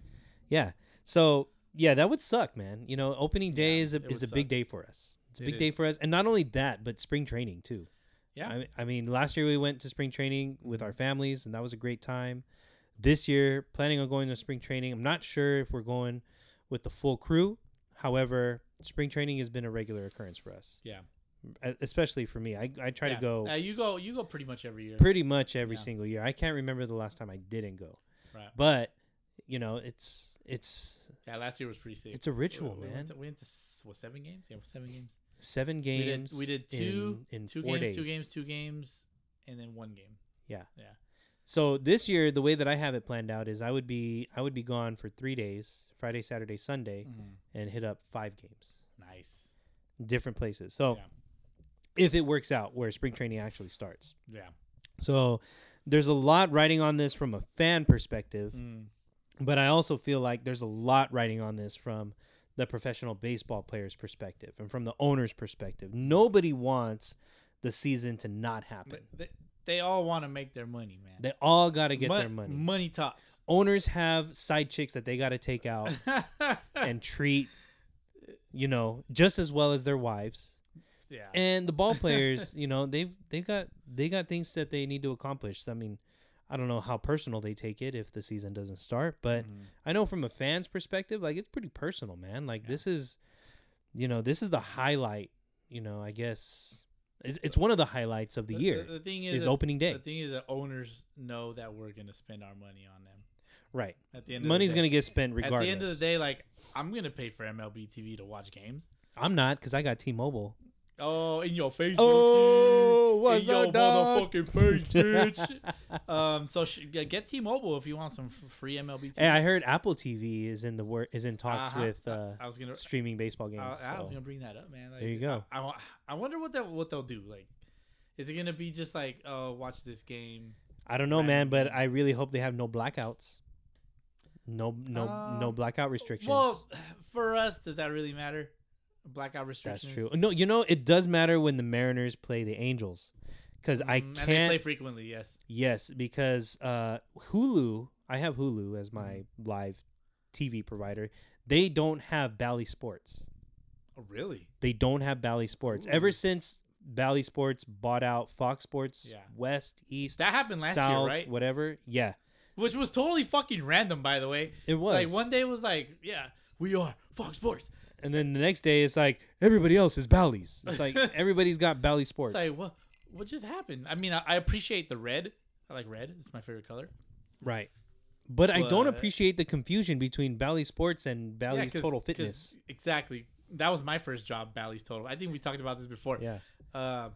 Speaker 3: yeah. So yeah, that would suck, man. You know, opening day is a
Speaker 2: it
Speaker 3: is a
Speaker 2: would
Speaker 3: big
Speaker 2: suck.
Speaker 3: day for us. It's a
Speaker 2: It
Speaker 3: big day
Speaker 2: is.
Speaker 3: for us, and not only that, but spring training too.
Speaker 2: Yeah.
Speaker 3: I, I mean, last year we went to spring training with our families, and that was a great time. This year, planning on going to spring training. I'm not sure if we're going with the full crew. However, spring training has been a regular occurrence for us,
Speaker 2: Yeah,
Speaker 3: e- especially for me. I, I try
Speaker 2: Yeah.
Speaker 3: to go
Speaker 2: Uh, you go. You go pretty much every year.
Speaker 3: pretty much every
Speaker 2: Yeah.
Speaker 3: single year. I can't remember the last time I didn't go.
Speaker 2: Right.
Speaker 3: But you know, it's it's
Speaker 2: Yeah, last year was pretty sick.
Speaker 3: it's a ritual,
Speaker 2: we, we
Speaker 3: man.
Speaker 2: Went to, we went to s- what seven games? Yeah, seven games.
Speaker 3: Seven games.
Speaker 2: we did, we did two
Speaker 3: in, in
Speaker 2: two
Speaker 3: four
Speaker 2: games, two
Speaker 3: days.
Speaker 2: games, two games, and then one game.
Speaker 3: So this year, the way that I have it planned out is I would be I would be gone for three days: Friday, Saturday, Sunday,
Speaker 2: Mm-hmm.
Speaker 3: and hit up five games,
Speaker 2: Nice.
Speaker 3: different places. So
Speaker 2: Yeah.
Speaker 3: if it works out, where spring training actually starts.
Speaker 2: Yeah.
Speaker 3: So there's a lot writing on this from a fan perspective,
Speaker 2: Mm.
Speaker 3: but I also feel like there's a lot writing on this from the professional baseball player's perspective and from the owner's perspective. Nobody wants the season to not happen.
Speaker 2: But they, they all want to make their money, man.
Speaker 3: They all got to get
Speaker 2: Mon-
Speaker 3: their money.
Speaker 2: Money talks.
Speaker 3: Owners have side chicks that they got to take out
Speaker 2: yeah.
Speaker 3: and treat, you know, just as well as their wives. and the ball players you know they've they've got they got things that they need to accomplish i mean i don't know how personal they take it if the season doesn't start but
Speaker 2: Mm-hmm.
Speaker 3: i know from a fan's perspective like it's pretty personal man like this is you know this is the highlight you know i guess it's,
Speaker 2: Uh,
Speaker 3: it's one of the highlights of the year
Speaker 2: The, the thing is,
Speaker 3: is
Speaker 2: that-
Speaker 3: opening day
Speaker 2: The thing is that owners know that we're gonna spend our money on them.
Speaker 3: right
Speaker 2: At the end,
Speaker 3: money's
Speaker 2: of the
Speaker 3: gonna
Speaker 2: day.
Speaker 3: get spent
Speaker 2: At
Speaker 3: regardless
Speaker 2: the end of the day, like I'm gonna pay for MLB TV to watch games.
Speaker 3: i'm not because i got t-mobile
Speaker 2: Oh, in your face.
Speaker 3: Oh,
Speaker 2: Booski.
Speaker 3: what's
Speaker 2: in
Speaker 3: up,
Speaker 2: your
Speaker 3: dog?
Speaker 2: motherfucking face, bitch. um, so sh- yeah, get T-Mobile if you want some f- free MLB TV.
Speaker 3: hey i heard apple tv is in the wor- is in talks
Speaker 2: Uh-huh.
Speaker 3: with uh
Speaker 2: I was gonna,
Speaker 3: streaming baseball games
Speaker 2: I, I was
Speaker 3: so.
Speaker 2: gonna bring that up, man. Like,
Speaker 3: There you go.
Speaker 2: I, I, wa- I wonder what they what they'll do. Like, is it gonna be just like, oh, watch this game?
Speaker 3: I don't know,
Speaker 2: Right.
Speaker 3: man, but I really hope they have no blackouts. No, no, no
Speaker 2: Um,
Speaker 3: blackout restrictions.
Speaker 2: Well, for us, does that really matter? Blackout
Speaker 3: That's
Speaker 2: restrictions.
Speaker 3: true. No, you know it does matter when the Mariners play the Angels, because I
Speaker 2: Mm, And they play
Speaker 3: can't.
Speaker 2: frequently. Yes.
Speaker 3: yes, because uh, Hulu. I have Hulu as my
Speaker 2: Mm-hmm.
Speaker 3: live TV provider. They don't have Bally Sports.
Speaker 2: Oh, really?
Speaker 3: They don't have Bally Sports
Speaker 2: Ooh.
Speaker 3: ever since Bally Sports bought out Fox Sports
Speaker 2: Yeah.
Speaker 3: West, East,
Speaker 2: That happened last
Speaker 3: South,
Speaker 2: year, right?
Speaker 3: whatever. Yeah,
Speaker 2: Which was totally fucking random, by the way.
Speaker 3: it was
Speaker 2: Like one day was like, yeah, we are Fox Sports.
Speaker 3: And then the next day, it's like everybody else is Bally's. It's like everybody's got Bally sports.
Speaker 2: It's like what? What just happened? I mean, I, I appreciate the red. I like red. It's my favorite color.
Speaker 3: right. But I don't
Speaker 2: But-
Speaker 3: appreciate the confusion between Bally sports and
Speaker 2: Yeah,
Speaker 3: Bally's
Speaker 2: 'cause-
Speaker 3: total
Speaker 2: 'cause
Speaker 3: fitness.
Speaker 2: Exactly. That was my first job, Bally's Total. I think we talked about this before.
Speaker 3: Yeah.
Speaker 2: Uh,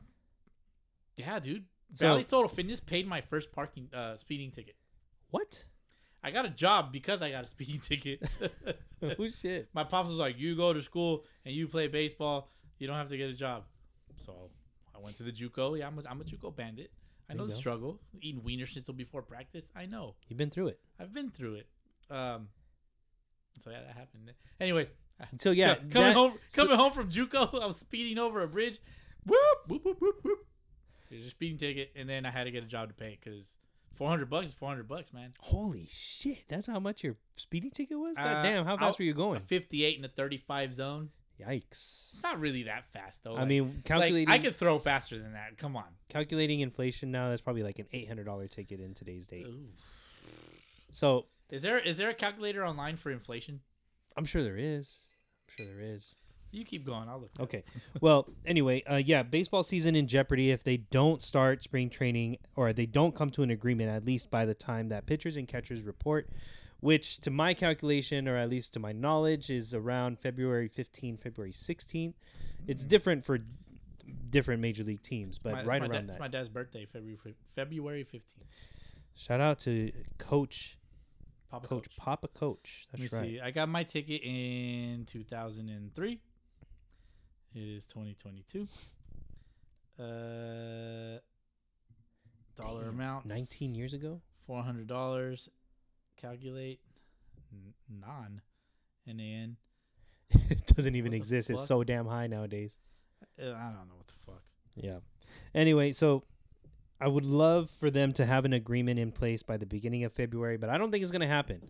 Speaker 2: yeah, dude.
Speaker 3: So-
Speaker 2: Bally's Total Fitness paid my first parking uh, speeding ticket.
Speaker 3: What?
Speaker 2: I got a job because I got a speeding ticket.
Speaker 3: oh shit.
Speaker 2: my pops was like, "You go to school and you play baseball. You don't have to get a job." So I went to the JUCO. Yeah, I'm a, I'm a JUCO bandit. I know
Speaker 3: you
Speaker 2: the
Speaker 3: go.
Speaker 2: struggle. Eating wiener schnitzel before practice. I know.
Speaker 3: You've been through it.
Speaker 2: I've been through it. Um, so yeah, that happened. Anyways,
Speaker 3: So yeah,
Speaker 2: coming
Speaker 3: that-
Speaker 2: home,
Speaker 3: so-
Speaker 2: coming home from JUCO, I was speeding over a bridge. Whoop, whoop, whoop, whoop, whoop. It was a speeding ticket, and then I had to get a job to pay because 400 bucks is 400 bucks, man.
Speaker 3: Holy shit! That's how much your speeding ticket was. God
Speaker 2: Uh,
Speaker 3: damn! How fast
Speaker 2: I'll-
Speaker 3: were you
Speaker 2: A
Speaker 3: going?
Speaker 2: 58 in a 35 zone.
Speaker 3: Yikes.
Speaker 2: It's not really that fast though.
Speaker 3: I mean,
Speaker 2: like,
Speaker 3: calculating
Speaker 2: I could throw faster than that. Come on.
Speaker 3: calculating inflation now, that's probably like an eight hundred dollar ticket in today's date.
Speaker 2: Ooh.
Speaker 3: So
Speaker 2: Is there is there a calculator online for inflation?
Speaker 3: I'm sure there is. I'm sure there is.
Speaker 2: You keep going. I'll look.
Speaker 3: Okay. Well, anyway, uh, yeah, baseball season in jeopardy if they don't start spring training or they don't come to an agreement at least by the time that pitchers and catchers report, which to my calculation or at least to my knowledge is around February 15th, February 16th. It's different for different major league teams, but
Speaker 2: Mm-hmm. My- it's
Speaker 3: right
Speaker 2: my
Speaker 3: around
Speaker 2: dad-
Speaker 3: that.
Speaker 2: It's my dad's birthday, February fif- February fifteenth.
Speaker 3: Shout out to Coach
Speaker 2: Papa
Speaker 3: Coach, Papa Coach.
Speaker 2: Let me
Speaker 3: That's right.
Speaker 2: see. I got my ticket in 2003. It is 2022. Uh, dollar
Speaker 3: Damn,
Speaker 2: amount
Speaker 3: 19 years ago?
Speaker 2: four hundred dollars. Calculate N- non n a n.
Speaker 3: it doesn't even
Speaker 2: What the
Speaker 3: exist. It's
Speaker 2: fuck?
Speaker 3: so damn high nowadays.
Speaker 2: Uh, I don't know what the fuck.
Speaker 3: Yeah. Anyway, so I would love for them to have an agreement in place by the beginning of February, but I don't think it's going to happen.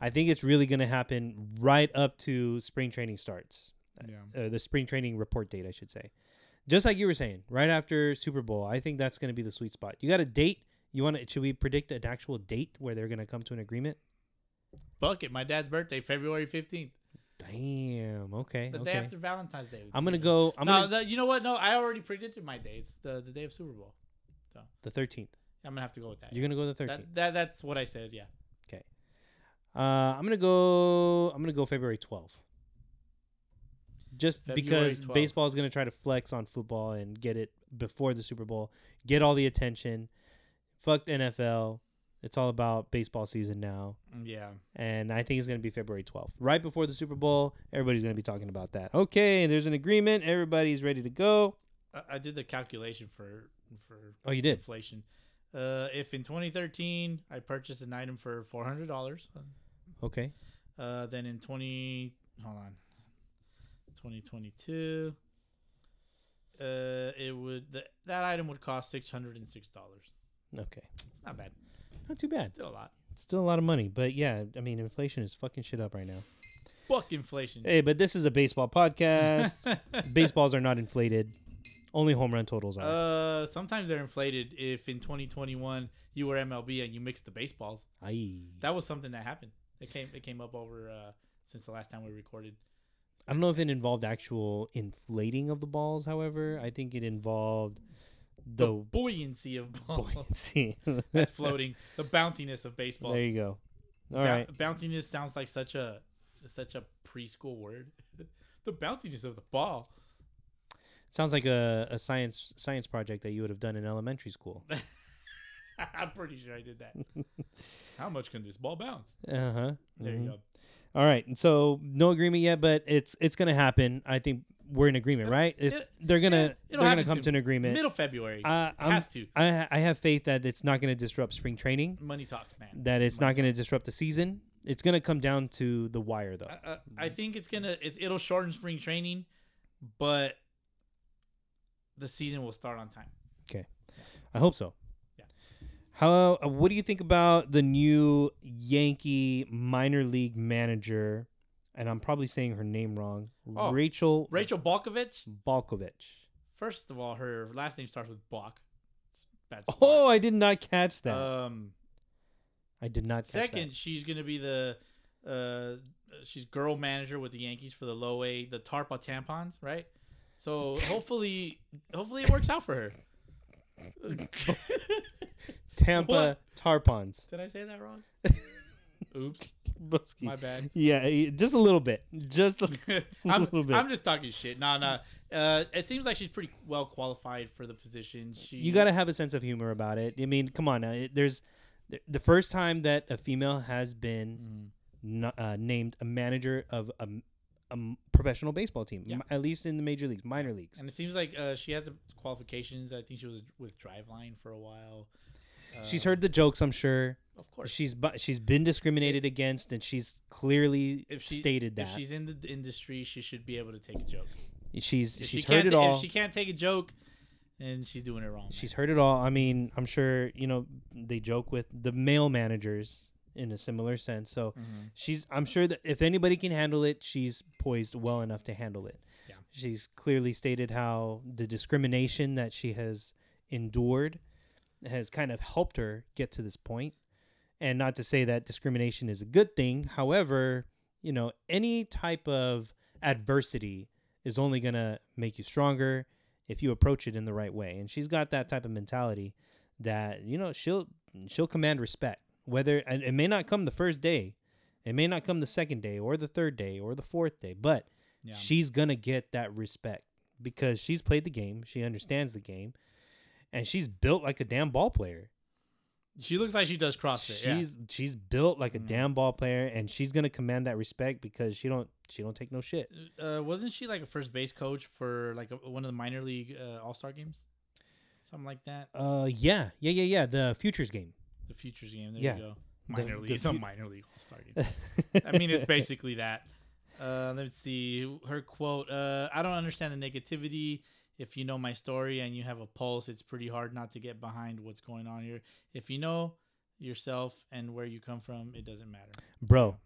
Speaker 3: I think it's really going to happen right up to spring training starts,
Speaker 2: Yeah.
Speaker 3: uh, the spring training report date, I should say. Just like you were saying, right after Super Bowl, I think that's going to be the sweet spot. You got a date? You want to? Should we predict an actual date where they're going to come to an agreement?
Speaker 2: Fuck it. My dad's birthday, February 15th,
Speaker 3: Damn. Okay.
Speaker 2: the
Speaker 3: okay.
Speaker 2: day after Valentine's Day.
Speaker 3: I'm gonna go. I'm
Speaker 2: no,
Speaker 3: gonna,
Speaker 2: the- you know what? No, I already predicted my day. It's the, the day of Super Bowl.
Speaker 3: the 13th.
Speaker 2: I'm gonna have to go with that.
Speaker 3: You're gonna go the 13th.
Speaker 2: that, that that's what I said. Yeah.
Speaker 3: Uh, I'm gonna go. I'm gonna go February 12th. Just
Speaker 2: February
Speaker 3: because
Speaker 2: 12th.
Speaker 3: baseball is gonna try to flex on football and get it before the Super Bowl, get all the attention. Fuck the NFL. It's all about baseball season now,
Speaker 2: Yeah.
Speaker 3: and I think it's gonna be February 12th, right before the Super Bowl. Everybody's gonna be talking about that. Okay, there's an agreement. Everybody's ready to go.
Speaker 2: I, I did the calculation for for
Speaker 3: Oh, you did.
Speaker 2: inflation. Uh, if in 2013 I purchased an item for $400,
Speaker 3: Okay.
Speaker 2: uh, then in 20 hold on, 2022, uh, it would th- that item would cost $606. It's
Speaker 3: Okay.
Speaker 2: not bad.
Speaker 3: Not too bad.
Speaker 2: Still a lot.
Speaker 3: Still a lot of money, but yeah, I mean, inflation is fucking shit up right now.
Speaker 2: Fuck inflation.
Speaker 3: Hey, but this is a baseball podcast. Baseballs are not inflated. Only home run totals are.
Speaker 2: Uh, sometimes they're inflated. If in 2021 you were MLB and you mixed the baseballs,
Speaker 3: Aye.
Speaker 2: that was something that happened. It came it came up over uh, since the last time we recorded.
Speaker 3: I don't know if it involved actual inflating of the balls, however. I think it involved
Speaker 2: the,
Speaker 3: the
Speaker 2: buoyancy of balls
Speaker 3: buoyancy.
Speaker 2: that's floating, the bounciness of baseball.
Speaker 3: there you go. All right.
Speaker 2: bounciness sounds like such a such a preschool word. the bounciness of the ball.
Speaker 3: Sounds like a, a science science project that you would have done in elementary school. Uh-huh.
Speaker 2: I'm pretty sure I did that. How much can this ball bounce?
Speaker 3: Uh huh.
Speaker 2: There you go.
Speaker 3: All right. and So no agreement yet, but it's it's gonna happen. I think we're in agreement, right? It's,
Speaker 2: it-
Speaker 3: they're gonna
Speaker 2: it-
Speaker 3: they're
Speaker 2: it'll
Speaker 3: gonna
Speaker 2: happen
Speaker 3: come
Speaker 2: soon.
Speaker 3: to an agreement.
Speaker 2: Middle February
Speaker 3: I, Uh, I'm,
Speaker 2: has to.
Speaker 3: I I have faith that it's not gonna disrupt spring training.
Speaker 2: Money talks, man.
Speaker 3: that it's
Speaker 2: Money
Speaker 3: not going to disrupt the season. It's going to come down to the wire, though.
Speaker 2: talks. I, I, I think it's gonna. It's, it'll shorten spring training, but the season will start on time.
Speaker 3: I hope so.
Speaker 2: Yeah.
Speaker 3: How? uh, What do you think about the new Yankee minor league manager? And I'm probably saying her name wrong.
Speaker 2: Oh,
Speaker 3: Rachel
Speaker 2: Rachel Balkovich.
Speaker 3: Balkovich.
Speaker 2: First of all, her last name starts with Bach. Bad start.
Speaker 3: Oh, I did not catch that.
Speaker 2: um,
Speaker 3: I did not catch
Speaker 2: second, she's gonna be the uh, she's girl manager with the Yankees for the low A, the Tarpa tampons, right? So hopefully, hopefully it works out for her.
Speaker 3: that. Tampa
Speaker 2: What?
Speaker 3: Tarpons.
Speaker 2: Did I say that wrong? Oops,
Speaker 3: Buski.
Speaker 2: my bad.
Speaker 3: Yeah, eh, just a little bit. Just a
Speaker 2: I'm,
Speaker 3: little bit.
Speaker 2: I'm just talking shit. No, no. Uh, it seems like she's pretty well qualified for the position. She
Speaker 3: you got to have a sense of humor about it. I mean, come on now. It, there's th- the first time that a female has been
Speaker 2: Mm-hmm.
Speaker 3: no- uh, named a manager of a, m- a m- professional baseball team,
Speaker 2: Yeah.
Speaker 3: m- at least in the major leagues, minor leagues.
Speaker 2: and it seems like uh, she has the qualifications. I think she was with Driveline for a while.
Speaker 3: she's heard the jokes, I'm sure.
Speaker 2: uh, Of course,
Speaker 3: She's bu- she's been discriminated against, and she's clearly
Speaker 2: if she
Speaker 3: stated that
Speaker 2: if she's in the d- industry, she should be able to take a joke.
Speaker 3: she's
Speaker 2: If
Speaker 3: she's
Speaker 2: she can't
Speaker 3: heard it
Speaker 2: ta-
Speaker 3: all.
Speaker 2: If she can't take a joke, then she's doing it wrong.
Speaker 3: She's heard it all. I mean, I'm sure you know they joke with the male managers in a similar sense. So she's, I'm sure that if anybody can handle it, she's poised well enough to handle it. She's clearly stated how the discrimination that she has endured has kind of helped her get to this point. And not to say that discrimination is a good thing. However, you know, any type of adversity is only going to make you stronger if you approach it in the right way. And she's got that type of mentality that, you know, she'll she'll command respect. Whether and it may not come the first day, it may not come the second day or the third day or the fourth day, but
Speaker 2: Yeah.
Speaker 3: she's gonna get that respect because she's played the game, she understands the game, and she's built like a damn ball player.
Speaker 2: She looks like she does CrossFit. yeah. Mm-hmm.
Speaker 3: She's she's built like a damn ball player, and she's gonna command that respect because she don't she don't take no shit.
Speaker 2: uh, wasn't she like a first base coach for like a, one of the minor league uh, All Star games, something like that?
Speaker 3: Uh, yeah, yeah, yeah, yeah. The futures game.
Speaker 2: The futures game. There
Speaker 3: Yeah.
Speaker 2: you go.
Speaker 3: The-
Speaker 2: Minor
Speaker 3: the
Speaker 2: league. It's not
Speaker 3: fu-
Speaker 2: minor league All Star game. I mean, it's basically that. Uh, let's see her quote. Uh, I don't understand the negativity. If you know my story and you have a pulse, it's pretty hard not to get behind what's going on here. If you know yourself and where you come from, it doesn't matter.
Speaker 3: bro.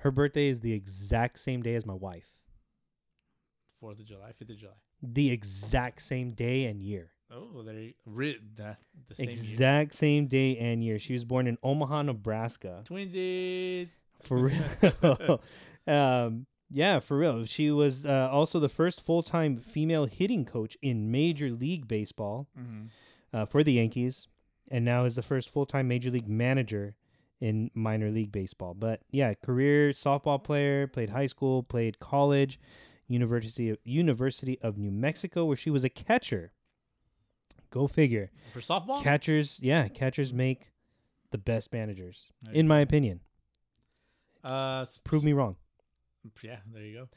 Speaker 3: Her birthday is the exact same day as my wife.
Speaker 2: Fourth of July, Fifth of July.
Speaker 3: The exact same day and year.
Speaker 2: Oh, there you ri- that the same year.
Speaker 3: exact same day and year. She was born in Omaha, Nebraska.
Speaker 2: Twinsies.
Speaker 3: For real. um, yeah, for real. She was uh, also the first full time female hitting coach in Major League Baseball
Speaker 2: Mm-hmm.
Speaker 3: uh, for the Yankees, and now is the first full time Major League manager in minor league baseball. But yeah, career softball player, played high school, played college, University of, University of New Mexico, where she was a catcher. Go figure.
Speaker 2: For softball?
Speaker 3: Catchers, yeah, catchers make the best managers,
Speaker 2: There you
Speaker 3: in my opinion.
Speaker 2: uh, s-
Speaker 3: Prove me wrong.
Speaker 2: Yeah, there you go.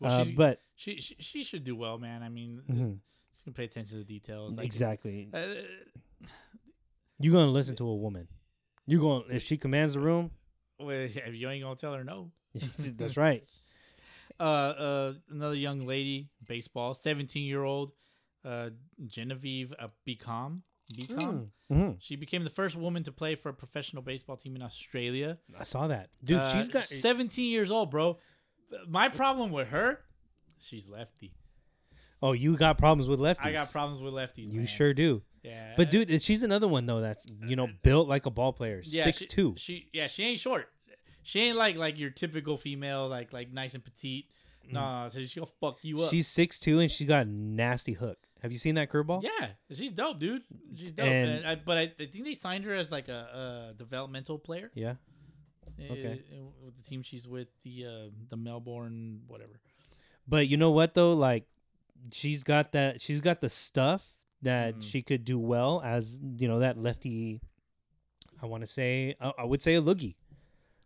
Speaker 2: Well,
Speaker 3: Uh,
Speaker 2: she's-
Speaker 3: but
Speaker 2: she, she she should do well, man. I mean,
Speaker 3: mhm,
Speaker 2: she can pay attention to the details. Like,
Speaker 3: exactly,
Speaker 2: Uh,
Speaker 3: you're gonna listen to a woman. You're going to if she commands the room.
Speaker 2: well, if you ain't gonna tell her no.
Speaker 3: that's right.
Speaker 2: Uh, uh, another young lady, baseball, seventeen-year-old, uh, Genevieve uh, Becom. Becom.
Speaker 3: hmm
Speaker 2: She became the first woman to play for a professional baseball team in Australia.
Speaker 3: I saw that, dude.
Speaker 2: Uh,
Speaker 3: she's got
Speaker 2: 17 years old, bro. My problem with her, she's lefty.
Speaker 3: Oh, you got problems with lefties.
Speaker 2: I got problems with lefties.
Speaker 3: You
Speaker 2: man.
Speaker 3: sure do.
Speaker 2: Yeah.
Speaker 3: But dude, she's another one though that's you know built like a ball player,
Speaker 2: yeah,
Speaker 3: six
Speaker 2: she,
Speaker 3: two.
Speaker 2: She yeah, she ain't short. She ain't like like your typical female, like like nice and petite. Nah, so she'll fuck you up.
Speaker 3: Mm. She's six two and she got a nasty hook. Have you seen that curveball?
Speaker 2: yeah, she's dope, dude. She's dope.
Speaker 3: And-
Speaker 2: And I, but I, I think they signed her as like a, a developmental player.
Speaker 3: Yeah.
Speaker 2: Okay.
Speaker 3: Okay.
Speaker 2: with the team she's with, the uh, the Melbourne whatever.
Speaker 3: But you know what though? Like she's got that she's got the stuff that
Speaker 2: Mm-hmm.
Speaker 3: she could do well as, you know, that lefty I want to say I, I would say a loogie,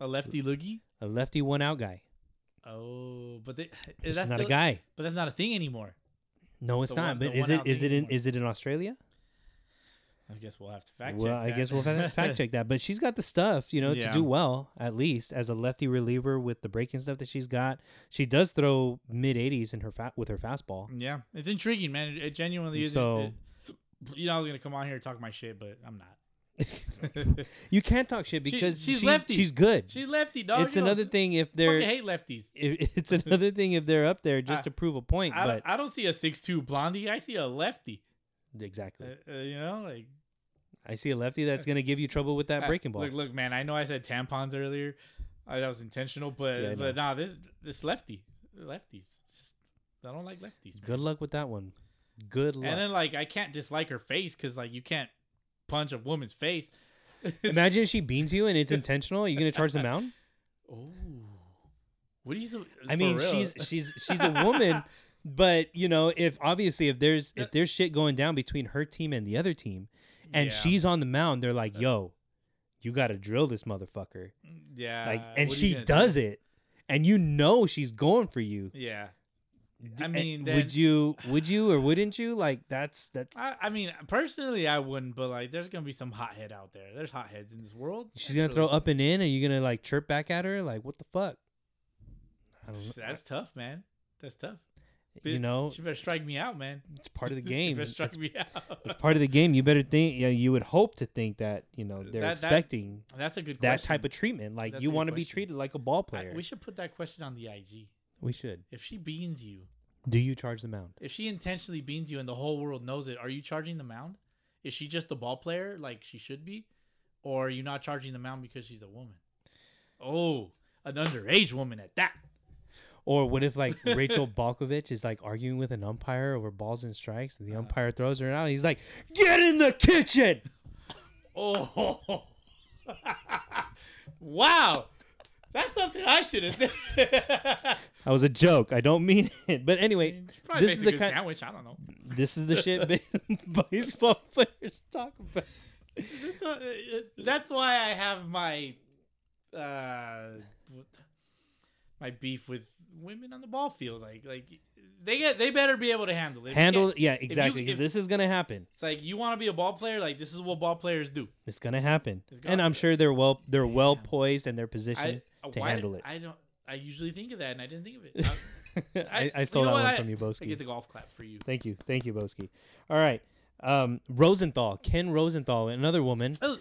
Speaker 2: A lefty loogie.
Speaker 3: a lefty one out guy.
Speaker 2: Oh, but they, is
Speaker 3: She's not
Speaker 2: that
Speaker 3: a
Speaker 2: still-
Speaker 3: guy.
Speaker 2: But that's not a thing anymore.
Speaker 3: No, it's
Speaker 2: the
Speaker 3: not.
Speaker 2: one-
Speaker 3: but
Speaker 2: the
Speaker 3: is
Speaker 2: one
Speaker 3: it
Speaker 2: out
Speaker 3: is it
Speaker 2: league
Speaker 3: in
Speaker 2: one.
Speaker 3: is it in Australia?
Speaker 2: I guess we'll have to fact check.
Speaker 3: well, I
Speaker 2: that.
Speaker 3: guess we'll fa- fact check that. But she's got the stuff, you know, to
Speaker 2: Yeah.
Speaker 3: do well at least as a lefty reliever with the breaking stuff that she's got. She does throw mid eighties in her fa- with her fastball.
Speaker 2: yeah, it's intriguing, man. It, it genuinely is.
Speaker 3: So-
Speaker 2: it- you know, I was gonna come on here and talk my shit, but I'm not.
Speaker 3: You can't talk shit because
Speaker 2: she's
Speaker 3: she's
Speaker 2: lefty.
Speaker 3: she's good.
Speaker 2: She's lefty, dog.
Speaker 3: it's another thing if
Speaker 2: I
Speaker 3: they're
Speaker 2: hate lefties.
Speaker 3: if, it's another thing if they're up there just
Speaker 2: I-
Speaker 3: to prove a point.
Speaker 2: I,
Speaker 3: but
Speaker 2: don't- I don't see a six-two blondie. I see a lefty. Uh,
Speaker 3: exactly,
Speaker 2: uh, you know, like
Speaker 3: I see a lefty that's gonna give you trouble with that
Speaker 2: I-
Speaker 3: breaking ball.
Speaker 2: uh, Look, look, man. I know I said tampons earlier. Uh, that was intentional, but
Speaker 3: Yeah, I
Speaker 2: but nah, this this lefty, lefties. Just, I don't like lefties.
Speaker 3: Good luck with that one. Good luck.
Speaker 2: And then like I can't dislike her face because like you can't punch a woman's face.
Speaker 3: Imagine if she beans you and it's intentional. Are you gonna charge the mound?
Speaker 2: Oh, what do you? su-
Speaker 3: I
Speaker 2: for
Speaker 3: mean,
Speaker 2: real?
Speaker 3: she's she's she's a woman, but you know, if obviously if there's if there's shit going down between her team and the other team, and
Speaker 2: Yeah. Uh,
Speaker 3: she's on the mound, they're like, "Yo, you got to drill this motherfucker,"
Speaker 2: yeah,
Speaker 3: like,
Speaker 2: uh,
Speaker 3: and
Speaker 2: what are you
Speaker 3: she
Speaker 2: gonna
Speaker 3: does it, and you know she's going for you.
Speaker 2: do? Yeah, I
Speaker 3: And
Speaker 2: mean,
Speaker 3: would
Speaker 2: would you?
Speaker 3: you would you or wouldn't you? Like, that's that's
Speaker 2: I, I mean, personally, I wouldn't, but like, there's gonna be some hothead out there. There's hotheads in this world.
Speaker 3: she's gonna throw up and in, and you're gonna like chirp back at her, like, "What the fuck?" I don't know.
Speaker 2: That's tough, man. That's tough.
Speaker 3: You know,
Speaker 2: she better strike me out, man.
Speaker 3: it's part of the
Speaker 2: She
Speaker 3: game.
Speaker 2: better
Speaker 3: It's
Speaker 2: strike me out.
Speaker 3: part of the game. You better think. Yeah, you would hope to think that you know they're
Speaker 2: That- that-
Speaker 3: expecting.
Speaker 2: That's a good question.
Speaker 3: that type of treatment. Like
Speaker 2: That's
Speaker 3: you
Speaker 2: a good
Speaker 3: want to be
Speaker 2: question.
Speaker 3: treated like a ball
Speaker 2: I-
Speaker 3: player.
Speaker 2: we should put that question on the IG.
Speaker 3: we should.
Speaker 2: If she beans you,
Speaker 3: Do you charge the mound?
Speaker 2: If she intentionally beans you and the whole world knows it, are you charging the mound? Is she just a ball player like she should be? Or are you not charging the mound because she's a woman? Oh, an underage woman at that.
Speaker 3: Or what if like Rachel Balkovich is like arguing with an umpire over balls and strikes,
Speaker 2: Uh.
Speaker 3: and the umpire throws her out? He's like, "Get in the kitchen!"
Speaker 2: Oh, wow. That's something I should have said.
Speaker 3: That was a joke. I don't mean it. But anyway,
Speaker 2: Probably makes
Speaker 3: this is
Speaker 2: a
Speaker 3: the
Speaker 2: good
Speaker 3: kind.
Speaker 2: sandwich. I don't know.
Speaker 3: This is the shit ba- baseball players talk about.
Speaker 2: This, uh, it- that's why I have my uh, w- my beef with women on the ball field. Like, like they get they better be able to handle it. If you
Speaker 3: Handle,
Speaker 2: can't-
Speaker 3: yeah, exactly. Because
Speaker 2: if-
Speaker 3: this is gonna happen.
Speaker 2: It's like you want to be a ball player. Like this is what ball players do.
Speaker 3: It's gonna happen.
Speaker 2: It's
Speaker 3: And
Speaker 2: gonna-
Speaker 3: I'm sure they're well, they're well poised and
Speaker 2: I
Speaker 3: they're
Speaker 2: uh,
Speaker 3: positioned to
Speaker 2: why
Speaker 3: handle
Speaker 2: did-
Speaker 3: it.
Speaker 2: I don't. I usually think of that, and I didn't think of it.
Speaker 3: I, I,
Speaker 2: you
Speaker 3: stole
Speaker 2: know
Speaker 3: that
Speaker 2: what?
Speaker 3: one
Speaker 2: I-
Speaker 3: from you,
Speaker 2: I get
Speaker 3: Boski.
Speaker 2: the golf clap for you.
Speaker 3: Thank you, thank you, Boski. All right, um, Rosenthal, Ken Rosenthal, another woman.
Speaker 2: Oh.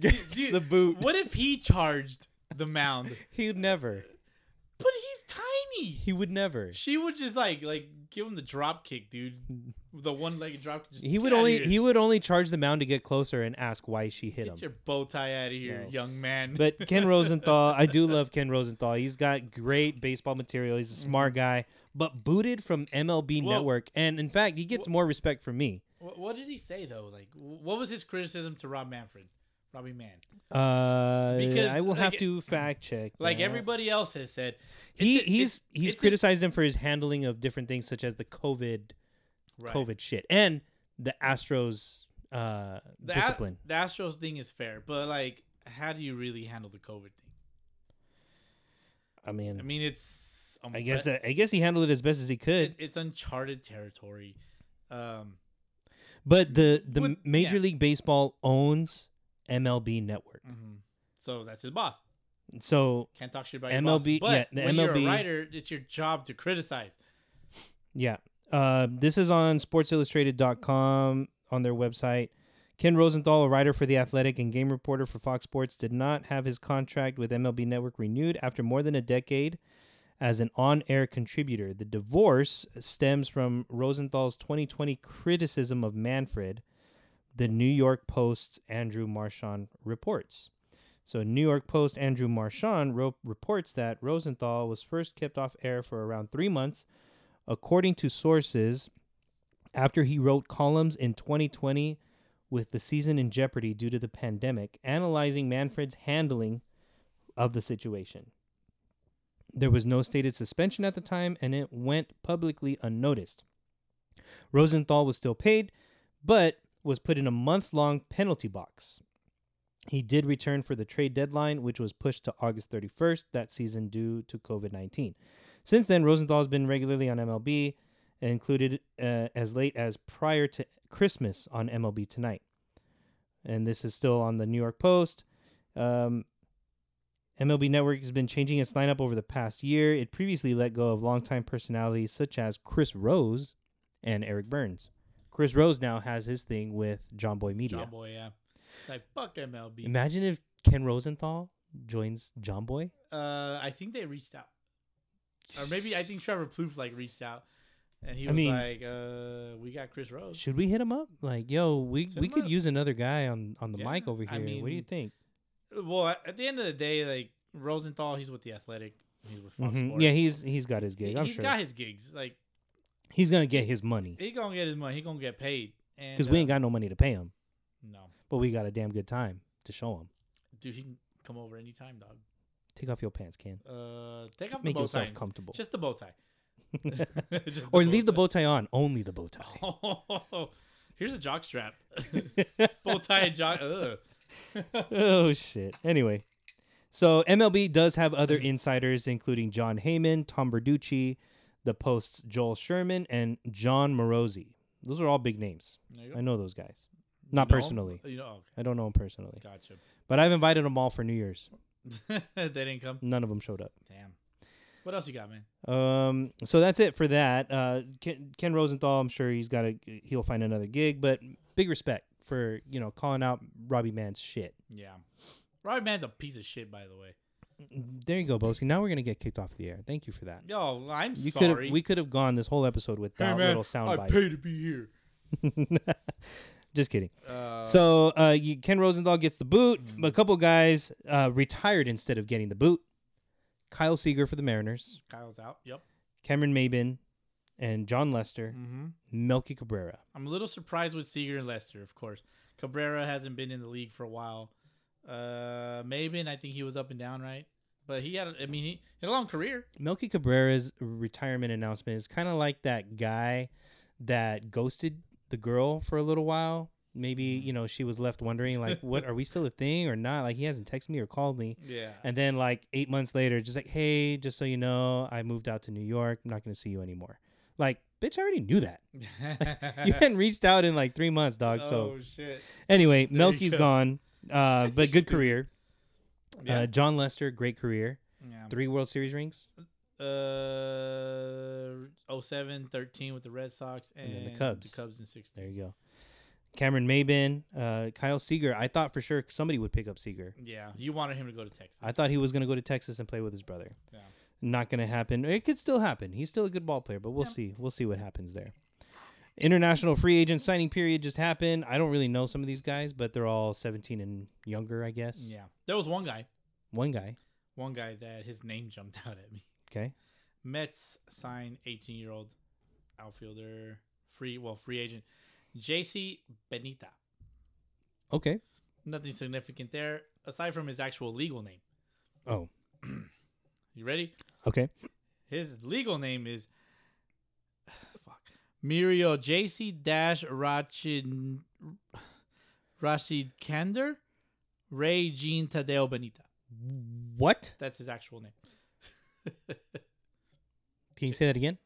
Speaker 3: Gets
Speaker 2: Dude,
Speaker 3: the boot.
Speaker 2: What if he charged the mound?
Speaker 3: He'd never.
Speaker 2: But he's tiny.
Speaker 3: He would never.
Speaker 2: She would just like like give him the drop kick, dude. The one legged drop. kick, Just
Speaker 3: He would
Speaker 2: "Get outta
Speaker 3: only
Speaker 2: here.
Speaker 3: he would only charge the mound to get closer and ask why she hit him.
Speaker 2: Get your bow tie out of here,
Speaker 3: No.
Speaker 2: young man.
Speaker 3: But Ken Rosenthal, I do love Ken Rosenthal. He's got great baseball material. He's a smart guy, but booted from MLB
Speaker 2: Mm-hmm. Well-
Speaker 3: Network, and in fact, he gets more respect from me.
Speaker 2: what, what did he say though? Like, wh- what was his criticism to Rob Manfred, Robbie Man?
Speaker 3: Uh,
Speaker 2: Because,
Speaker 3: I will have
Speaker 2: like,
Speaker 3: to fact check.
Speaker 2: Like
Speaker 3: that.
Speaker 2: everybody else has said,
Speaker 3: Uh, he
Speaker 2: it's a-
Speaker 3: he's
Speaker 2: it's-
Speaker 3: he's
Speaker 2: it's a-
Speaker 3: criticized him for his handling of different things, such as the COVID
Speaker 2: Right.
Speaker 3: COVID shit and the Astros uh,
Speaker 2: The A-
Speaker 3: discipline.
Speaker 2: the Astros thing is fair, but like, how do you really handle the COVID thing?
Speaker 3: I mean,
Speaker 2: I mean, it's um,
Speaker 3: I guess that, I guess he handled it as best as he could.
Speaker 2: it, it's uncharted territory. Um,
Speaker 3: But the the
Speaker 2: Would-
Speaker 3: Major
Speaker 2: yeah.
Speaker 3: League Baseball owns MLB Network,
Speaker 2: mhm. so that's his boss. Mm.
Speaker 3: so
Speaker 2: Can't talk shit about your
Speaker 3: MLB
Speaker 2: boss. But
Speaker 3: yeah, the
Speaker 2: when you're
Speaker 3: MLB
Speaker 2: a writer, it's your job to criticize.
Speaker 3: yeah. Uh, this is on SportsIllustrated.com on their website. Ken Rosenthal, a writer for The Athletic and game reporter for Fox Sports, did not have his contract with MLB Network renewed after more than a decade as an on air contributor. The divorce stems from Rosenthal's 2020 criticism of Manfred, the New York Post's Andrew Marchand reports. So, New York Post Andrew Marchand ro- reports that Rosenthal was first kept off air for around three months, according to sources, after he wrote columns in 2020 with the season in jeopardy due to the pandemic, analyzing Manfred's handling of the situation. There was no stated suspension at the time, and it went publicly unnoticed. Rosenthal was still paid, but was put in a month long penalty box. He did return for the trade deadline, which was pushed to August 31st that season due to COVID 19. Since then, Rosenthal has been regularly on MLB, included uh, as late as prior to Christmas on MLB Tonight. And this is still on the New York Post. Um, MLB Network has been changing its lineup over the past year. It previously let go of longtime personalities such as Chris Rose and Eric Burns. Chris Rose now has his thing with John Boy Media.
Speaker 2: John Boy, yeah. Like fuck MLB.
Speaker 3: Imagine if Ken Rosenthal joins John Boy.
Speaker 2: Uh, I think they reached out, or maybe I think Trevor Plouffe like reached out, and he
Speaker 3: I
Speaker 2: was
Speaker 3: mean-
Speaker 2: like, uh, "We got Chris Rose."
Speaker 3: Should we hit him up? Like, yo, we
Speaker 2: Hit
Speaker 3: we
Speaker 2: him
Speaker 3: could
Speaker 2: up.
Speaker 3: use another guy on on the
Speaker 2: Yeah,
Speaker 3: mic over here.
Speaker 2: I
Speaker 3: what do you
Speaker 2: mean,
Speaker 3: think?
Speaker 2: Well, at at the end of the day, like Rosenthal, he's with the Athletic. He's with Fox
Speaker 3: Mhm.
Speaker 2: Sports.
Speaker 3: Yeah, he's he's got his gig.
Speaker 2: He-
Speaker 3: I'm
Speaker 2: he's
Speaker 3: sure
Speaker 2: got his gigs. Like
Speaker 3: he's gonna get his money
Speaker 2: he gonna get his money. He gonna get paid. And, uh,
Speaker 3: because we ain't got no money to pay him,
Speaker 2: no,
Speaker 3: but we got a damn good time to show him.
Speaker 2: dude, he can come over anytime, dog.
Speaker 3: Take off your pants, Ken.
Speaker 2: Uh, take
Speaker 3: Just
Speaker 2: off
Speaker 3: make
Speaker 2: the bow
Speaker 3: yourself
Speaker 2: tie.
Speaker 3: comfortable,
Speaker 2: Just the bow tie. Just
Speaker 3: or leave the
Speaker 2: bow
Speaker 3: bow tie on. Only the bow tie.
Speaker 2: Oh, here's a jock strap. bow tie and jock. Ugh.
Speaker 3: oh shit. Anyway, so MLB does have other insiders, including John Heyman, Tom Verducci, the Post's Joel Sherman, and John Morosi. Those are all big names.
Speaker 2: There you go.
Speaker 3: I
Speaker 2: You
Speaker 3: know those guys. Not
Speaker 2: know 'em?
Speaker 3: personally.
Speaker 2: You know, okay.
Speaker 3: I don't know them personally,
Speaker 2: Gotcha.
Speaker 3: but I've invited them all for New Year's.
Speaker 2: they didn't come.
Speaker 3: None of them showed up.
Speaker 2: Damn. What else you got, man?
Speaker 3: Um, so that's it for that. Uh, Ken, Ken Rosenthal, I'm sure he's got a he'll find another gig, but big respect for you know calling out Robbie Mann's shit.
Speaker 2: Yeah. Robbie Man's a piece of shit, by the way.
Speaker 3: There you go, Boski. Now we're gonna get kicked off the air. Thank you for that.
Speaker 2: Yo, I'm
Speaker 3: You could
Speaker 2: sorry.
Speaker 3: have we could have gone this whole episode with that little sound
Speaker 2: I
Speaker 3: bite.
Speaker 2: pay to be here.
Speaker 3: Just kidding.
Speaker 2: Uh, Mm.
Speaker 3: so uh, you, Ken Rosenthal gets the boot. A couple guys uh, retired instead of getting the boot. Kyle Seager for the Mariners,
Speaker 2: Kyle's out. Yep.
Speaker 3: Cameron Maben, and John Lester,
Speaker 2: Mm-hmm.
Speaker 3: Melky Cabrera.
Speaker 2: I'm a little surprised with Seager and Lester, of course. Cabrera hasn't been in the league for a while. Uh, Maven, I think he was up and down, right? But he had, I mean, he had a long career.
Speaker 3: Melky Cabrera's retirement announcement is kind of like that guy that ghosted the girl for a little while. Maybe
Speaker 2: Mm-hmm.
Speaker 3: you know she was left wondering like, what are we still a thing or not? Like he hasn't texted me or called me.
Speaker 2: Yeah.
Speaker 3: And then like eight months later, just like, hey, just so you know, I moved out to New York. I'm not gonna see you anymore. Like, bitch, I already knew that. You hadn't reached out in like three months, dog. So
Speaker 2: oh shit.
Speaker 3: anyway,
Speaker 2: There you
Speaker 3: Melky's
Speaker 2: go.
Speaker 3: gone, uh, but good career.
Speaker 2: Yeah.
Speaker 3: Uh, John Lester, great career.
Speaker 2: yeah.
Speaker 3: Three World Series rings
Speaker 2: Uh, 07, 13 with the Red Sox and,
Speaker 3: And then the Cubs.
Speaker 2: The Cubs in
Speaker 3: There
Speaker 2: 16.
Speaker 3: you go. Cameron Maben, uh, Kyle Seager. I thought for sure somebody would pick up Seager.
Speaker 2: Yeah. You wanted him to go to Texas.
Speaker 3: I thought he was going to go to Texas and play with his brother.
Speaker 2: Yeah.
Speaker 3: Not going to happen. It could still happen. He's still a good ball player, but we'll
Speaker 2: Yeah.
Speaker 3: see. We'll see what happens there. International free agent signing period just happened. I don't really know some of these guys, but they're all 17 and younger, I guess.
Speaker 2: yeah. There was one guy,
Speaker 3: One guy.
Speaker 2: one guy that his name jumped out at me.
Speaker 3: Okay.
Speaker 2: Mets sign 18 year old outfielder, free, well, free agent, JC Benita.
Speaker 3: Okay.
Speaker 2: Nothing significant there, aside from his actual legal name.
Speaker 3: Oh.
Speaker 2: You ready?
Speaker 3: Okay.
Speaker 2: His legal name is fuck Muriel JC Dash Rachid Rashid Kander Ray Jean Tadeo Benita.
Speaker 3: What?
Speaker 2: That's his actual name.
Speaker 3: Can you say that again?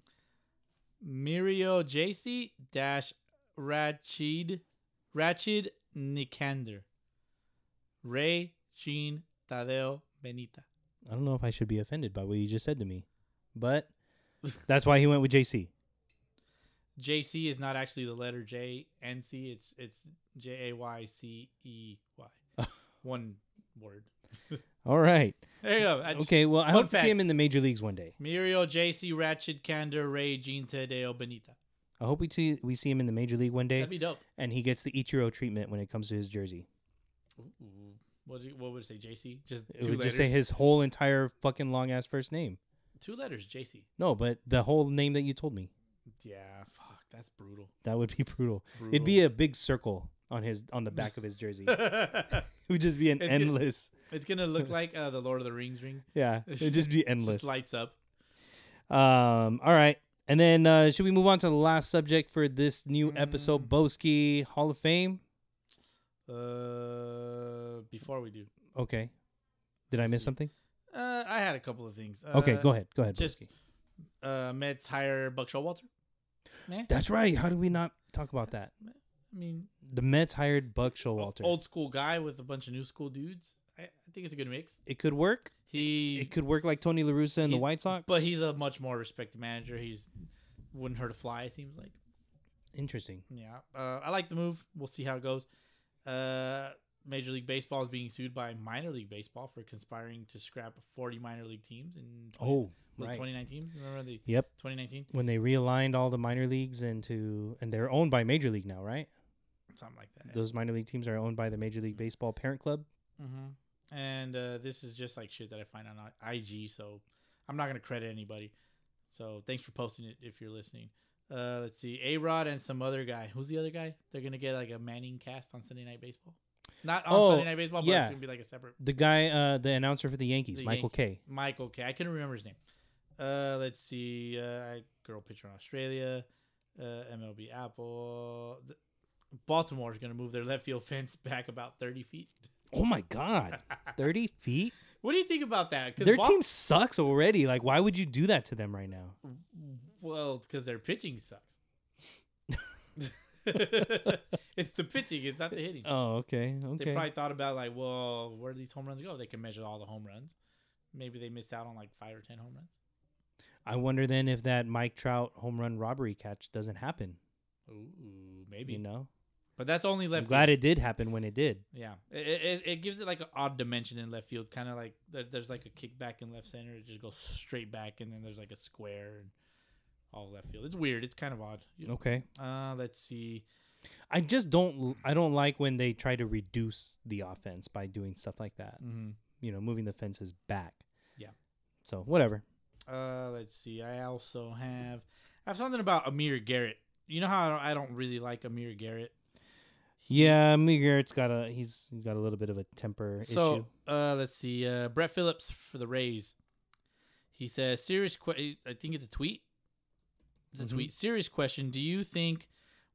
Speaker 2: Muriel JC Dash Rachid Rachid Nikander Ray Jean Tadeo Benita.
Speaker 3: I don't know if I should be offended by what you just said to me, but that's why he went with JC.
Speaker 2: JC is not actually the letter J N C. It's it's J A Y C E Y. One word.
Speaker 3: All right.
Speaker 2: There you go. I just-
Speaker 3: Okay. Well, I
Speaker 2: Fun
Speaker 3: hope to
Speaker 2: fact.
Speaker 3: see him in the major leagues one day.
Speaker 2: Muriel, JC, Ratchet, Kander, Ray, Jean, Tadeo, Benita.
Speaker 3: I hope we see we see him in the major league one day,
Speaker 2: That'd be dope.
Speaker 3: and he gets the Ichiro treatment when it comes to his jersey.
Speaker 2: Ooh. What, do you- what would it say? JC? Just
Speaker 3: It
Speaker 2: two
Speaker 3: would
Speaker 2: letters.
Speaker 3: just say his whole entire fucking long ass first name.
Speaker 2: two letters, JC.
Speaker 3: No, but the whole name that you told me
Speaker 2: Yeah, fuck. That's brutal.
Speaker 3: that would be brutal. It'd be a big circle on his on the back of his jersey. it would just be an
Speaker 2: It's good.
Speaker 3: endless.
Speaker 2: it's going to look like uh, the Lord of the Rings ring.
Speaker 3: Yeah, it'd just be
Speaker 2: It
Speaker 3: endless.
Speaker 2: just lights up.
Speaker 3: Um, all right. And then uh, should we move on to the last subject for this new
Speaker 2: Mm.
Speaker 3: episode, Boski Hall of Fame?
Speaker 2: Uh, before we do,
Speaker 3: Okay. Did I miss
Speaker 2: see.
Speaker 3: something?
Speaker 2: uh, I had a couple of things. Uh,
Speaker 3: Okay, go ahead. Go ahead.
Speaker 2: just-
Speaker 3: Boski.
Speaker 2: Uh, Mets hire Buck Showalter. Nah,
Speaker 3: That's right. How did we not talk about that?
Speaker 2: I mean,
Speaker 3: The Mets hired Buck Showalter.
Speaker 2: old school guy with a bunch of new school dudes. I, I think it's a good mix.
Speaker 3: it could work.
Speaker 2: He
Speaker 3: It could work like Tony La Russa and the
Speaker 2: He-
Speaker 3: White Sox.
Speaker 2: But he's a much more respected manager. He's wouldn't hurt a fly. It seems like.
Speaker 3: interesting.
Speaker 2: Yeah, uh, I like the move. We'll see how it goes. Uh, Major League Baseball is being sued by Minor League Baseball for conspiring to scrap 40 minor league teams in 20
Speaker 3: Oh,
Speaker 2: was it
Speaker 3: right.
Speaker 2: 2019. Remember the
Speaker 3: Yep.
Speaker 2: 2019,
Speaker 3: When they realigned all the minor leagues into and they're owned by Major League now, right?
Speaker 2: something like that.
Speaker 3: Those minor league teams are owned by the Major League Baseball parent club.
Speaker 2: hmm And uh, this is just like shit that I find on I- IG, so I'm not gonna credit anybody. So thanks for posting it if you're listening. Uh, let's see, A Rod and some other guy. Who's the other guy? They're gonna get like a Manning cast on Sunday Night Baseball. Not on
Speaker 3: Oh,
Speaker 2: Sunday Night Baseball, but
Speaker 3: yeah.
Speaker 2: it's gonna be like a separate
Speaker 3: The guy, uh, the announcer for the Yankees,
Speaker 2: The
Speaker 3: Michael K.
Speaker 2: Michael K. I couldn't remember his name. Uh, let's see, uh, girl pitcher in Australia, uh, MLB Apple. Th- Baltimore is gonna move their left field fence back about 30 feet.
Speaker 3: Oh my God, thirty feet.
Speaker 2: What do you think about that? 'Cause
Speaker 3: Their
Speaker 2: Bal-
Speaker 3: team sucks already. Like, why would you do that to them right now?
Speaker 2: Mm. Well, because their pitching sucks. it's the pitching, it's not the hitting.
Speaker 3: Oh, okay, okay.
Speaker 2: They probably thought about like, well, where do these home runs go? They can measure all the home runs. Maybe they missed out on like five or ten home runs.
Speaker 3: I wonder then if that Mike Trout home run robbery catch doesn't happen.
Speaker 2: Ooh, maybe.
Speaker 3: You know,
Speaker 2: But that's only
Speaker 3: I'm
Speaker 2: left.
Speaker 3: glad it did happen when it did.
Speaker 2: field. yeah, it, it, it- it gives it like an odd dimension in left field, kind of like there, there's like a kickback in left center. It just goes straight back, and then there's like a square and all left field. It's weird. It's kind of odd.
Speaker 3: Okay.
Speaker 2: Uh, let's see.
Speaker 3: I just don't I don't like when they try to reduce the offense by doing stuff like that.
Speaker 2: Mm-hmm.
Speaker 3: You know, moving the fences back.
Speaker 2: Yeah.
Speaker 3: So whatever.
Speaker 2: Uh, let's see. I also have I have something about Amir Garrett. You know how I don't, I don't really like Amir Garrett.
Speaker 3: Yeah, Garrett's got a he's he's got a little bit of a temper issue.
Speaker 2: So uh, let's see. Uh, Brett Phillips for the Rays. He says, "Serious. Que- I think it's a tweet. It's a
Speaker 3: Mhm.
Speaker 2: tweet. Serious question. Do you think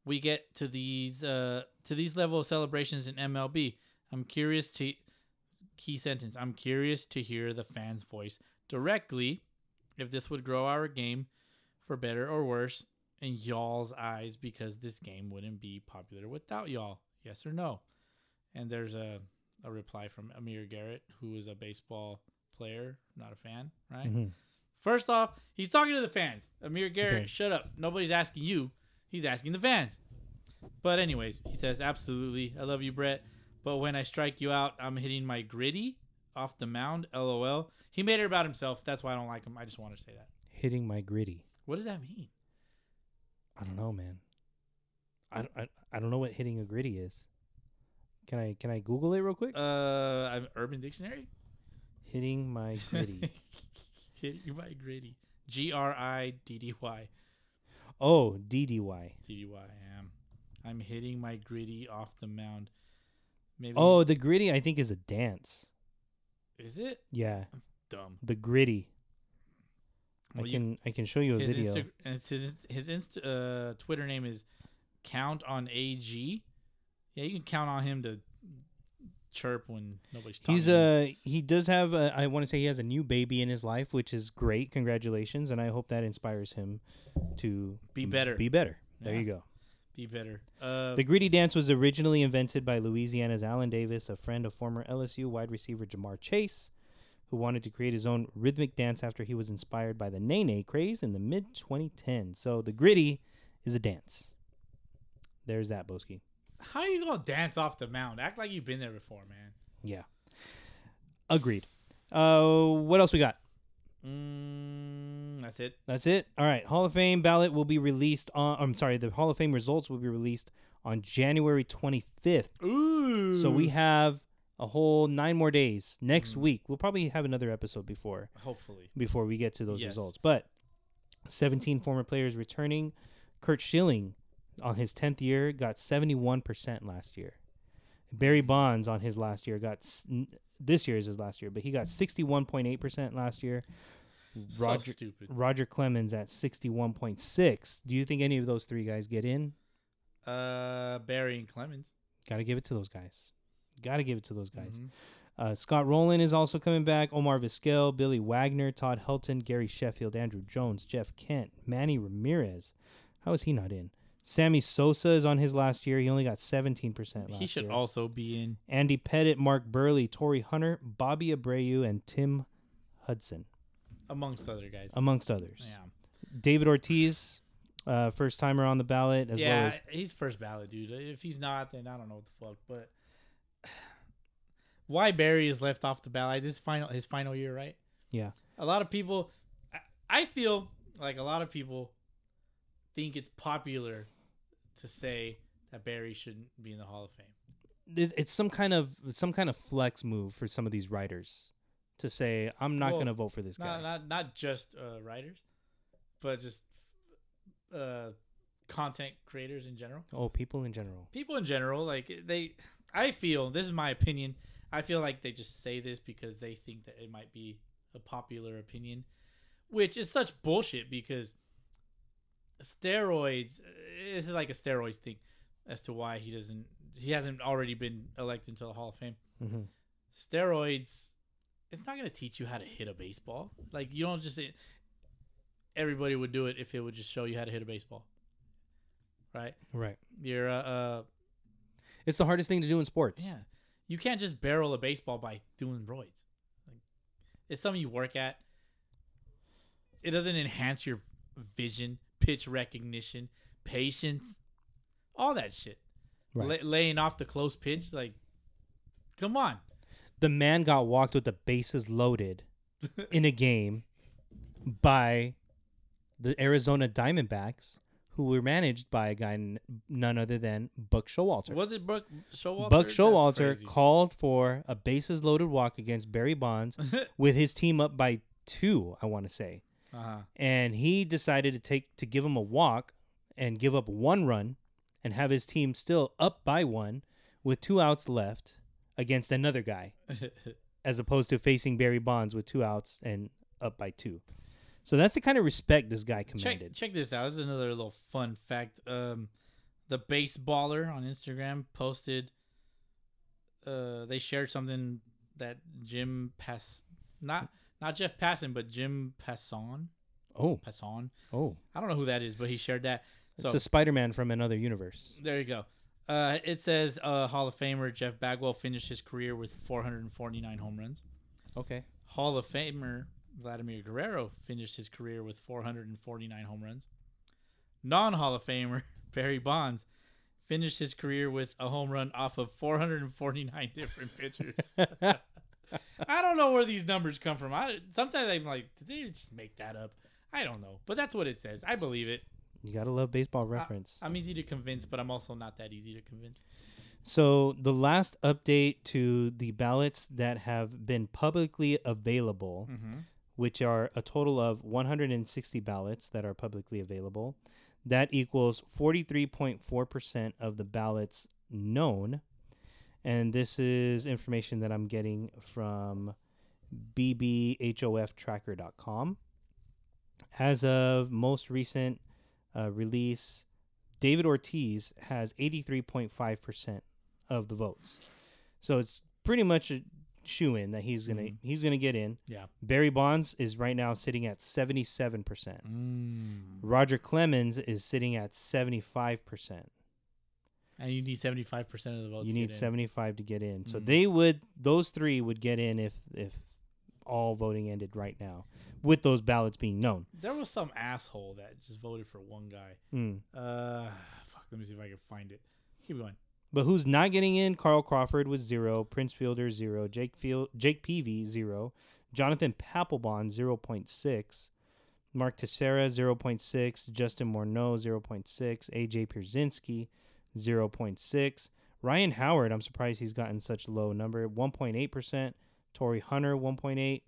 Speaker 2: we get to these uh, to these level of celebrations in MLB? I'm curious to key sentence. I'm curious to hear the fans' voice directly. If this would grow our game, for better or worse, in y'all's eyes, because this game wouldn't be popular without y'all. Yes or no? And there's a a reply from Amir Garrett, who is a baseball player, not a fan, right?
Speaker 3: Mhm.
Speaker 2: First off, he's talking to the fans. Amir Garrett,
Speaker 3: Okay.
Speaker 2: shut up. Nobody's asking you. He's asking the fans. But anyways, he says, absolutely. I love you, Brett. But when I strike you out, I'm hitting my gritty off the mound. LOL. He made it about himself. That's why I don't like him. I just want to say that.
Speaker 3: Hitting my gritty.
Speaker 2: What does that mean?
Speaker 3: I don't know, man. I, don't- I, I don't know what hitting a gritty is. Can I can I Google it real quick?
Speaker 2: Uh, I'm Urban Dictionary.
Speaker 3: hitting my gritty.
Speaker 2: Hit you by gritty. G R I D D Y.
Speaker 3: oh, DDY.
Speaker 2: D D Y. I am. I'm hitting my gritty off the mound. Maybe.
Speaker 3: Oh, the gritty I think is a dance.
Speaker 2: is it
Speaker 3: Yeah,
Speaker 2: dumb?
Speaker 3: the gritty.
Speaker 2: Well,
Speaker 3: I
Speaker 2: you-
Speaker 3: can I can show you a
Speaker 2: his
Speaker 3: video.
Speaker 2: Insta- his his, his Insta, uh, Twitter name is Count on AG. Yeah, you can count on him to chirp when nobody's talking.
Speaker 3: He's
Speaker 2: to him.
Speaker 3: uh he does have a, I want to say he has a new baby in his life, which is great. Congratulations, and I hope that inspires him to
Speaker 2: Be
Speaker 3: m-
Speaker 2: better.
Speaker 3: Be better. There
Speaker 2: Yeah.
Speaker 3: you go.
Speaker 2: be better. Uh,
Speaker 3: The gritty dance was originally invented by Louisiana's Allen Davis, a friend of former LSU wide receiver Jamar Chase, who wanted to create his own rhythmic dance after he was inspired by the Nene craze in the mid 2010s. So the gritty is a dance. There's that, Boski.
Speaker 2: how are you gonna dance off the mound? Act like you've been there before, man.
Speaker 3: Yeah. Agreed. Uh, what else we got?
Speaker 2: Mm, that's it.
Speaker 3: That's it. All right. Hall of Fame ballot will be released on. I'm sorry. The Hall of Fame results will be released on January 25th.
Speaker 2: Ooh.
Speaker 3: So we have a whole nine more days. Next week, we'll probably have another episode before
Speaker 2: hopefully.
Speaker 3: before we get to those
Speaker 2: Yes.
Speaker 3: results. But 17 former players returning. Kurt Schilling, on his 10th year, got 71% last year. Barry Bonds on his last year got s- n- this year is his last year, but he got 61.8% last year.
Speaker 2: so stupid.
Speaker 3: Roger Clemens at 61.6. Do you think any of those three guys get in?
Speaker 2: Uh, Barry and Clemens.
Speaker 3: Got to give it to those guys. Got to give it to those guys.
Speaker 2: Mm-hmm.
Speaker 3: Uh, Scott Rowland is also coming back. Omar Vizquel, Billy Wagner, Todd Helton, Gary Sheffield, Andrew Jones, Jeff Kent, Manny Ramirez. How is he not in? Sammy Sosa is on his last year. He only got 17% last
Speaker 2: He should
Speaker 3: year.
Speaker 2: also be in.
Speaker 3: Andy Pettit, Mark Burley, Torrey Hunter, Bobby Abreu, and Tim Hudson,
Speaker 2: amongst other guys.
Speaker 3: amongst others.
Speaker 2: yeah,
Speaker 3: David Ortiz, uh, first timer on the ballot, as
Speaker 2: yeah,
Speaker 3: well as
Speaker 2: he's first ballot, dude. If he's not, then I don't know what the fuck. But why Barry is left off the ballot? This is final his final year, right?
Speaker 3: Yeah.
Speaker 2: A lot of people, I, I feel like a lot of people think it's popular to say that Barry shouldn't be in the Hall of Fame.
Speaker 3: it's, it's some kind of some kind of flex move for some of these writers to say I'm not
Speaker 2: Well,
Speaker 3: going to vote for this guy.
Speaker 2: Not not not just uh, writers, but just uh, content creators in general.
Speaker 3: oh, people in general.
Speaker 2: people in general like they i feel this is my opinion i feel like they just say this because they think that it might be a popular opinion which is such bullshit because steroids this is like a steroids thing as to why he doesn't he hasn't already been elected to the hall of fame
Speaker 3: Mm-hmm.
Speaker 2: steroids it's not going to teach you how to hit a baseball like you don't just everybody would do it if it would just show you how to hit a baseball right
Speaker 3: Right.
Speaker 2: you're uh, a, a
Speaker 3: It's the hardest thing to do in sports.
Speaker 2: Yeah. You can't just barrel a baseball by doing roids. Like, it's something you work at. It doesn't enhance your vision, pitch recognition, patience, all that shit.
Speaker 3: Right.
Speaker 2: la- laying off the close pitch. Like, come on.
Speaker 3: The man got walked with the bases loaded in a game by the Arizona Diamondbacks, who were managed by a guy n- none other than Buck Showalter.
Speaker 2: Was it Buck Showalter?
Speaker 3: Buck
Speaker 2: That's
Speaker 3: Showalter
Speaker 2: crazy.
Speaker 3: called for a bases loaded walk against Barry Bonds with his team up by two, I want to say.
Speaker 2: Uh-huh.
Speaker 3: And he decided to take to give him a walk and give up one run and have his team still up by one with two outs left against another guy as opposed to facing Barry Bonds with two outs and up by two. So that's the kind of respect this guy
Speaker 2: Check
Speaker 3: commanded.
Speaker 2: check this out. This is another little fun fact. Um, the baseballer on Instagram posted. Uh, they shared something that Jim Pass, not not Jeff Passan, but Jim Passon.
Speaker 3: Oh,
Speaker 2: Passon.
Speaker 3: oh.
Speaker 2: I don't know who that is, but he shared that. So
Speaker 3: It's a Spider-Man from another universe.
Speaker 2: there you go. Uh, it says uh, Hall of Famer Jeff Bagwell finished his career with 449 home runs.
Speaker 3: Okay.
Speaker 2: Hall of Famer Vladimir Guerrero finished his career with 449 home runs. Non Hall of Famer Barry Bonds finished his career with a home run off of 449 different pitchers. I don't know where these numbers come from. I, sometimes I'm like, did they just make that up? I don't know, but that's what it says. I believe it.
Speaker 3: You got to love baseball reference.
Speaker 2: I'm easy to convince, but I'm also not that easy to convince.
Speaker 3: So the last update to the ballots that have been publicly available, which are a total of 160 ballots that are publicly available, that equals 43.4% of the ballots known. And this is information that I'm getting from bbhoftracker.com. As of most recent uh, release, David Ortiz has 83.5% of the votes. So it's pretty much a shoe in that he's going to
Speaker 2: Mm-hmm.
Speaker 3: he's going to get in.
Speaker 2: Yeah.
Speaker 3: Barry Bonds is right now sitting at 77%.
Speaker 2: Mm.
Speaker 3: Roger Clemens is sitting at 75%.
Speaker 2: And you need 75% of the votes. to
Speaker 3: you need
Speaker 2: get in.
Speaker 3: 75 to get in. So
Speaker 2: Mhm.
Speaker 3: they would those three would get in if if all voting ended right now with those ballots being known.
Speaker 2: There was some asshole that just voted for one guy.
Speaker 3: Mm.
Speaker 2: Uh, fuck. Let me see if I can find it. Keep going.
Speaker 3: But who's not getting in? Carl Crawford was zero, Prince Fielder zero, Jake Field, Jake Peavy zero, Jonathan Papelbon zero point six, Mark Teixeira zero point six, Justin Morneau zero point six, AJ Pierzynski zero point six, Ryan Howard. I'm surprised he's gotten such low number one point eight percent. Torrey Hunter one point eight,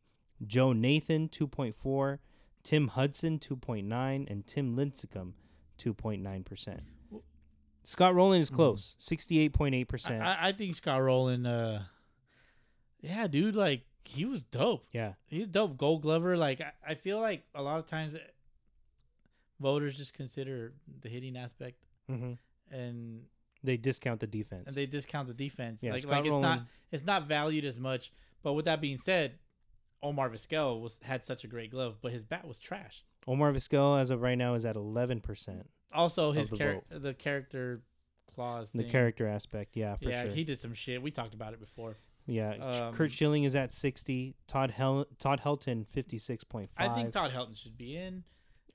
Speaker 3: Joe Nathan two point four, Tim Hudson two point nine, and Tim Lincecum two point nine percent. Scott Rowland is close, sixty-eight point eight percent.
Speaker 2: Mm-hmm. I, I think Scott Rowland. Uh, yeah, dude. Like he was dope.
Speaker 3: Yeah,
Speaker 2: He's dope. Gold Glover. Like I, I feel like a lot of times uh, voters just consider the hitting aspect
Speaker 3: hmm
Speaker 2: and
Speaker 3: they discount the defense.
Speaker 2: Mm-hmm. and they discount the defense.
Speaker 3: Yeah,
Speaker 2: like
Speaker 3: Scott
Speaker 2: like it's not
Speaker 3: Rowland-
Speaker 2: it's not valued as much. But with that being said, Omar Vizquel was had such a great glove, but his bat was trash.
Speaker 3: Omar Vizquel, as of right now, is at eleven percent.
Speaker 2: Also, his
Speaker 3: the
Speaker 2: char- the character clause.
Speaker 3: The
Speaker 2: thing.
Speaker 3: character aspect, yeah, for
Speaker 2: Yeah,
Speaker 3: sure.
Speaker 2: he did some shit. We talked about it before.
Speaker 3: yeah, Ch-
Speaker 2: um,
Speaker 3: Kurt Schilling is at sixty. Todd Hel- Todd Helton fifty-six point
Speaker 2: I think Todd
Speaker 3: five.
Speaker 2: Helton should be in.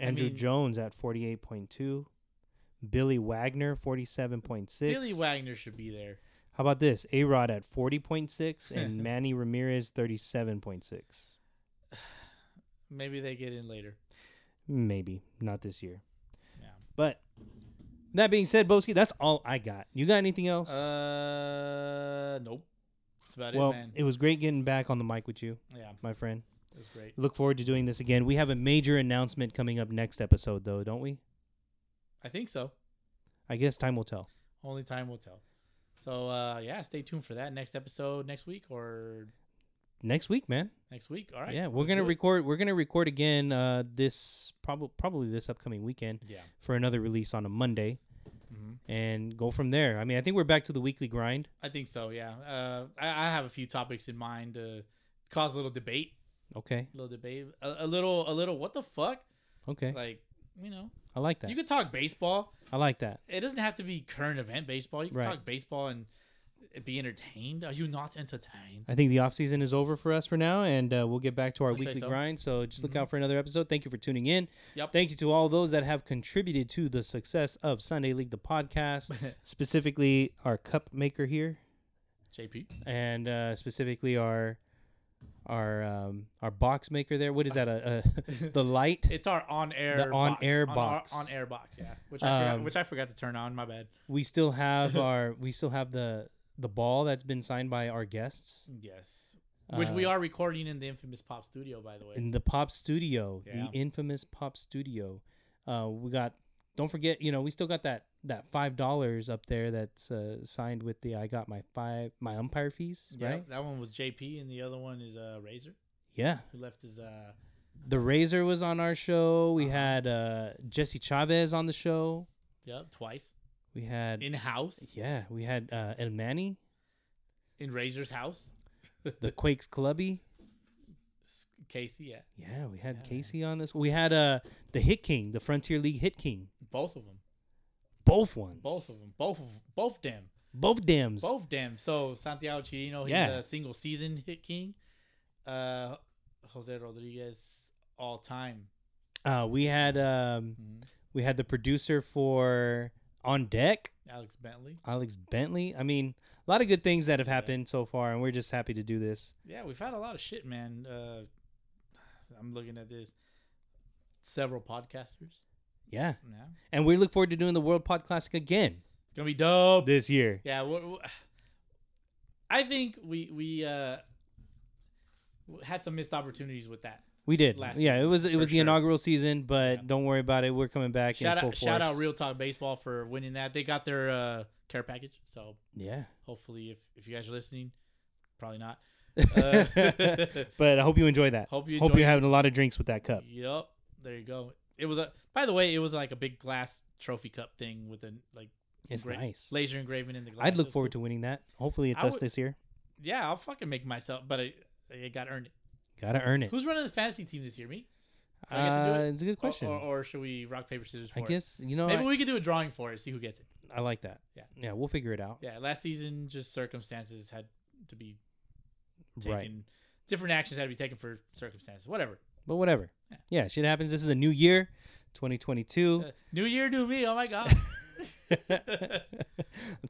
Speaker 3: Andrew
Speaker 2: mean-
Speaker 3: Jones at forty-eight point two. Billy Wagner forty-seven point six.
Speaker 2: Billy Wagner should be there.
Speaker 3: How about this? A Rod at forty point six and Manny Ramirez thirty-seven point six.
Speaker 2: Maybe they get in later.
Speaker 3: Maybe not this year.
Speaker 2: Yeah.
Speaker 3: But that being said, Boski, that's all I got. You got anything else?
Speaker 2: Uh, nope. That's about
Speaker 3: well,
Speaker 2: it, man.
Speaker 3: was great getting back on the mic with you,
Speaker 2: yeah,
Speaker 3: my friend.
Speaker 2: that's great.
Speaker 3: Look forward to doing this again. We have a major announcement coming up next episode, though, don't we?
Speaker 2: I think so.
Speaker 3: I guess time will tell.
Speaker 2: Only time will tell. So uh, yeah, stay tuned for that next episode next week or
Speaker 3: Next week, man.
Speaker 2: next week. All right.
Speaker 3: yeah, we're
Speaker 2: let's
Speaker 3: gonna
Speaker 2: do it.
Speaker 3: record. We're gonna record again uh, this probably probably this upcoming weekend
Speaker 2: Yeah.
Speaker 3: for another release on a Monday,
Speaker 2: Mhm.
Speaker 3: and go from there. I mean, I think we're back to the weekly grind.
Speaker 2: I think so. Yeah. Uh, I, I have a few topics in mind to cause a little debate.
Speaker 3: Okay,
Speaker 2: A little debate. A, a little. A little. What the fuck?
Speaker 3: okay,
Speaker 2: Like you know,
Speaker 3: I like Eh. that.
Speaker 2: you could talk baseball.
Speaker 3: I like that.
Speaker 2: it doesn't have to be current event baseball. You can
Speaker 3: Right.
Speaker 2: talk baseball and be entertained? Are you not entertained?
Speaker 3: I think the off season is over for us for now, and uh, we'll get back to our
Speaker 2: I'd say
Speaker 3: weekly
Speaker 2: so. Mm-hmm.
Speaker 3: grind. So just look out for another episode. Thank you for tuning in.
Speaker 2: Yep.
Speaker 3: Thank you to all those that have contributed to the success of Sunday League, the podcast, specifically our cup maker here,
Speaker 2: JP.
Speaker 3: and uh, specifically our our um, our box maker there. What is that? A, a the light.
Speaker 2: It's our on-air
Speaker 3: The on-air
Speaker 2: On our-
Speaker 3: box.
Speaker 2: on-air box, yeah. Which I
Speaker 3: Um,
Speaker 2: forgot, which I forgot to turn on. My bad.
Speaker 3: We still have our we still have the the ball that's been signed by our guests
Speaker 2: Yes. Which we are recording in the infamous pop studio, by the way.
Speaker 3: Uh, in the pop studio,
Speaker 2: Yeah.
Speaker 3: the infamous pop studio. Uh, we got. Don't forget, you know, we still got that that five dollars up there that's uh, signed with the I got my five my umpire fees,
Speaker 2: yeah,
Speaker 3: right?
Speaker 2: That one was JP, and the other one is uh, Razor,
Speaker 3: Yeah,
Speaker 2: who left his. Uh,
Speaker 3: the Razor was on our show.
Speaker 2: Uh-huh.
Speaker 3: We had uh, Jesse Chavez on the show.
Speaker 2: yep, twice
Speaker 3: We had
Speaker 2: in house
Speaker 3: yeah, we had uh, El Manny,
Speaker 2: in Razor's house.
Speaker 3: the Quakes Clubby.
Speaker 2: Casey, yeah,
Speaker 3: Yeah, we had Casey on this. We had uh, the Hit King, the Frontier League Hit King.
Speaker 2: both of them,
Speaker 3: Both ones.
Speaker 2: both of them, both of both them,
Speaker 3: Both dams.
Speaker 2: both them. So Santiago Chirino, he's
Speaker 3: Yeah.
Speaker 2: a single season hit king. Uh, Jose Rodriguez, all time.
Speaker 3: Uh, we had um,
Speaker 2: Mm-hmm.
Speaker 3: we had the producer for On Deck,
Speaker 2: Alex Bentley.
Speaker 3: Alex Bentley. I mean, a lot of good things that have happened so far, and we're just happy to do this.
Speaker 2: Yeah, we've had a lot of shit, man. Uh, I'm looking at this. Several podcasters.
Speaker 3: Yeah,
Speaker 2: Yeah,
Speaker 3: and we look forward to doing the World Pod Classic again
Speaker 2: gonna be dope.
Speaker 3: this year.
Speaker 2: Yeah, we I think we we uh, w- had some missed opportunities with that.
Speaker 3: We did.
Speaker 2: last
Speaker 3: yeah, it was it
Speaker 2: for
Speaker 3: was the
Speaker 2: sure.
Speaker 3: inaugural season, but don't worry about it. We're coming back
Speaker 2: Shout
Speaker 3: in full
Speaker 2: out,
Speaker 3: force.
Speaker 2: shout out, Real Talk Baseball for winning that. They got their uh, care package, so
Speaker 3: yeah.
Speaker 2: hopefully, if if you guys are listening, probably not. Uh,
Speaker 3: but I hope you enjoy that.
Speaker 2: Hope you
Speaker 3: hope
Speaker 2: enjoy
Speaker 3: you're
Speaker 2: it.
Speaker 3: having a lot of drinks with that cup.
Speaker 2: yep, there you go. It was a. By the way, it was like a big glass trophy cup thing with a like
Speaker 3: It's
Speaker 2: engra-
Speaker 3: nice.
Speaker 2: laser engraving in the glass.
Speaker 3: I'd look forward to winning that. Hopefully, it's
Speaker 2: I
Speaker 3: us
Speaker 2: would-
Speaker 3: this year.
Speaker 2: Yeah, I'll fucking make myself, but it, it got earned.
Speaker 3: Gotta earn it.
Speaker 2: Who's running the fantasy team this year? Me. Do I get to do
Speaker 3: Uh,
Speaker 2: it?
Speaker 3: it's a good
Speaker 2: Or-
Speaker 3: question.
Speaker 2: Or, or should we rock paper scissors? For
Speaker 3: I
Speaker 2: it?
Speaker 3: guess you know.
Speaker 2: Maybe
Speaker 3: I,
Speaker 2: we could do a drawing for it. See who gets it.
Speaker 3: I like that.
Speaker 2: Yeah.
Speaker 3: yeah. We'll figure it out.
Speaker 2: Yeah, last season just circumstances had to be taken.
Speaker 3: Right.
Speaker 2: Different actions had to be taken for circumstances. Whatever.
Speaker 3: But whatever. Yeah.
Speaker 2: Yeah.
Speaker 3: shit happens. This is a new year, 2022.
Speaker 2: Uh, new year, new me. Oh my god.
Speaker 3: I'm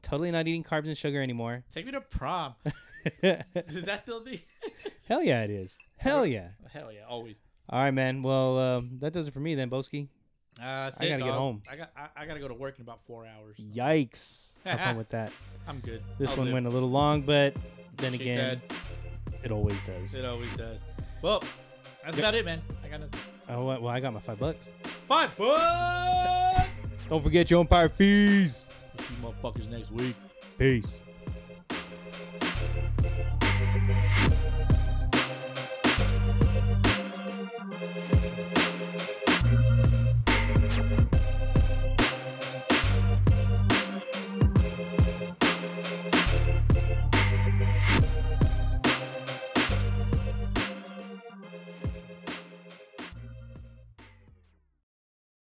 Speaker 3: totally not eating carbs and sugar anymore.
Speaker 2: Take me to prom. Is that still the?
Speaker 3: Hell yeah, it is. Hell yeah.
Speaker 2: Hell yeah, always.
Speaker 3: All right, man. Well, um, that does it for me then, Boski.
Speaker 2: Uh, that's
Speaker 3: I
Speaker 2: it,
Speaker 3: gotta get
Speaker 2: dog.
Speaker 3: home.
Speaker 2: I got. I, I gotta go to work in about four hours.
Speaker 3: Yikes. Have fun with that.
Speaker 2: I'm good.
Speaker 3: This
Speaker 2: I'll
Speaker 3: one
Speaker 2: live.
Speaker 3: went a little long, but then
Speaker 2: She
Speaker 3: again, it always does.
Speaker 2: It always does. Well, that's about it, man. I got nothing.
Speaker 3: Oh, well, I got my five bucks.
Speaker 2: Five bucks.
Speaker 3: Don't forget your umpire fees.
Speaker 2: See you motherfuckers next week.
Speaker 3: Peace.